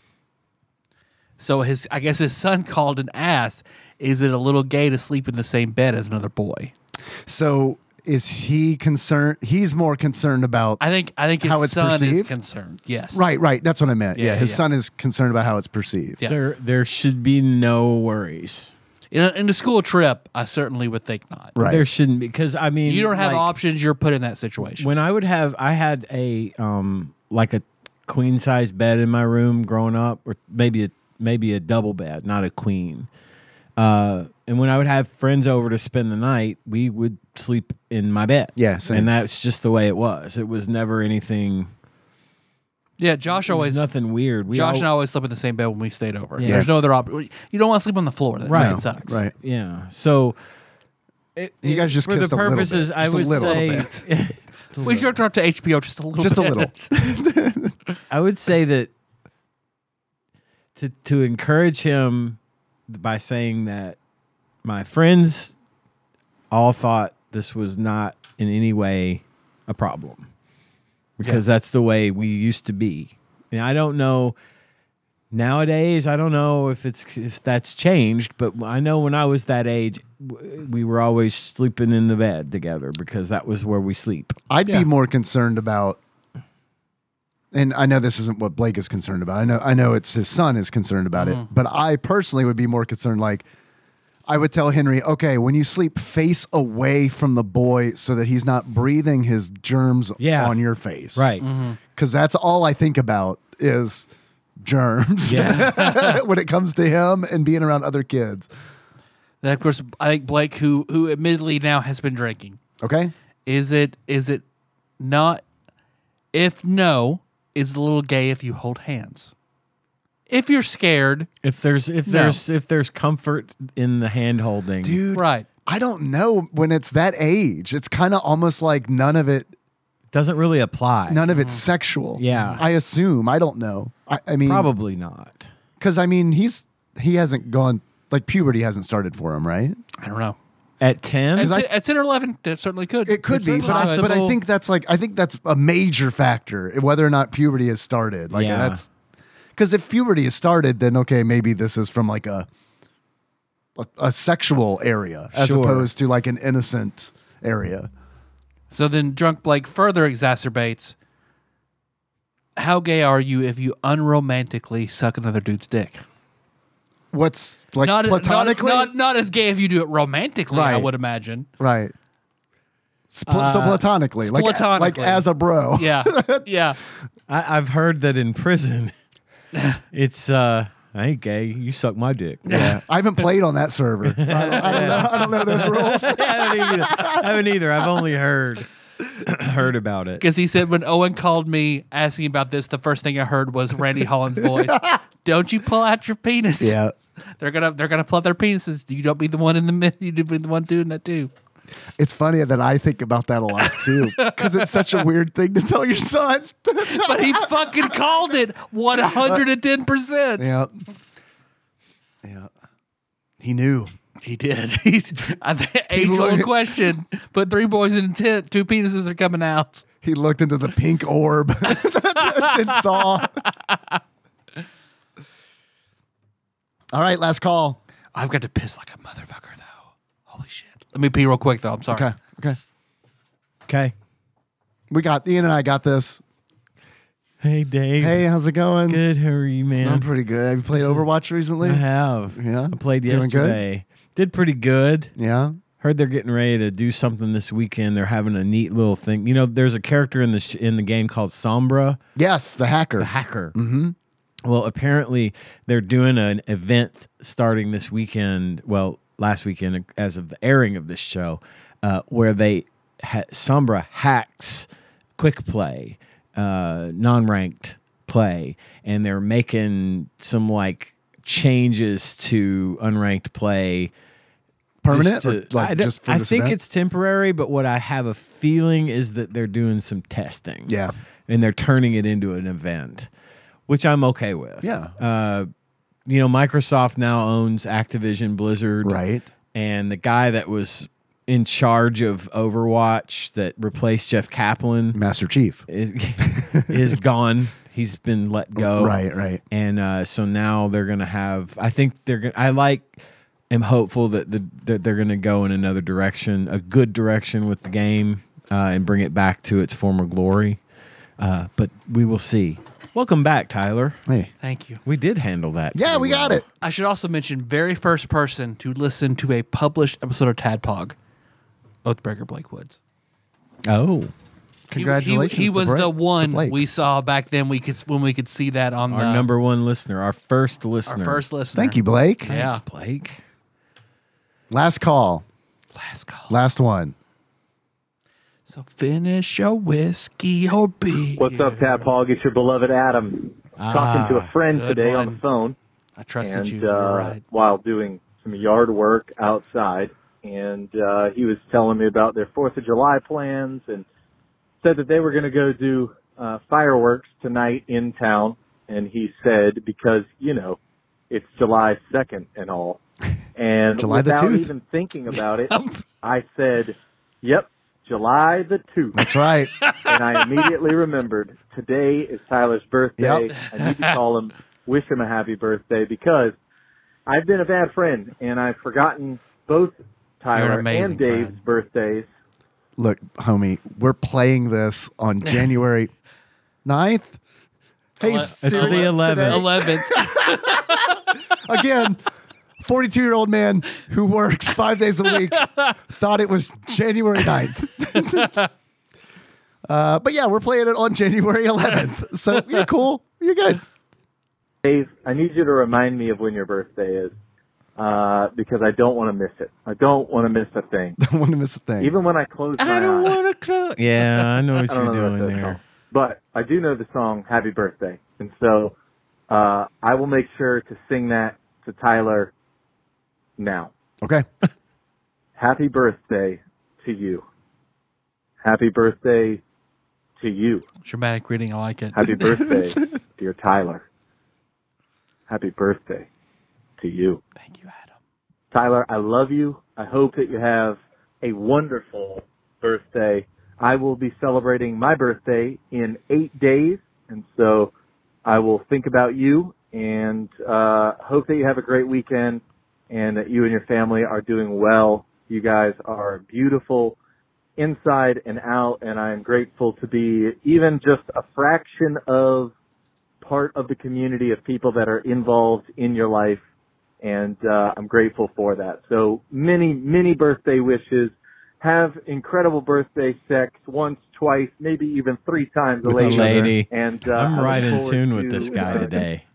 so his i guess his son called and asked is it a little gay to sleep in the same bed as another boy
So is he concerned? He's more concerned about
i think i think his
How it's
son is
perceived?
concerned yes
right, right. That's what I meant. Yeah,
Yeah,
his
yeah.
son is concerned about how it's perceived.
Yeah.
There, there should be no worries.
in a, in a school trip i certainly would think not
Right.
There shouldn't be because I mean
you don't have
like,
options you're put in that situation
When I would have, I had a um like a queen size bed in my room growing up, or maybe a maybe a double bed, not a queen. Uh, and when I would have friends over to spend the night, we would sleep in my bed.
Yeah, same.
and that's just the way it was. It was never anything.
yeah josh
It was
always
nothing weird. We
Josh
all-
and I always slept in the same bed when we stayed over.
Yeah.
There's no other option. You don't want to sleep on the floor. That
Right.
fucking sucks.
Right.
yeah. So. It,
You guys just
for the
kissed a little bit.
purposes, I
Just a
would
little
say, Just a
We
little.
jerked off to HBO just a little
Just a
bit.
little.
I would say that to to encourage him by saying that my friends all thought this was not in any way a problem because that's the way we used to be. And I don't know nowadays. I don't know if it's if that's changed, but I know when I was that age, w- we were always sleeping in the bed together because that was where we sleep.
I'd
Yeah.
be more concerned about and I know this isn't what Blake is concerned about. I know I know it's his son is concerned about it,
Mm-hmm.
but I personally would be more concerned like I would tell Henry, "Okay, when you sleep face away from the boy so that he's not breathing his germs
Yeah.
on your face."
Right.
Cuz that's all I think about is germs. when it comes to him and being around other kids.
Then of course, I think Blake, who who admittedly now has been drinking,
Okay?
is it is it not? If no, is it a little gay if you hold hands? If you're scared,
If there's if
No.
there's if there's comfort in the hand holding,
Dude,
right?
I don't know when it's that age. It's kind of almost like none of it
doesn't really apply.
None of it's sexual.
Yeah.
I assume. I don't know. I, I mean,
Probably not.
Because, I mean, he's he hasn't gone, like, puberty hasn't started for him, right?
I don't know.
At ten,
At,
I-
t- at ten or eleven, that certainly could.
It could
It's
be, but I, but I
possible.
think that's like, I think that's a major factor, whether or not puberty has started. Like,
Yeah.
that's because if puberty has started, then okay, maybe this is from like a, a, a sexual area as
Sure.
opposed to like an innocent area.
So then, drunk Blake further exacerbates. How gay are you if you unromantically suck another dude's dick?
What's like
not,
platonically?
not, not not as gay if you do it romantically. I
Right.
would imagine.
Right. Spl- so
Uh,
platonically, like like
platonically.
as a bro.
Yeah, yeah.
I, I've heard that in prison, it's uh, I ain't gay. You suck my dick.
Yeah. I haven't played on that server. I don't, I don't know. I don't know those rules.
I, haven't either. I haven't either. I've only heard heard about it.
Because he said when Owen called me asking about this, the first thing I heard was Randy Holland's voice. Don't you pull out your penis?
Yeah.
they're gonna they're gonna pull out their penises. You don't be the one in the mid. You do be the one doing that too.
It's funny that I think about that a lot too, because it's such a weird thing to tell your son.
but he fucking called it 110%.
yeah, yeah, he knew.
He did. He's I think age old
look-
question. Put three boys in a tent, two penises are coming out.
He looked into the pink orb and saw. All right, last call.
I've got to piss like a motherfucker though. Holy shit. Let me pee real quick though. I'm sorry.
Okay, okay.
Okay.
We got Ian and I got this.
Hey, Dave.
Hey, how's it going?
Good. How are you, man?
I'm pretty good. Have you played Overwatch recently?
I
Uh-huh.
have.
Yeah?
I played
Doing good?
yesterday. Did pretty good.
Yeah.
Heard they're getting ready to do something this weekend. They're having a neat little thing. You know, there's a character in the sh- in the game called Sombra,
Yes, the hacker.
the hacker.
mm-hmm.
Well, apparently they're doing an event starting this weekend. Well, last weekend, as of the airing of this show, uh, where they ha- Sombra hacks quick play, uh, non ranked play, and they're making some like changes to unranked play
Permanent,
just to-
or like
I, don't-
just for
I
this
think
event?
it's temporary, but what I have a feeling is that they're doing some testing.
Yeah.
and they're turning it into an event, which I'm okay with.
Yeah.
Uh, you know, Microsoft now owns Activision Blizzard,
right.
and the guy that was in charge of Overwatch that replaced Jeff Kaplan
Master Chief.
is is gone. He's been let go.
Right, right.
And uh, so now they're gonna have. I think they're gonna. I like. Am hopeful that the that they're gonna go in another direction, a good direction with the game, uh, and bring it back to its former glory. Uh, but we will see. Welcome back, Tyler.
Hey.
Thank you.
We did handle that.
Yeah,
pretty
we got
well.
it.
I should also mention very first person to listen to a published episode of Tadpog, Oathbreaker Blake Woods.
Oh,
He- he-
Congratulations
He,
to
was
Blake-
the
to
one
Blake.
we saw back then. We could when we could see that on
our
the,
number one listener, our first
uh, our
listener.
first listener.
Thank you, Blake.
Yeah.
Thanks, Blake.
Last call.
Last call.
Last one.
So finish your whiskey or beer.
What's up, Tap Hog? It's your beloved Adam. Talking to a friend
Ah, good
today on
one.
the phone.
I trusted
and
you.
uh,
You're right.
while doing some yard work outside, and uh, he was telling me about their Fourth of July plans, and said that they were going to go do uh, fireworks tonight in town. And he said because you know it's July second and all, and
July the
without
2th.
even thinking about it,
Yep.
I said, "Yep, July the 2th.
That's right.
and I immediately remembered today is Tyler's birthday.
Yep.
I need to call him, wish him a happy birthday because I've been a bad friend and I've forgotten both
You're an
Tyler
amazing
and Dave's
friend.
birthdays.
Look, homie, we're playing this on January 9th. Hey,
It's
the
serious
11th.
today?
Eleventh.
Again, 42 year old man who works five days a week thought it was January 9th. uh, but yeah, we're playing it on January 11th. So you're cool. You're good.
Dave, I need you to remind me of when your birthday is uh, because I don't want to miss it. I don't want to miss a thing.
Don't want to miss a thing.
Even when I close my
I don't
eyes,
want to close. Yeah, I know what
I don't
you're
know
doing
about that
there.
song. But I do know the song Happy Birthday. And so uh, I will make sure to sing that to Tyler now.
okay.
Happy birthday to you. Happy birthday to you.
Dramatic reading. I like it.
Happy birthday, dear Tyler. Happy birthday to you.
Thank you, Adam.
Tyler, I love you. I hope that you have a wonderful birthday. I will be celebrating my birthday in eight days, and so I will think about you and uh, hope that you have a great weekend and that you and your family are doing well. You guys are beautiful inside and out, and I am grateful to be even just a fraction of part of the community of people that are involved in your life and uh, I'm grateful for that. So many, many birthday wishes. Have incredible birthday sex once, twice, maybe even three times a
With
lady.
each other.
Lady.
And uh, I
I'm
look
right in
forward
tune with
to,
this guy
uh,
today.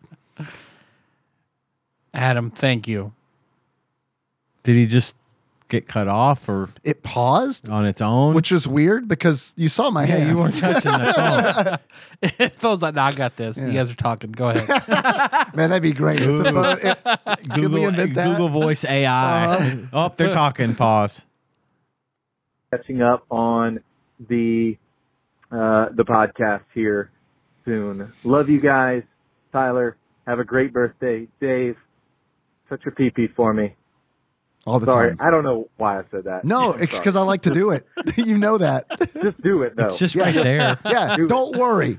Adam, thank you.
Did he just get cut off or
It paused,
on its own?
which is weird because you saw my
yeah,
hands.
you weren't touching the phone.
it feels like, no, I got this. You
Yeah.
guys are talking. Go ahead.
Man, that'd be great. If the phone, it,
Google,
we invent that? Uh-huh.
Google Voice AI. oh, they're talking. Pause.
catching up on the uh, the podcast here soon. Love you guys, Tyler. Have a great birthday, Dave. Touch your pee pee for me.
All the
Sorry,
time.
I don't know why I said that.
No,
I'm
it's
sorry.
because I like to do it. you know that.
Just do it though.
It's just
Yeah.
right there.
Yeah,
Do it.
don't worry.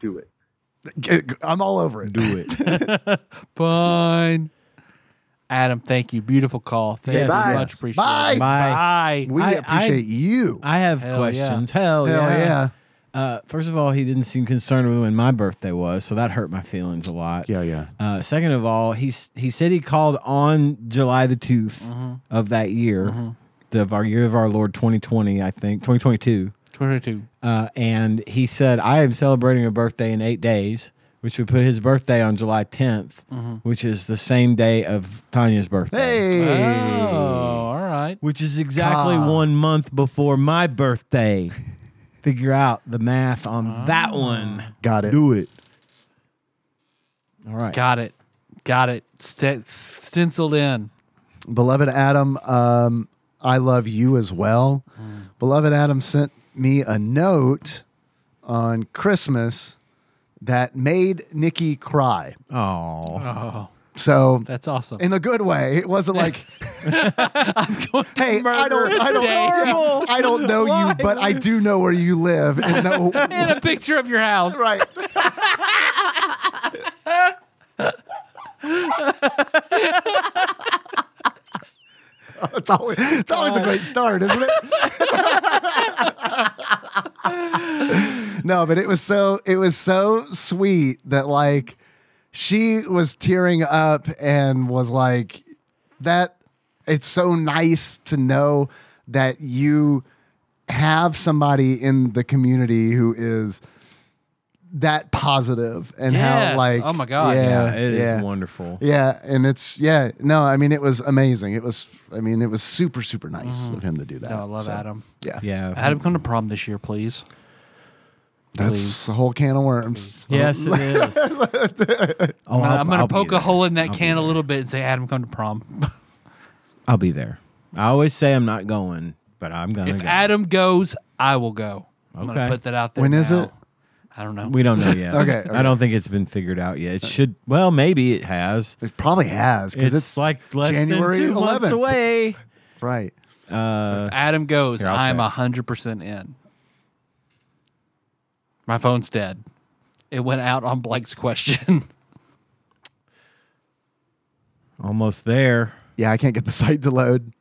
do it.
G- g- I'm all over it.
Do it.
Fine. Adam, thank you. Beautiful call. Thank
Yes,
you
yes.
much. Appreciate
Bye.
it.
Bye.
Bye.
We
I-
appreciate you.
I have
Hell
questions. Hell,
Hell yeah.
yeah. Uh, first of all, he didn't seem concerned with when my birthday was, so that hurt my feelings a lot.
Yeah, yeah.
Uh, second of all, he s- he said he called on July the 2th
Mm-hmm.
of that year, the, of our year of our Lord 2020, I think 2022,
22.
uh, and he said I am celebrating a birthday in eight days, which would put his birthday on July 10th,
Mm-hmm.
which is the same day of Tanya's birthday.
Hey.
Oh, all right.
which is exactly one month before my birthday. Figure out the math on that
Ah.
one.
Got it.
Do it. All right.
Got it. Got it. St- stenciled in.
Beloved Adam, um, I love you as well. Beloved Adam sent me a note on Christmas that made Nikki cry.
Oh,
Oh,
So,
that's awesome.
in a good way, it wasn't like, hey, I don't, I don't, I don't know you, but I do know where you live and know
And a picture of your house.
right. it's always it's always a great start, isn't it? no, but it was so it was so sweet that like she was tearing up and was like that it's so nice to know that you have somebody in the community who is that positive and how
Yes.
like
Oh my God.
yeah, it is
yeah.
wonderful.
Yeah, and it's yeah. No, I mean it was amazing. It was I mean it was super super nice of him to do that.
Mm-hmm. No, I love
So,
Adam.
Yeah.
Yeah.
Adam, come to prom this year, please.
That's
Please.
a whole can of worms.
Yes, it is. oh, I'll-
Uh, I'm going
I'll be
to poke a
there.
hole in that
I'll be
can a
there.
little bit and say, Adam, come to prom.
I'll be there. I always say I'm not going, but I'm gonna
if
go.
Adam goes, I will go. I'm going
Okay.
to put that out there.
When is
now.
it?
I don't know.
we don't know yet. I
Okay, okay.
don't think it's been figured out yet. It should. Well, maybe it has.
It probably has because
It's,
it's,
like less
January
than two
11th.
months away.
right.
Uh,
If Adam goes,
Here, I'll
I'm
check.
100% in. My phone's dead. It went out on Blake's question.
almost there.
Yeah, I can't get the site to load.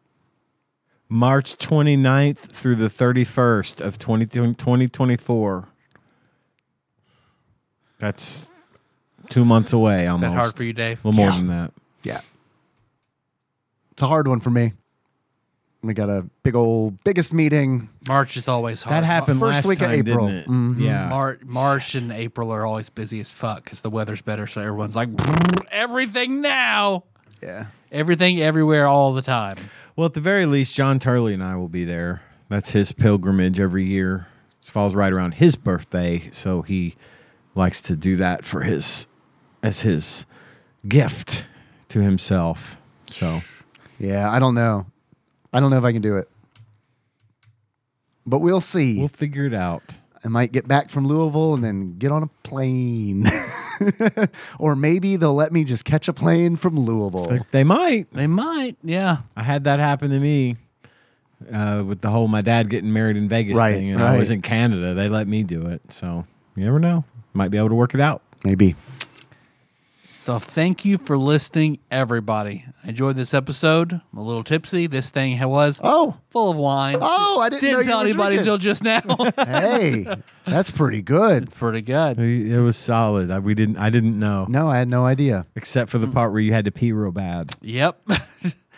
March 29th through the 31st of 20, 2024. That's two months away almost.
that hard for you, Dave?
A little more
Yeah.
than that.
Yeah. It's a hard one for me. We got a big old biggest meeting.
March is always hard.
That happened
first
last
week of
time,
April.
didn't it?
Mhm.
Yeah.
Mar- March and April are always busy as fuck because the weather's better. So everyone's like, everything now.
Yeah.
Everything, everywhere, all the time.
Well, at the very least, John Turley and I will be there. That's his pilgrimage every year. It falls right around his birthday, so he likes to do that for his as his gift to himself. So
Yeah, I don't know. I don't know if I can do it. But we'll see.
we'll figure it out.
I might get back from Louisville and then get on a plane. or maybe they'll let me just catch a plane from Louisville.
They might.
They might. Yeah.
I had that happen to me uh, with the whole my dad getting married in Vegas
Right,
thing, and I
right.
was in Canada. They let me do it, so you never know. Might be able to work it out.
Maybe.
So thank you for listening, everybody. I enjoyed this episode. I'm a little tipsy. This thing was
Oh,
full of wine.
oh, I didn't,
Didn't
know you
tell
were
anybody until
drinking.
just now.
hey, that's pretty good.
Pretty good.
It it was solid. I, we didn't. I didn't know,
No, I had no idea.
except for
Hmm.
the part where you had to pee real bad.
Yep.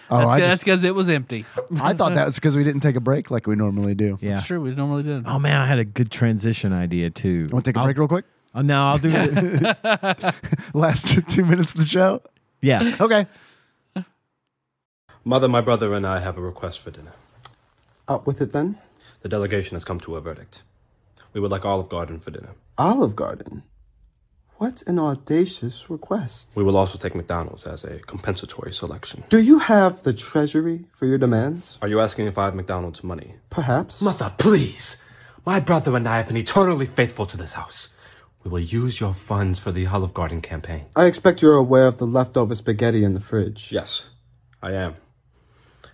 Oh, I
that's
just-
because it was empty.
I thought that was because we didn't take a break like we normally do.
Yeah.
Sure, we normally did.
Oh man, I had a good transition idea too.
Want to take a
I'll-
break real quick?
Oh, no, I'll do it.
Last two minutes of the show.
yeah.
Okay.
Mother, my brother, and I have a request for dinner.
Up with it then.
The delegation has come to a verdict. We would like Olive Garden for dinner.
Olive Garden. What an audacious request.
We will also take McDonald's as a compensatory selection.
Do you have the treasury for your demands?
Are you asking if I have McDonald's money?
Perhaps.
Mother, please. My brother and I have been eternally faithful to this house. We will use your funds for the Olive Garden campaign.
I expect you're aware of the leftover spaghetti in the fridge.
Yes, I am.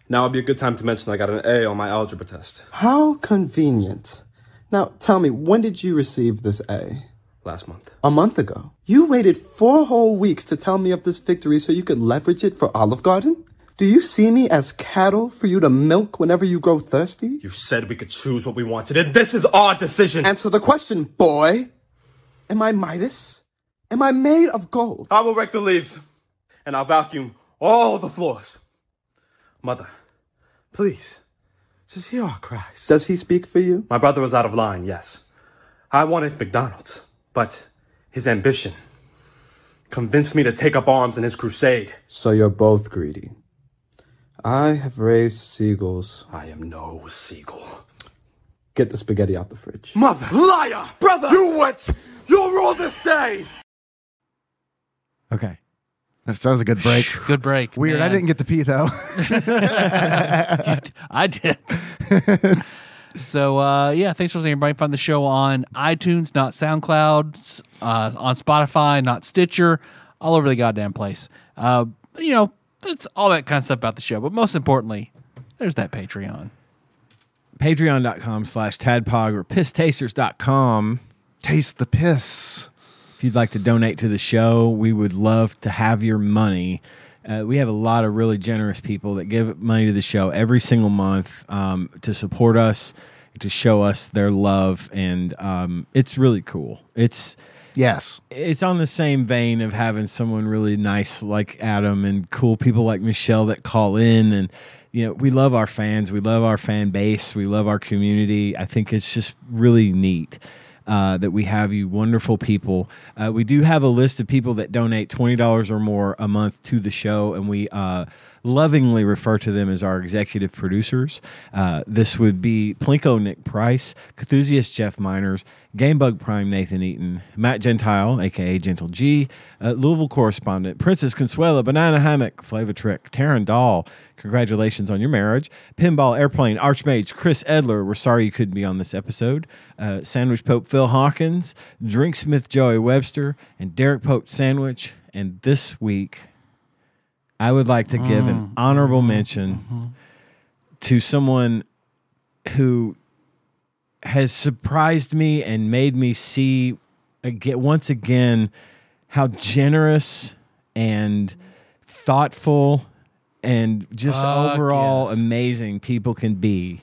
Now would be a good time to mention I got an A on my algebra test
How convenient. Now, tell me, when did you receive this A?
last month.
A month ago. You waited four whole weeks to tell me of this victory so you could leverage it for Olive Garden? Do you see me as cattle for you to milk whenever you grow thirsty?
You said we could choose what we wanted, and this is our decision.
Answer the question, boy. Am I Midas? Am I made of gold?
I will rake the leaves, and I'll vacuum all the floors. Mother, please, just hear our cries.
Does he speak for you?
My brother was out of line, yes. I wanted McDonald's, but his ambition convinced me to take up arms in his crusade.
So you're both greedy. I have raised seagulls.
I am no seagull.
Get the spaghetti out the fridge.
Mother, liar, brother, you witch, you'll rule this day.
Okay.
That was a good break.
Good break.
Weird. I
man.
didn't get to pee though.
I did. so uh, yeah, thanks for listening. Everybody find the show on iTunes, not SoundCloud, s- uh, on Spotify, not Stitcher, all over the goddamn place. Uh, you know, it's all that kind of stuff about the show. But most importantly, there's that Patreon.
Patreon.com slash tadpog or pisstasters.com.
Taste the piss.
If you'd like to donate to the show, we would love to have your money. Uh, we have a lot of really generous people that give money to the show every single month um, to support us, to show us their love, and um, it's really cool. It's
Yes.
it's on the same vein of having someone really nice like Adam and cool people like Michelle that call in and you know we love our fans we love our fan base we love our community I think it's just really neat uh, that we have you wonderful people uh, we do have a list of people that donate twenty dollars or more a month to the show and we uh, lovingly refer to them as our executive producers uh, this would be Plinko Nick Price Cthusiast Jeff Miners Gamebug Prime Nathan Eaton, Matt Gentile, aka Gentle G, uh, Louisville correspondent, Princess Consuela, Banana Hammock, Flava Trick, Taryn Dahl, congratulations on your marriage, Pinball Airplane, Archmage, Chris Edler, we're sorry you couldn't be on this episode, uh, Sandwich Pope Phil Hawkins, Drinksmith Joey Webster, and Derek Pope Sandwich. And this week, I would like to give
Mm.
an honorable
Mm-hmm.
mention to someone who has surprised me and made me see aga once again how generous and thoughtful and just
Fuck
overall
yes.
amazing people can be.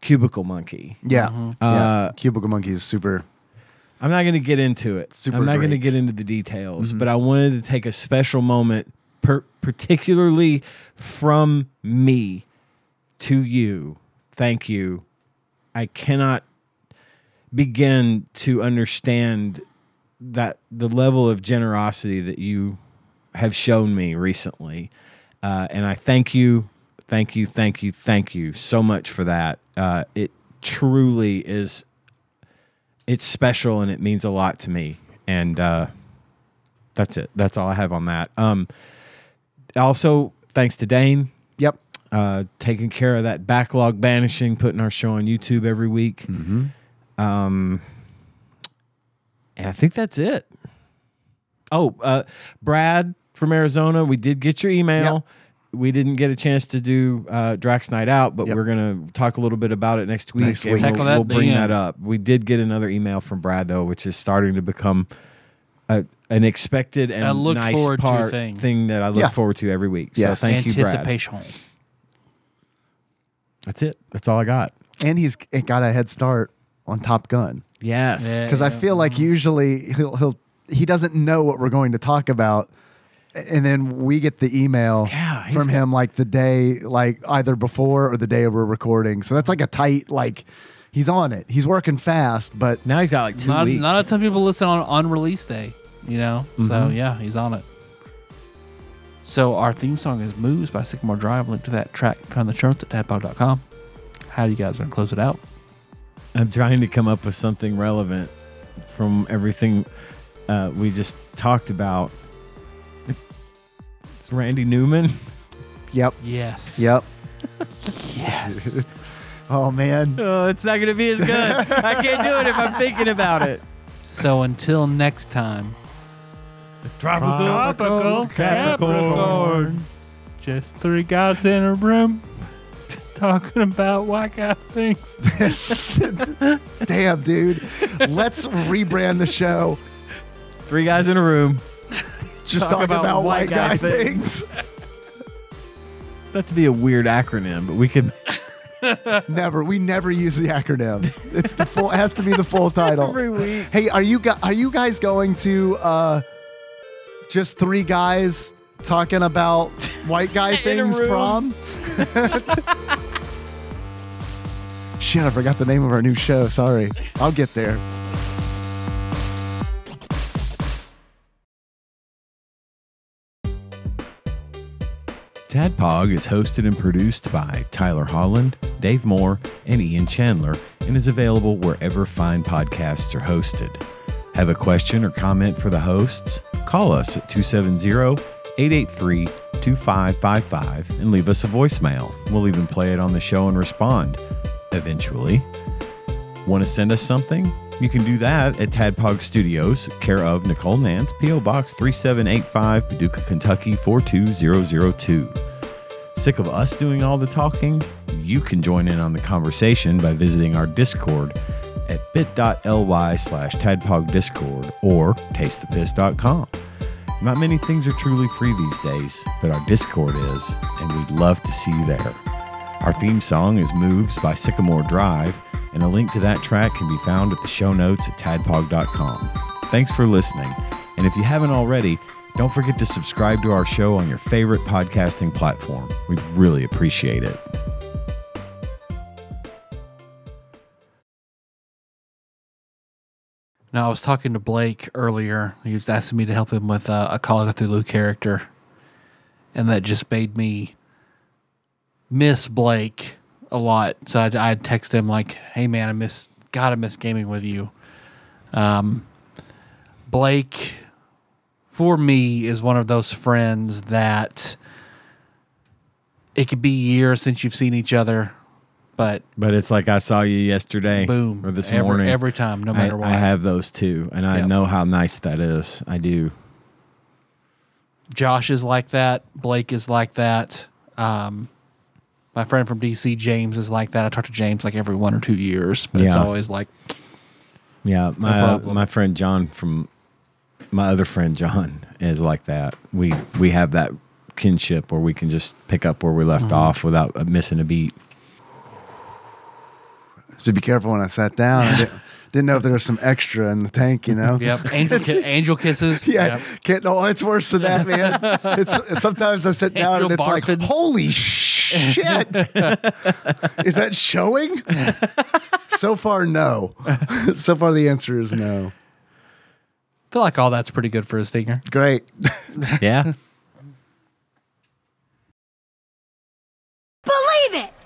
Cubicle Monkey.
Yeah.
Mm-hmm.
Uh,
yeah. Cubicle Monkey is super.
I'm not going to get into it.
super
I'm not going to
great.
get into the details,
Mhm.
but I wanted to take a special moment, per- particularly from me to you. Thank you. I cannot begin to understand that the level of generosity that you have shown me recently. Uh, and I thank you, thank you, thank you, thank you so much for that. Uh, it truly is, it's special and it means a lot to me. And uh, that's it. That's all I have on that. Um, also, thanks to Dane.
Yep.
Uh, taking care of that backlog banishing, putting our show on YouTube every week.
Mm-hmm.
Um, and I think that's it. Oh, uh, Brad from Arizona, we did get your email. We didn't get a chance to do uh, Drax Night Out, but we're going to talk a little bit about it next week.
Next
and
week.
We'll,
Tackle that
we'll bring
then.
that up. We did get another email from Brad, though, which is starting to become a, an expected and
I look
nice
forward to
part
thing.
that I look
Yeah.
forward to every week.
Yes.
So thank you, Brad.
Anticipation.
That's it. That's all I got.
And he's got a head start on Top Gun.
Yes.
Yeah. Mm-hmm.
because I feel like usually he'll, he'll he doesn't know what we're going to talk about, and then we get the email
Yeah, he's
from
got-
him like the day like either before or the day we're recording. So that's like a tight like he's on it. He's working fast, but
Now he's got like two
Not,
weeks.
not a ton of people listen on, on release day, you know? So yeah, he's on it. So our theme song is Moves by Sycamore Drive. Link to that track found in the show notes at tadpog.com. How do you guys want to close it out?
I'm trying to come up with something relevant from everything uh, we just talked about. It's Randy Newman.
Yep.
Yes.
Yep.
Yes.
oh man.
Oh, it's not gonna be as good. I can't do it if I'm thinking about it.
So until next time, the
Tropical Capricorn.
Just three guys in a room talking about white guy things.
Damn, dude. Let's rebrand the show.
Three guys in a room.
Just talking about, white, guy, things.
That'd be a weird acronym, but we could.
never. We never use the acronym. It's the full. It has to be the full title.
Every week.
Hey, are you gu- are you guys going to uh, just three guys talking about white guy things
room.
prom? Shit, I forgot the name of our new show. Sorry. I'll get there.
Tadpog is hosted and produced by Tyler Holland, Dave Moore, and Ian Chandler, and is available wherever fine podcasts are hosted. Have a question or comment for the hosts? Call us at 270 883 2555 and leave us a voicemail. We'll even play it on the show and respond eventually. Want to send us something? You can do that at Tadpog Studios, care of Nicole Nance, P.O. Box 3785, Paducah, Kentucky 42002. Sick of us doing all the talking? You can join in on the conversation by visiting our Discord at bit.ly slash tadpogdiscord or tastethepiss.com. Not many things are truly free these days, but our Discord is, and we'd love to see you there. Our theme song is Moves by Sycamore Drive, and a link to that track can be found at the show notes at tadpog.com. Thanks for listening, and if you haven't already, don't forget to subscribe to our show on your favorite podcasting platform. We'd really appreciate it.
Now I was talking to Blake earlier. He was asking me to help him with uh, a Call of Cthulhu character, and that just made me miss Blake a lot. So I'd, I'd text him like, "Hey man, I miss, gotta miss gaming with you." Um, Blake, for me, is one of those friends that it could be years since you've seen each other, but
But it's like I saw you yesterday,
Boom.
or this
Every-
morning,
every time, no matter
I,
what.
I have those too, and I
Yep.
know how nice that is. I do.
Josh is like that. Blake is like that. Um, my friend from DC, James, is like that. I talk to James like every one or two years, but it's
Yeah.
always like,
Yeah, my uh,
problem.
my friend John from my other friend John is like that. We we have that kinship where we can just pick up where we left
Mm-hmm.
Mhm.
off without uh, missing a beat.
Just be careful when I sat down. I didn't, didn't know if there was some extra in the tank, you know?
yep, angel, ki- angel kisses.
Yeah,
Yep.
can't. No, it's worse than that, man. It's sometimes I sit down
Angel
and it's like,
barfins.
holy shit! is that showing? so far, no. so far, the answer is no.
I feel like all that's pretty good for a stinger.
Great.
Yeah.